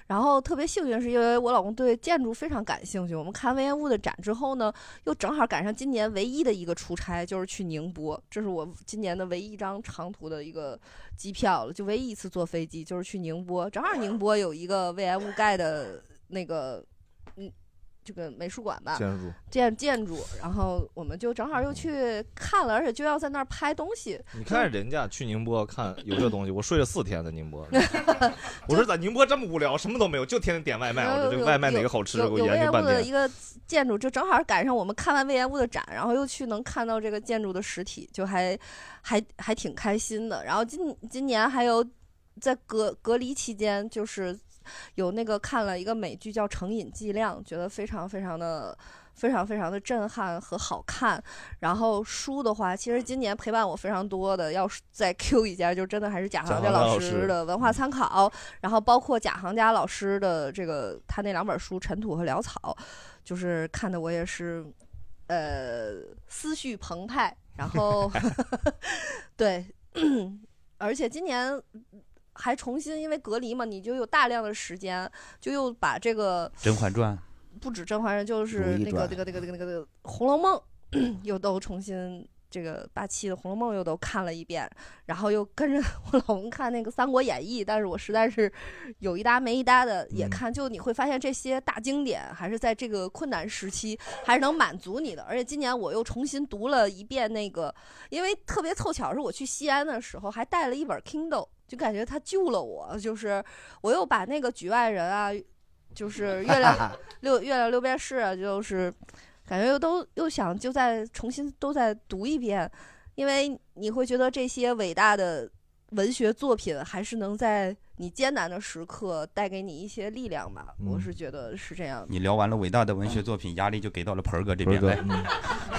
然后特别幸运是因为我老公对建筑非常感兴趣，我们看魏延物的展之后呢，又正好赶上今年唯一的一个出差，就是去宁波，这是我今年的唯一一张长途的一个机票了，就唯一一次坐飞机就是去宁波，正好宁波有一个魏延物盖的那个。嗯，这个美术馆吧，建筑建建筑，然后我们就正好又去看了，而且就要在那儿拍东西。你看人家去宁波看有这东西，我睡了四天在宁 波。我说咋宁波这么无聊，什么都没有，就天天点外卖。我说这个外卖哪个好吃，给有有我有魏研延究物半的一天。个建筑，就正好赶上我们看完魏延物的展，然后又去能看到这个建筑的实体，就还还还挺开心的。然后今今年还有在隔隔离期间，就是有那个看了一个美剧叫《成瘾剂量》，觉得非常非常的。非常非常的震撼和好看，然后书的话，其实今年陪伴我非常多的，要是再 Q 一下，就真的还是贾贾行家行家老老师嗯师的文化参考，然后包括贾行家老师的这个他那两本书《尘土》和《潦草》，就是看的我也是，呃，思绪澎湃，然 后对， 而且今年还重新因为隔离嘛，你就有大量的时间，就又把这个《甄嬛传》不止《甄嬛传》，就是如懿那个传那个那个那个那个《红楼梦》 又都重新这个八七的《红楼梦》又都看了一遍，然后又跟着 我老公看那个《三国演义》，但是我实在是有一搭没一搭的嗯也看，就你会发现这些大经典还是在这个困难时期还是能满足你的，而且今年我又重新读了一遍那个，因为特别凑巧是我去西安的时候还带了一本 Kindle。就感觉他救了我，就是我又把那个《局外人》啊，就是月亮六月亮六便士啊，就是感觉又都又想就再重新都再读一遍，因为你会觉得这些伟大的文学作品还是能在你艰难的时刻带给你一些力量吧。我是觉得是这样的。你聊完了伟大的文学作品，压力就给到了盆儿哥这边来。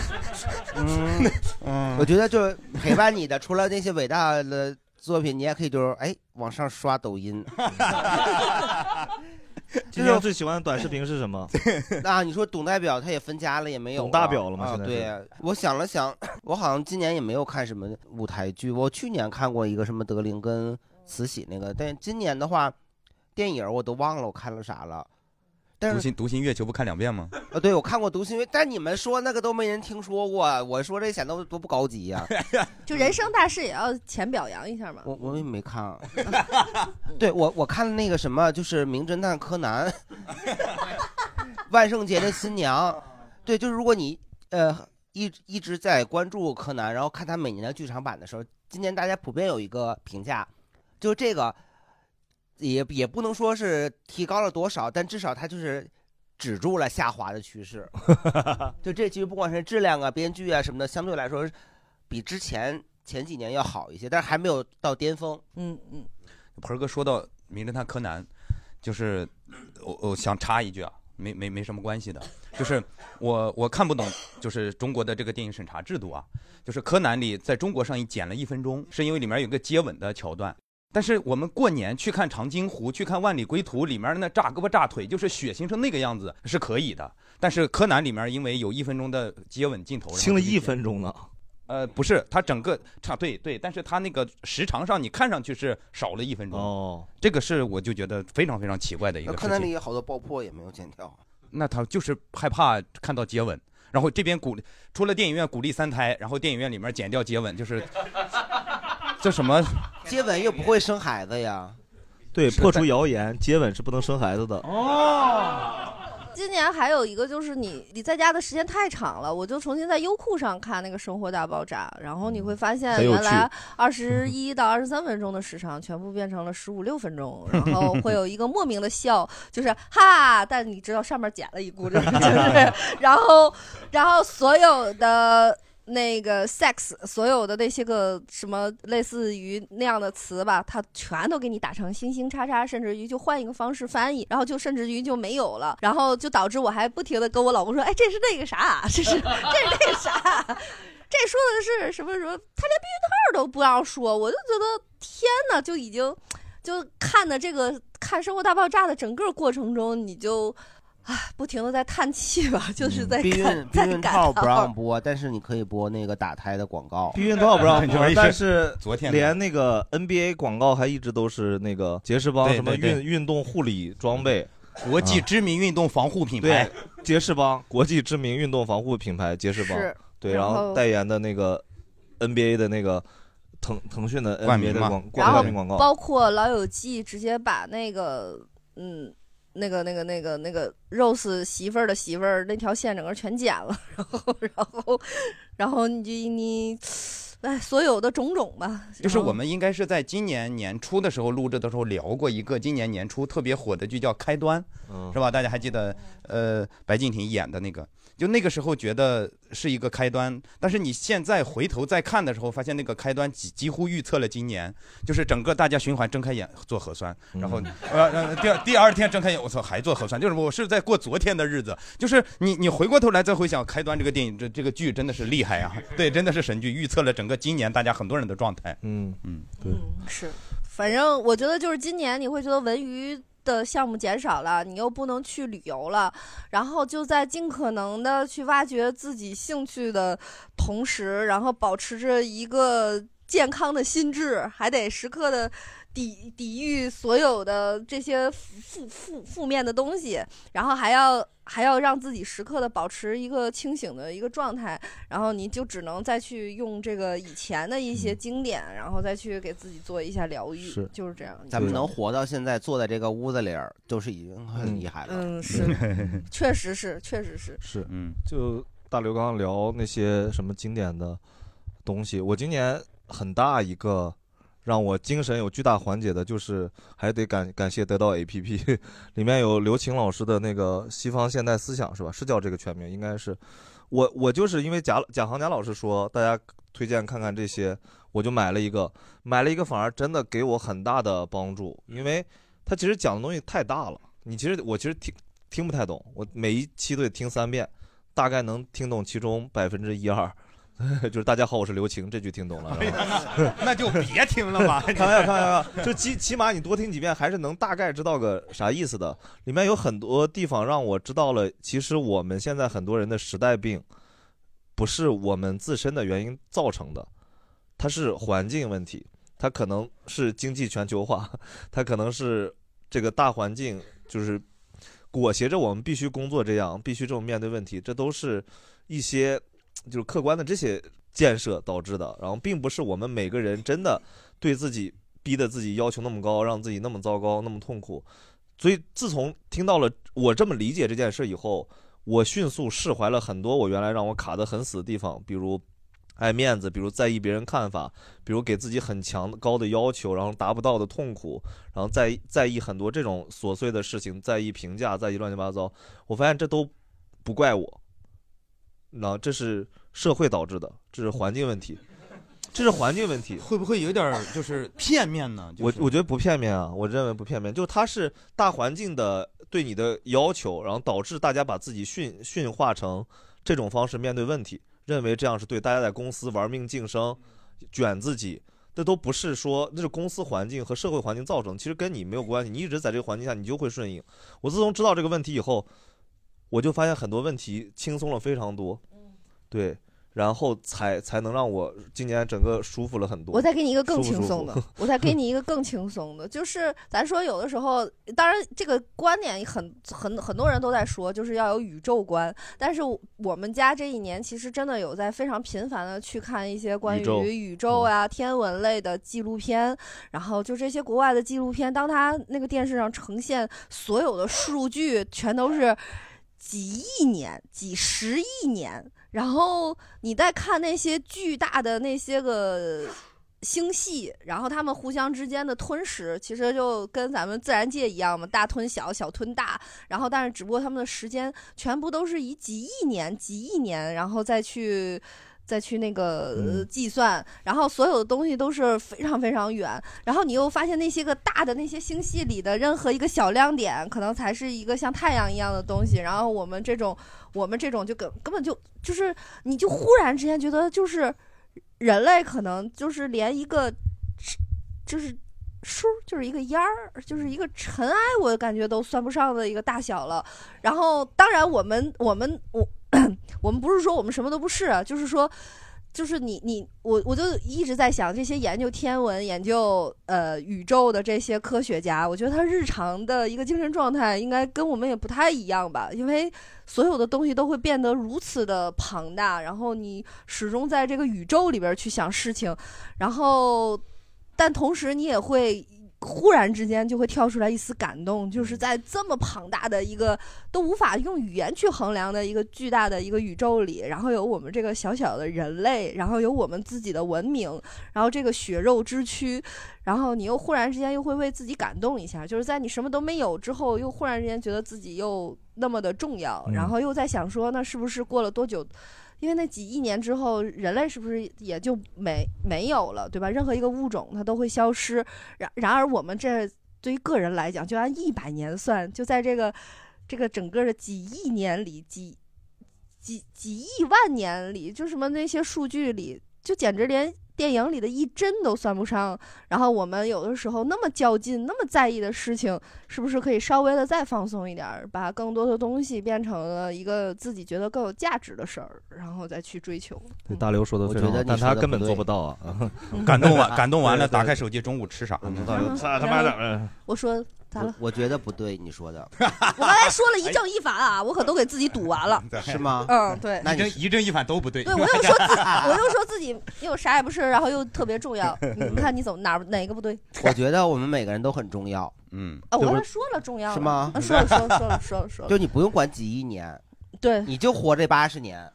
嗯，嗯我觉得就是陪伴你的，除了那些伟大的作品，你也可以就是哎往上刷抖音。 今天最喜欢的短视频是什 么？ 啊，你说董代表他也分家了，也没有董大表了吗啊，现在是对呀，我想了想，我好像今年也没有看什么舞台剧，我去年看过一个什么德林跟慈禧那个，但今年的话，电影我都忘了我看了啥了。但独是行独行月球不看两遍吗？啊，对我看过《读心为》，但你们说那个都没人听说过，我说这显得多不高级呀、就人生大事也要浅表扬一下嘛。我我也没看啊， 对我我看那个什么，就是《名侦探柯南》，万圣节的新娘，对，就是如果你呃一一直在关注柯南，然后看他每年的剧场版的时候，今年大家普遍有一个评价，就是这个也也不能说是提高了多少，但至少它就是止住了下滑的趋势。就这其实不管是质量啊、编剧啊什么的，相对来说比之前前几年要好一些，但是还没有到巅峰。嗯嗯，盆儿哥说到《名侦探柯南》，就是我我想插一句啊，没没没什么关系的，就是我我看不懂，就是中国的这个电影审查制度啊，就是柯南里在中国上映剪了一分钟，是因为里面有个接吻的桥段。但是我们过年去看长津湖，去看《万里归途》，里面那炸胳膊炸腿，就是血腥成那个样子是可以的。但是柯南里面因为有一分钟的接吻镜头，然后听了就一分钟呢。呃，不是，它整个差对对，但是它那个时长上你看上去是少了一分钟哦，这个是我就觉得非常非常奇怪的一那个柯事南里情。有好多爆破也没有剪掉，那他就是害怕看到接吻，然后这边鼓励除了电影院鼓励三胎，然后电影院里面剪掉接吻，就是 这什么接吻又不会生孩子呀？对，破除谣言，接吻是不能生孩子的。今年还有一个就是你你在家的时间太长了，我就重新在优酷上看那个《生活大爆炸》，然后你会发现嗯很有原趣来二十一到二十三分钟的时长全部变成了十五六分钟，然后会有一个莫名的笑， 就是哈，但你知道上面剪了一股子，就是然后然后所有的。那个 sex 所有的那些个什么类似于那样的词吧，它全都给你打成星星叉叉，甚至于就换一个方式翻译，然后就甚至于就没有了，然后就导致我还不停的跟我老公说，哎，这是那个啥，这是这是那个啥，啊这说的是什么什么，他连避孕套都不让说，我就觉得天呐，就已经就看的这个看《生活大爆炸》的整个过程中，你就。啊，不停的在叹气吧，就是在嗯避感孕避在孕感套叹不让播，但是你可以播那个打胎的广告。避孕套不 让播，但是昨天的连那个 NBA 广告还一直都是那个杰士邦对什么对对运运动护理装备， 啊国际知名运动防护品牌对，杰士邦国际知名运动防护品牌杰士邦是，对，然然后后代言的那个 NBA 的那个腾腾讯的冠 NBA 名的嘛广然冠后名广告，包括《老友记》直接把那个嗯。那个、那个、那个、那个 Rose 媳妇儿的媳妇儿那条线整个全剪了， 然后、然后、然后你就你，哎，所有的种种吧，就是我们应该是在今年年初的时候录制的时候聊过一个今年年初特别火的剧叫《开端》，是吧？大家还记得？呃，白敬亭演的那个，就那个时候觉得是一个开端，但是你现在回头再看的时候，发现那个开端几几乎预测了今年，就是整个大家循环睁开眼做核酸，嗯然后呃呃第二第二天睁开眼，我操还做核酸，就是我是在过昨天的日子，就是你你回过头来再回想《开端》这个电影这这个剧真的是厉害啊，对，真的是神剧，预测了整个今年大家很多人的状态，嗯嗯，对。是，反正我觉得就是今年你会觉得文娱的项目减少了，你又不能去旅游了，然后就在尽可能的去挖掘自己兴趣的同时，然后保持着一个健康的心智，还得时刻的。抵抵御所有的这些负负负负面的东西，然后还要还要让自己时刻的保持一个清醒的一个状态，然后你就只能再去用这个以前的一些经典，然后再去给自己做一下疗愈，嗯是就是这样。咱们能活到现在，坐在这个屋子里儿，都是已经很厉害了。嗯，是，确实是，确实是。是，嗯，就大刘刚刚聊那些什么经典的东西，我今年很大一个让我精神有巨大缓解的，就是还得感感谢得到 APP，里 面有刘擎老师的那个《西方现代思想》是吧？是叫这个全名，应该是。我我就是因为贾贾行家老师说大家推荐看看这些，我就买了一个，买了一个反而真的给我很大的帮助，因为他其实讲的东西太大了，你其实我其实听听不太懂，我每一期都得听三遍，大概能听懂其中百分之一二。 就是大家好，我是刘晴，这句听懂了，然后 那就别听了吧开玩笑，开玩笑， 就起起码你多听几遍，还是能大概知道个啥意思的。里面有很多地方让我知道了，其实我们现在很多人的时代病，不是我们自身的原因造成的，它是环境问题，它可能是经济全球化，它可能是这个大环境就是裹挟着我们必须工作这样，必须这么面对问题，这都是一些就是客观的这些建设导致的，然后并不是我们每个人真的对自己逼得自己要求那么高，让自己那么糟糕，那么痛苦。所以自从听到了我这么理解这件事以后，我迅速释怀了很多我原来让我卡得很死的地方，比如爱面子，比如在意别人看法，比如给自己很强高的要求，然后达不到的痛苦，然后在意在意很多这种琐碎的事情，在意评价，在意乱七八糟。我发现这都不怪我，那这是社会导致的，这是环境问题，这是环境问题。会不会有点就是片面呢？我我觉得不片面啊，我认为不片面，就是它是大环境的对你的要求，然后导致大家把自己驯驯化成这种方式面对问题，认为这样是对。大家在公司玩命晋升，卷自己，这都不是说那是公司环境和社会环境造成的，其实跟你没有关系。你一直在这个环境下，你就会顺应。我自从知嗯道这个问题以后，我就发现很多问题轻松了非常多。对，然后才才能让我今年整个舒服了很多。我再给你一个更轻松的， 舒服舒服我再给你一个更轻松的，就是咱说有的时候，当然这个观点很很很多人都在说，就是要有宇宙观。但是我们家这一年其实真的有在非常频繁的去看一些关宇宙于宇宙嗯啊、天文类的纪录片，然后就这些国外的纪录片，当它那个电视上呈现所有的数据，全都是。几亿年、几十亿年，然后你再看那些巨大的那些个星系，然后它们互相之间的吞食，其实就跟咱们自然界一样嘛，大吞小，小吞大。然后，但是只不过它们的时间全部都是以几亿年、几亿年，然后再去。 再去那个、呃、计算，然后所有的东西都是非常非常远，然后你又发现那些个大的那些星系里的任何一个小亮点，可能才是一个像太阳一样的东西，然后我们这种我们这种就根根本就就是你就忽然之间觉得就是人类可能就是连一个就是数儿就是一个烟儿，就是一个尘埃，我感觉都算不上的一个大小了。然后，当然我们我们我 我们不是说我们什么都不是啊，就是说，就是你你我我就一直在想这些研究天文、研究呃宇宙的这些科学家，我觉得他日常的一个精神状态应该跟我们也不太一样吧，因为所有的东西都会变得如此的庞大，然后你始终在这个宇宙里边儿去想事情，然后。但同时你也会忽然之间就会跳出来一丝感动，就是在这么庞大的一个都无法用语言去衡量的一个巨大的一个宇宙里，然后有我们这个小小的人类，然后有我们自己的文明，然后这个血肉之躯，然后你又忽然之间又会为自己感动一下，就是在你什么都没有之后，又忽然之间觉得自己又那么的重要，嗯然后又在想说，那是不是过了多久？因为那几亿年之后，人类是不是也就没没有了，对吧？任何一个物种它都会消失。然然而，我们这对于个人来讲，就按一百年算，就在这个这个整个的几亿年里，几几几亿万年里，就什么那些数据里，就简直连电影里的一帧都算不上。然后我们有的时候那么较劲、那么在意的事情，是不是可以稍微的再放松一点儿，把更多的东西变成了一个自己觉得更有价值的事儿，然后再去追求？对大刘说的我觉非常好得，你但说他得根不本做对。不到啊 感动啊完，感动完了，对打开手机，中午吃啥呢？操他妈的嗯 我说咋了？我觉得不对，你说 的我刚才说了一正一反啊，我可都给自己堵完了。 是吗？嗯，对。一正一正一反都不对。对，我又说自， 我又说自己又啥也不是，然后又特别重要。你看你怎么哪儿哪个不对？我觉得我们每个人都很重要。嗯，啊，我刚才说了重要了是吗啊？说了说了说了说了说了。就你不用管几亿年，对，你就活这八十年。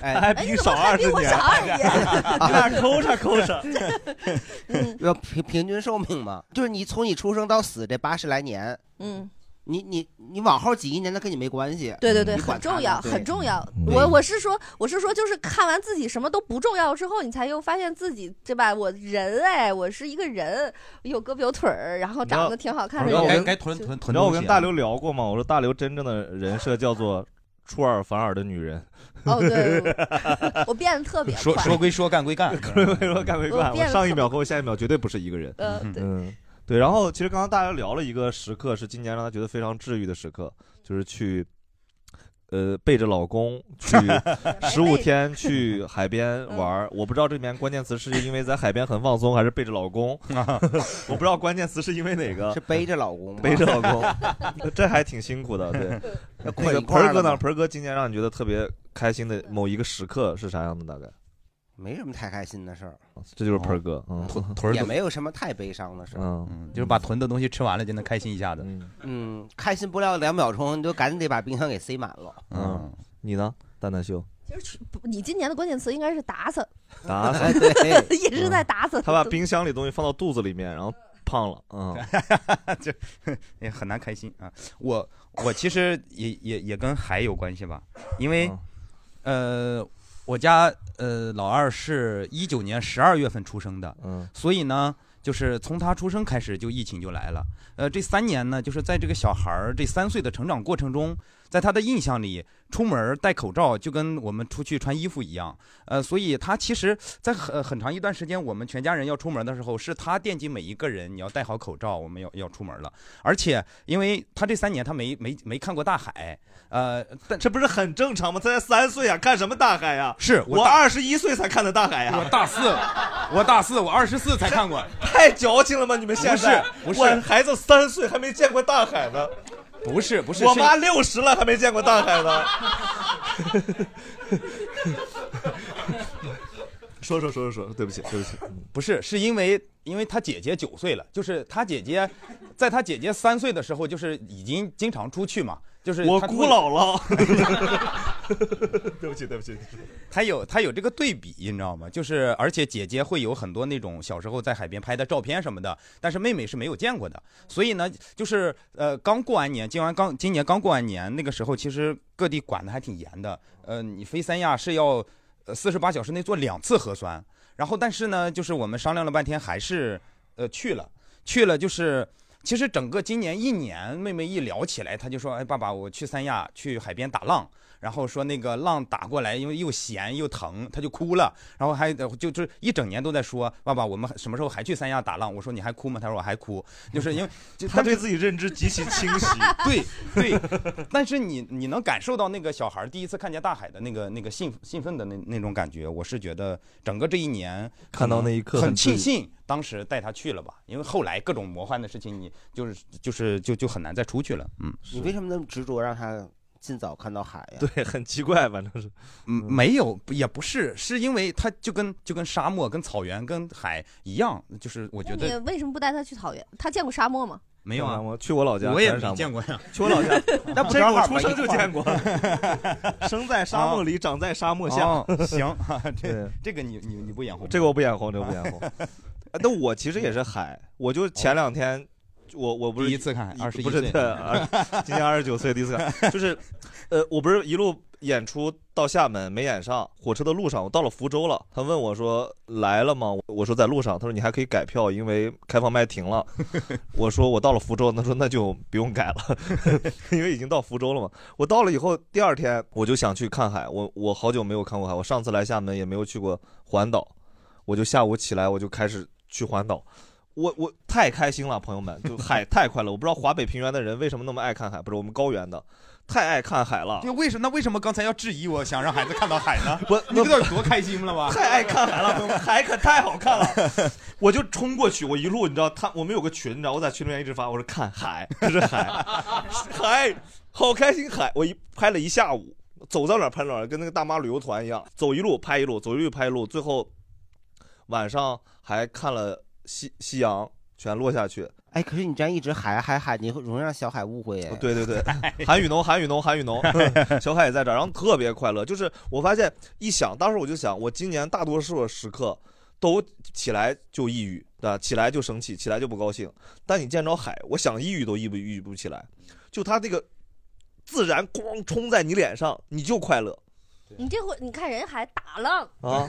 哎，还比你少哎你怎么还比我20少20年有点抠着抠 着嗯要平平均寿命嘛，就是你从你出生到死这八十来年，嗯，你你你往后几亿年，那跟你没关系。对对对，你管很重它要，呢对嗯很重要。对我我是说，我是说，就是看完自己什么都不重要之后，你才又发现自己，对吧？我人哎，我是一个人，有胳膊有腿儿，然后长得挺好看的人，就你知道我啊跟大刘聊过吗？我说大刘真正的人设叫做出尔反尔的女人。哦对 我变得特别说快说归说，干归嗯干。归 说干归我干，我变得上一特秒和我下一秒绝对不是一个人。呃对嗯，对。然后其实刚刚大家聊了一个时刻，是今年让她觉得非常治愈的时刻，就是去。呃，背着老公 去十五天去海边嗯玩儿，我不知道这里面关键词是因为在海边很放松，还是背着 老公，我不知道关键词是因为哪个。是背着老公吗，背着老公，这还挺辛苦的。对那捆个一块儿盆儿哥了呢？吗盆儿哥今年让你觉得特别开心的某一个时刻是啥样的？大概没什么太开心的事儿，这就是盆儿哥，嗯，屯儿也都没有什么太悲伤的事儿。嗯，就是把囤的东西吃完了，就能开心一下子。嗯，开心不了两秒钟，你就赶紧得把冰箱给塞满了。嗯，你呢，蛋蛋秀？不你今年的关键词应该是打死，打哎死 嗯对 也是在打死他把冰箱里东西放到肚子里面，然后胖了，嗯， 就也很难开心啊。我我其实也也也跟海有关系吧，因为嗯呃，我家呃老二是一九年十二月份出生的，嗯，所以呢，就是从他出生开始就疫情就来了。呃，这三年呢，就是在这个小孩儿这三岁的成长过程中，在他的印象里，出门儿戴口罩就跟我们出去穿衣服一样。呃，所以他其实，在很很长一段时间，我们全家人要出门的时候，是他惦记每一个人，你要戴好口罩，我们要要出门了。而且，因为他这三年他没没没看过大海，呃，但这不是很正常吗？他才三岁啊，看什么大海呀、是我大二十一岁才看的大海呀、我大四，我大四，我二十四才看过。太矫情了吧？你们现在不是不是我孩子三岁还没见过大海呢。不是不是我是妈六十了还没见过大海呢。说说说说说， 对不起对不起，嗯不是，是因为因为他姐姐九岁了，就是他姐姐，在他姐姐三岁的时候，就是已经经常出去嘛，就是我她姑姥姥。对不起对不起， 他有他有这个对比，你知道吗？就是而且姐姐会有很多那种小时候在海边拍的照片什么的，但是妹妹是没有见过的。所以呢，就是呃，刚过完年，今完刚今年刚过完年，那个时候其实各地管的还挺严的。呃，你飞三亚是要呃四十八小时内做两次核酸，然后但是呢，就是我们商量了半天，还是呃去了，去了就是。其实整个今年一年，妹妹一聊起来，她就说：“哎，爸爸，我去三亚去海边打浪，然后说那个浪打过来，因为又咸又疼，她就哭了。然后还呃就就一整年都在说，爸爸，我们什么时候还去三亚打浪？我说你还哭吗？她说我还哭，就是 因为就他对自己认知极其清晰。 对 对，但是你你能感受到那个小孩儿第一次看见大海的那个那个兴兴奋的那那种感觉，我是觉得整个这一年看到那一刻很嗯很庆自幸当时带他去了吧，因为后来各种魔幻的事情，你就是就是就就很难再出去了，嗯。你为什么那么执着让他尽早看到海呀？对， 很奇怪，反正是，嗯，没有，也不是，是因为它就跟就跟沙漠、跟草原、跟海一样，就是我觉那你得为什么不带他去草原？他见过沙漠吗？没有啊，我 去我老家我也全是沙没漠见过呀，去我 老家那不这正个我好出吗生一就块儿 见过，生在沙漠里，长在沙漠下哦。 行，这对这个你你你不眼红，这个我不眼红，这个不眼红。啊 那我其实也是海，我就前两天，我我不是第一次看海21不是岁对，二 今年二十九岁第一次看，就是，呃，我不是一路演出到厦门没演上，火车的路上我到了福州了，他问我说来了吗？我说在路上，他说你还可以改票，因为开放麦停了。我说我到了福州， 他说那就不用改了， 因为已经到福州了嘛。我到了以后，第二天我就想去看海，我我好久没有看过海，我上次来厦门也没有去过环岛，我就下午起来我就开始去环岛。我我太开心了，朋友们，就海太快乐。我不知道华北平原的人为什么那么爱看海，不是我们高原的，太爱看海了。就为什么那为什么刚才要质疑我想让孩子看到海 呢？我你知道有多开心了吧？太爱看海了，朋友 们海可太好看了。我就冲过去，我一路你知道，他我们有个群，你知道，我在群里面一直发，我说看海，这是海，海，好开心海。我一拍了一下午，走到哪儿拍哪儿，跟那个大妈旅游团一样，走一路拍一路，走一路拍一路，最后晚上还看了夕夕阳全落下去。哎，可是你这样一直海海海，你会容易让小海误会耶。哦对对对， 韩雨农，韩雨农，韩雨 农，小海也在这儿，然后特别快乐。就是我发现一想，当时我就想，我今年大多数的时刻都起来就抑郁，对吧？起来就生气，起来就不高兴。但你见着海，我想抑郁都抑不抑郁不起来，就他这个自然光冲在你脸上，你就快乐你这回你看人还打浪，啊！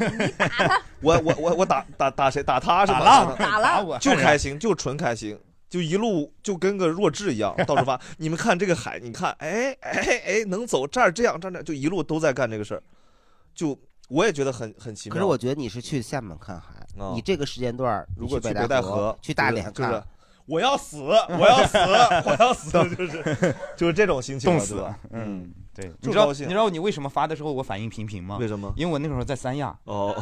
我我我我打打打谁？打他是吧？打浪打浪就开心，就纯开心。就一路就跟个弱智一样，到处发。你们看这个海，你看，哎哎哎，能走这儿这样这儿这样，就一路都在干这个事儿。就我也觉得很很奇妙。可是我觉得你是去厦门看海，啊你这个时间段儿如果去去北北戴河河、去大就是连就是看，我要死，我要死，我 要死，就是就是这种心情嘛，冻死对吧，嗯，对，就你知道高你兴知道你为什么发的时候我反应平平吗？为什么？因为我那个时候在三亚。哦，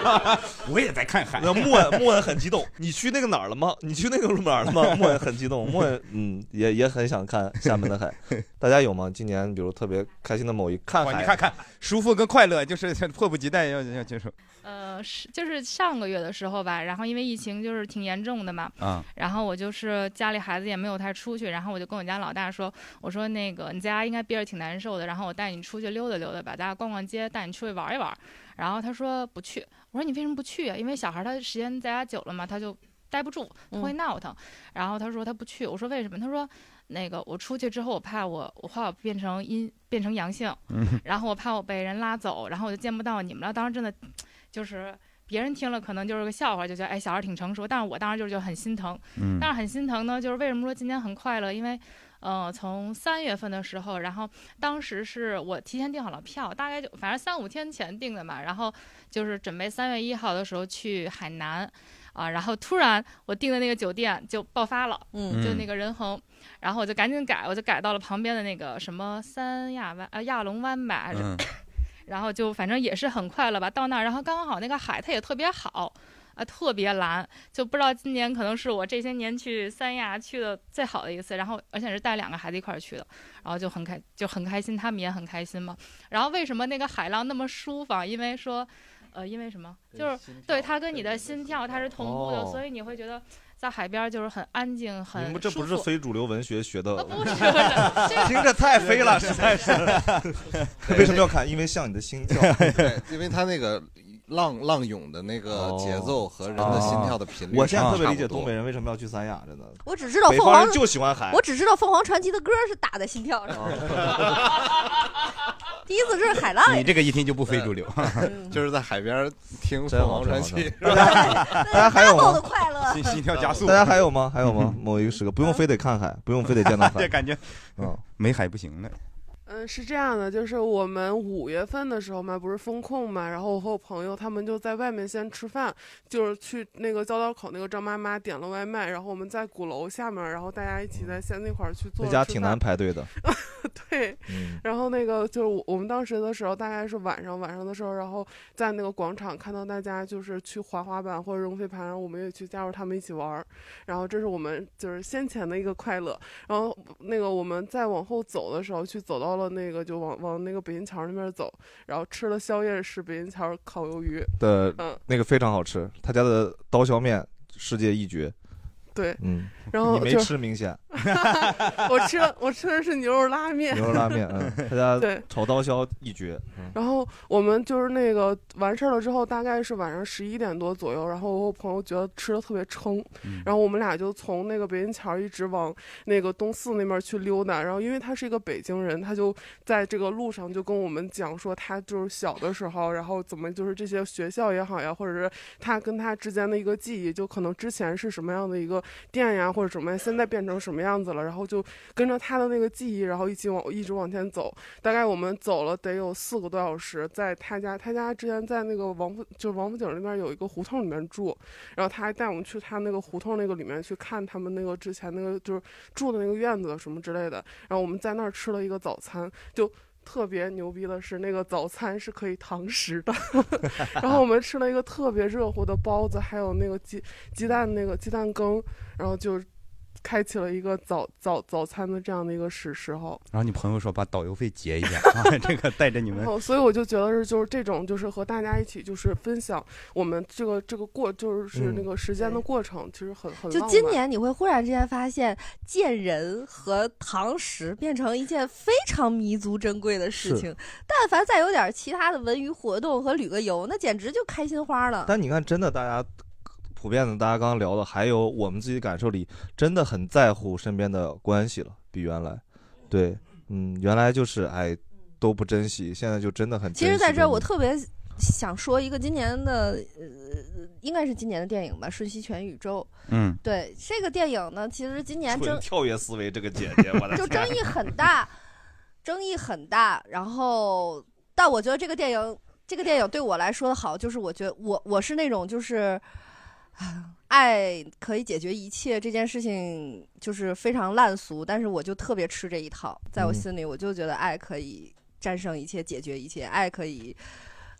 我也在看海。那莫恩莫恩很激动，你去那个哪儿了吗？你去那个哪儿 了吗？莫恩很激动，莫恩嗯也也很想看厦门 的海。大家有吗？今年比如特别开心的某一看哇海，你看看舒服跟快乐，就是迫不及待要要接受呃，是就是上个月的时候吧，然后因为疫情就是挺严重的嘛， 啊。然后我就是家里孩子也没有太出去，然后我就跟我家老大说，我说那个你在家应该憋着挺难受的，然后我带你出去溜达溜达吧，咱俩逛逛街，带你出去玩一玩。然后他说不去，我说你为什么不去呀、啊因为小孩他时间在家久了嘛，他就待不住，他会闹腾。然后他说他不去，我说为什么？他说那个我出去之后，我怕我我怕我变成阴变成阳性，嗯然后我怕我被人拉走，然后我就见不到你们了。当时真的就是别人听了可能就是个笑话，就觉得哎小孩挺成熟，但是我当时就是就很心疼。嗯但是很心疼呢，就是为什么说今年很快乐？因为，呃，从三月份的时候，然后当时是我提前订好了票，大概就反正三五天前订的嘛，然后就是准备三月一号的时候去海南。啊，然后突然我订的那个酒店就爆发了，嗯就那个人恒，然后我就赶紧改，我就改到了旁边的那个什么三亚湾啊亚龙湾吧，还是嗯然后就反正也是很快乐吧，到那儿，然后刚好那个海它也特别好，啊，特别蓝，就不知道今年可能是我这些年去三亚去的最好的一次，然后而且是带两个孩子一块儿去的，然后就很开就很开心，他们也很开心嘛。然后为什么那个海浪那么舒服？啊因为说，呃，因为什么？就是对它跟你的心跳它是同步的，哦所以你会觉得在海边就是很安静，你很们这舒不是服非主流文学学的，不是不是 这个听着太飞了实在是为什么要看？因为像你的 心跳。对， 因为他那个浪浪涌的那个哦节奏和人的心跳的频率，啊啊我现在特别理解东北。人为什么要去三亚，真的。我只知道北凤方凰人就喜欢海。哦我只知道凤凰传奇的歌是打在心跳上， 第一次是海浪。你这个一听就不非主流， 就是在海边听真凤好凰传奇，真 好真好大家还有吗？心心跳加速， 大家还有吗？还有吗？某一个时刻，不用非得看海，不用非得见 到海。这感觉，嗯，没海不行的。嗯，是这样的，就是我们五月份的时候嘛，不是封控嘛，然后我和我朋友他们就在外面先吃饭，就是去那个交道口那个张妈妈点了外卖，然后我们在鼓楼下面，然后大家一起在县那块儿去坐嗯着那家吃挺饭难排队的。 对，嗯然后那个就是我我们当时的时候，大概是晚上，晚上的时候，然后在那个广场看到大家就是去滑滑板或者扔飞盘，然后我们也去加入他们一起玩儿，然后这是我们就是先前的一个快乐。然后那个我们再往后走的时候，去走到了那个就往往那个北京桥那边走，然后吃了宵夜是北京桥烤鱿鱼的嗯，那个非常好吃，他家的刀削面世界一绝。对，嗯，然后你没就吃明 显，我吃了我吃的是牛肉拉面，牛肉拉面， 嗯，他 家对。炒刀削一绝。嗯然后我们就是那个完事儿了之后，大概是晚上十一点多左右，然后我朋友觉得吃的特别撑，然后我们俩就从那个北京桥一直往那个东四那边去溜达。然后因为他是一个北京人，他就在这个路上就跟我们讲说，他就是小的时候，然后怎么就是这些学校也好呀，或者是他跟他之间的一个记忆，就可能之前是什么样的一个店呀，或者什么呀，现在变成什么样子了，然后就跟着他的那个记忆，然后一起往一直往前走。大概我们走了得有四个多小时，在他家，他家之前在那个王府，就是王府井那边有一个胡同里面住，然后他还带我们去他那个胡同那个里面去看他们那个之前那个就是住的那个院子什么之类的。然后我们在那儿吃了一个早餐，就。特别牛逼的是，那个早餐是可以堂食的， 然后我们吃了一个特别热乎的包子，还有那个鸡鸡蛋那个鸡蛋羹，然后就开启了一个早早早餐的这样的一个时时候。然后你朋友说把导游费结一下啊， 这个带着你们然后，所以我就觉得是就是这种，就是和大家一起就是分享我们这个这个过，就是是嗯那个时间的过程，其实很很就浪今漫年你会忽然之间发现，见人和堂食变成一件非常弥足珍贵的事是情。但凡再有点其他的文娱活动和旅个游，那简直就开心花了。但你看，真的，大家普遍的，大家刚刚聊的，还有我们自己感受里，真的很在乎身边的关系了，比原来，对，嗯，原来就是哎都不珍惜，现在就真的很珍惜其种。实，在这儿我特别想说一个今年的，呃，应该是今年的电影吧，《瞬息全宇宙》。 嗯，对这个电影呢，其实今年纯争跳跃思维，这个姐姐，我的就天争议很大，争议很大。然后，但我觉得这个电影，这个电影对我来说的好，就是我觉得我我是那种就是。啊爱可以解决一切这件事情就是非常烂俗，但是我就特别吃这一套，在我嗯心里我就觉得爱可以战胜一切，解决一切，爱可以，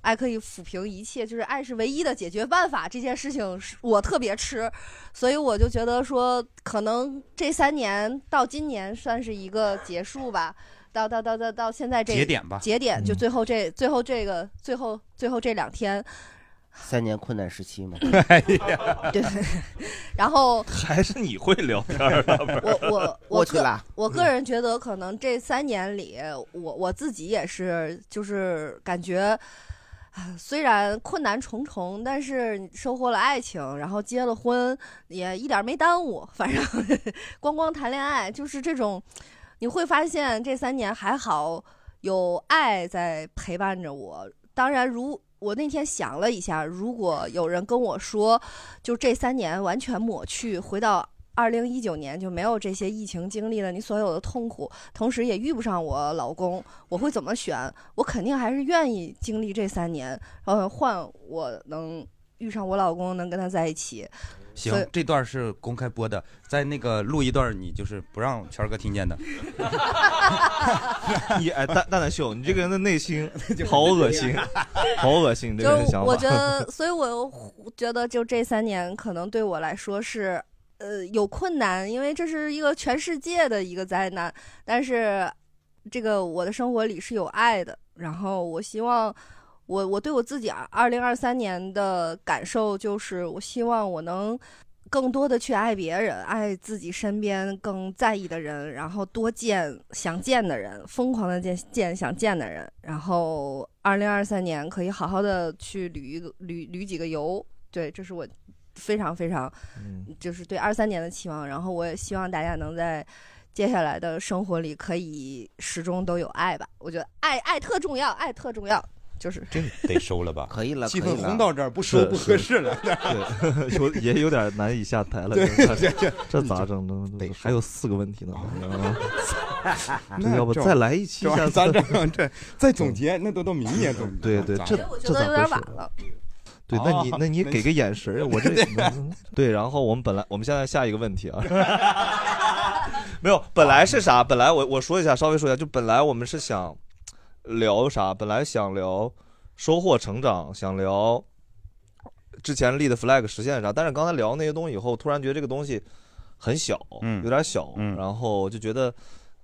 爱可以抚平一切，就是爱是唯一的解决办法。这件事情是我特别吃，所以我就觉得说，可能这三年到今年算是一个结束吧，到到到到到现在这节点吧节点嗯就最后这、最后这个最后最后这两天，三年困难时期 嘛。对，然后哎还是你会 聊天儿啊了，我我我过去个了我个人觉得，可能这三年里，我我自己也是，就是感觉。啊虽然困难重重，但是你收获了爱情，然后结了婚，也一点儿没耽误。反正 光光谈恋爱，就是这种，你会发现这三年还好有爱在陪伴着我。当然如，我那天想了一下，如果有人跟我说，就这三年完全抹去，回到二零一九年就没有这些疫情经历了你所有的痛苦，同时也遇不上我老公，我会怎么选？我肯定还是愿意经历这三年，呃，换我能遇上我老公，能跟他在一起。行所以，这段是公开播的，在那个录一段，你就是不让圈儿哥听见 的。 你哎，蛋蛋蛋秀，你这个人的 内心好恶心，好恶心，你这个人的就是想法。我 觉得，所以我觉得就这三年可能对我来说是。呃，有困难，因为这是一个全世界的一个灾难。但是，这个我的生活里是有爱的。然后，我希望我我对我自己二零二三年的感受就是，我希望我能更多的去爱别人，爱自己身边更在意的人，然后多见想见的人，疯狂的见见想见的人。然后，二零二三年可以好好的去旅一个旅旅几个游。对，这是我非常非常就是对二三年的期望。然后，我也希望大家能在。接下来的生活里，可以始终都有爱吧。我觉得爱爱特重要，爱特重要。就是这得收了吧？可以了，气可以氛了红到这儿不收不合适 了。对， 有也有点难以下台了。对这对对这咋整呢？还有四个问题呢。 这要不那再来一期这玩意下儿咱次这这再总结，那都到明年总结。 对对，这我觉这得咋有回点事晚了。对，那你哦那你给个眼神儿，我这嗯 对。然后我们本来我们现在下一个问题啊， 没有，本来是啥？本来我我说一下，稍微说一下，就本来我们是想聊啥？本来想聊收获成长，想聊之前立的 flag 实现啥，但是刚才聊那些东西以后，突然觉得这个东西很小，嗯，有点小，嗯，然后就觉得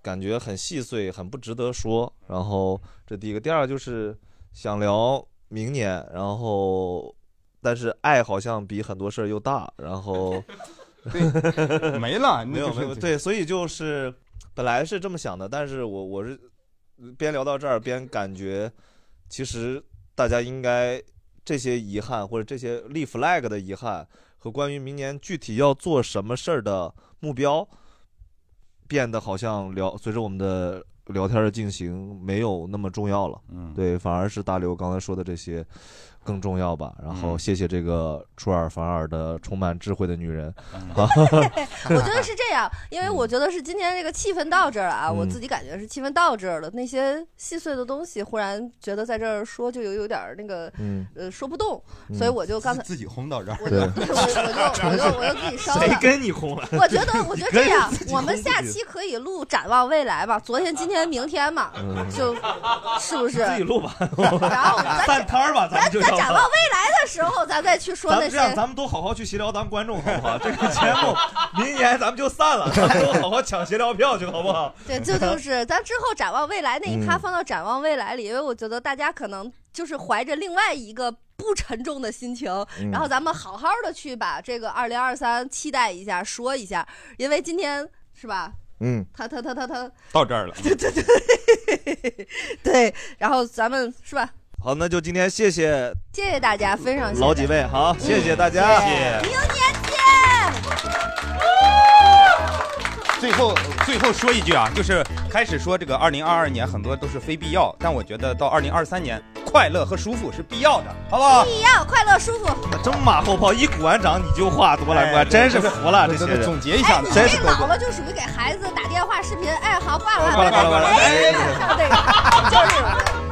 感觉很细碎，很不值得说。然后这第一个，第二个就是想聊明年，然后但是爱好像比很多事儿又大，然后 对 没了那没有就是没有，对，所以就是本来是这么想的，但是我我是边聊到这儿边感觉，其实大家应该这些遗憾或者这些立 flag 的遗憾和关于明年具体要做什么事儿的目标，变得好像聊随着我们的聊天的进行没有那么重要了，嗯，对，反而是大刘刚才说的这些更重要吧。然嗯后谢谢这个出尔反尔的充满智慧的女人，嗯啊 我觉得是这样，因为我觉得是今天这个气氛到这儿了啊，嗯我自己感觉是气氛到这儿了。那些细碎的东西，忽然觉得在这儿说就有有点儿那个，嗯呃，说不动，嗯 所以我就刚才自己轰到这儿，我就我就我 就我就自己烧了。你 轰了我觉得，我觉得这样你跟自，己我们下自己期可以录展望未来吧。昨天、今天、明天嘛，嗯 就是不是？自己录吧，然 后咱散摊儿吧，咱咱们就要咱展望未来的时候，咱再去说咱那们些这。样，咱们都好好去协聊咱们观众，好不好？这个节目明年咱们就散了，咱们都好好抢协聊票去，好不好？ 对，这就是咱之后展望未来那一趴嗯放到展望未来里，因为我觉得大家可能就是怀着另外一个不沉重的心情，嗯然后咱们好好的去把这个二零二三期待一下，说一下，因为今天是吧？嗯，他他他他他，到这儿了。对，然后咱们是吧？好，那就今天谢谢谢谢大家，非常谢谢老几位，好，谢谢大家，明年见。最后最后说一句啊，就是开始说这个二零二二年很多都是非必要，但我觉得到二零二三年，快乐和舒服是必要的，好不好？必要哎快乐舒服。真马后炮，一鼓完掌你就话多来哎关，真是服了这些人。总结一下你真这是老了就属于给孩子打电话视频，哎，好挂了挂了挂了挂了哎，哎上这个就是。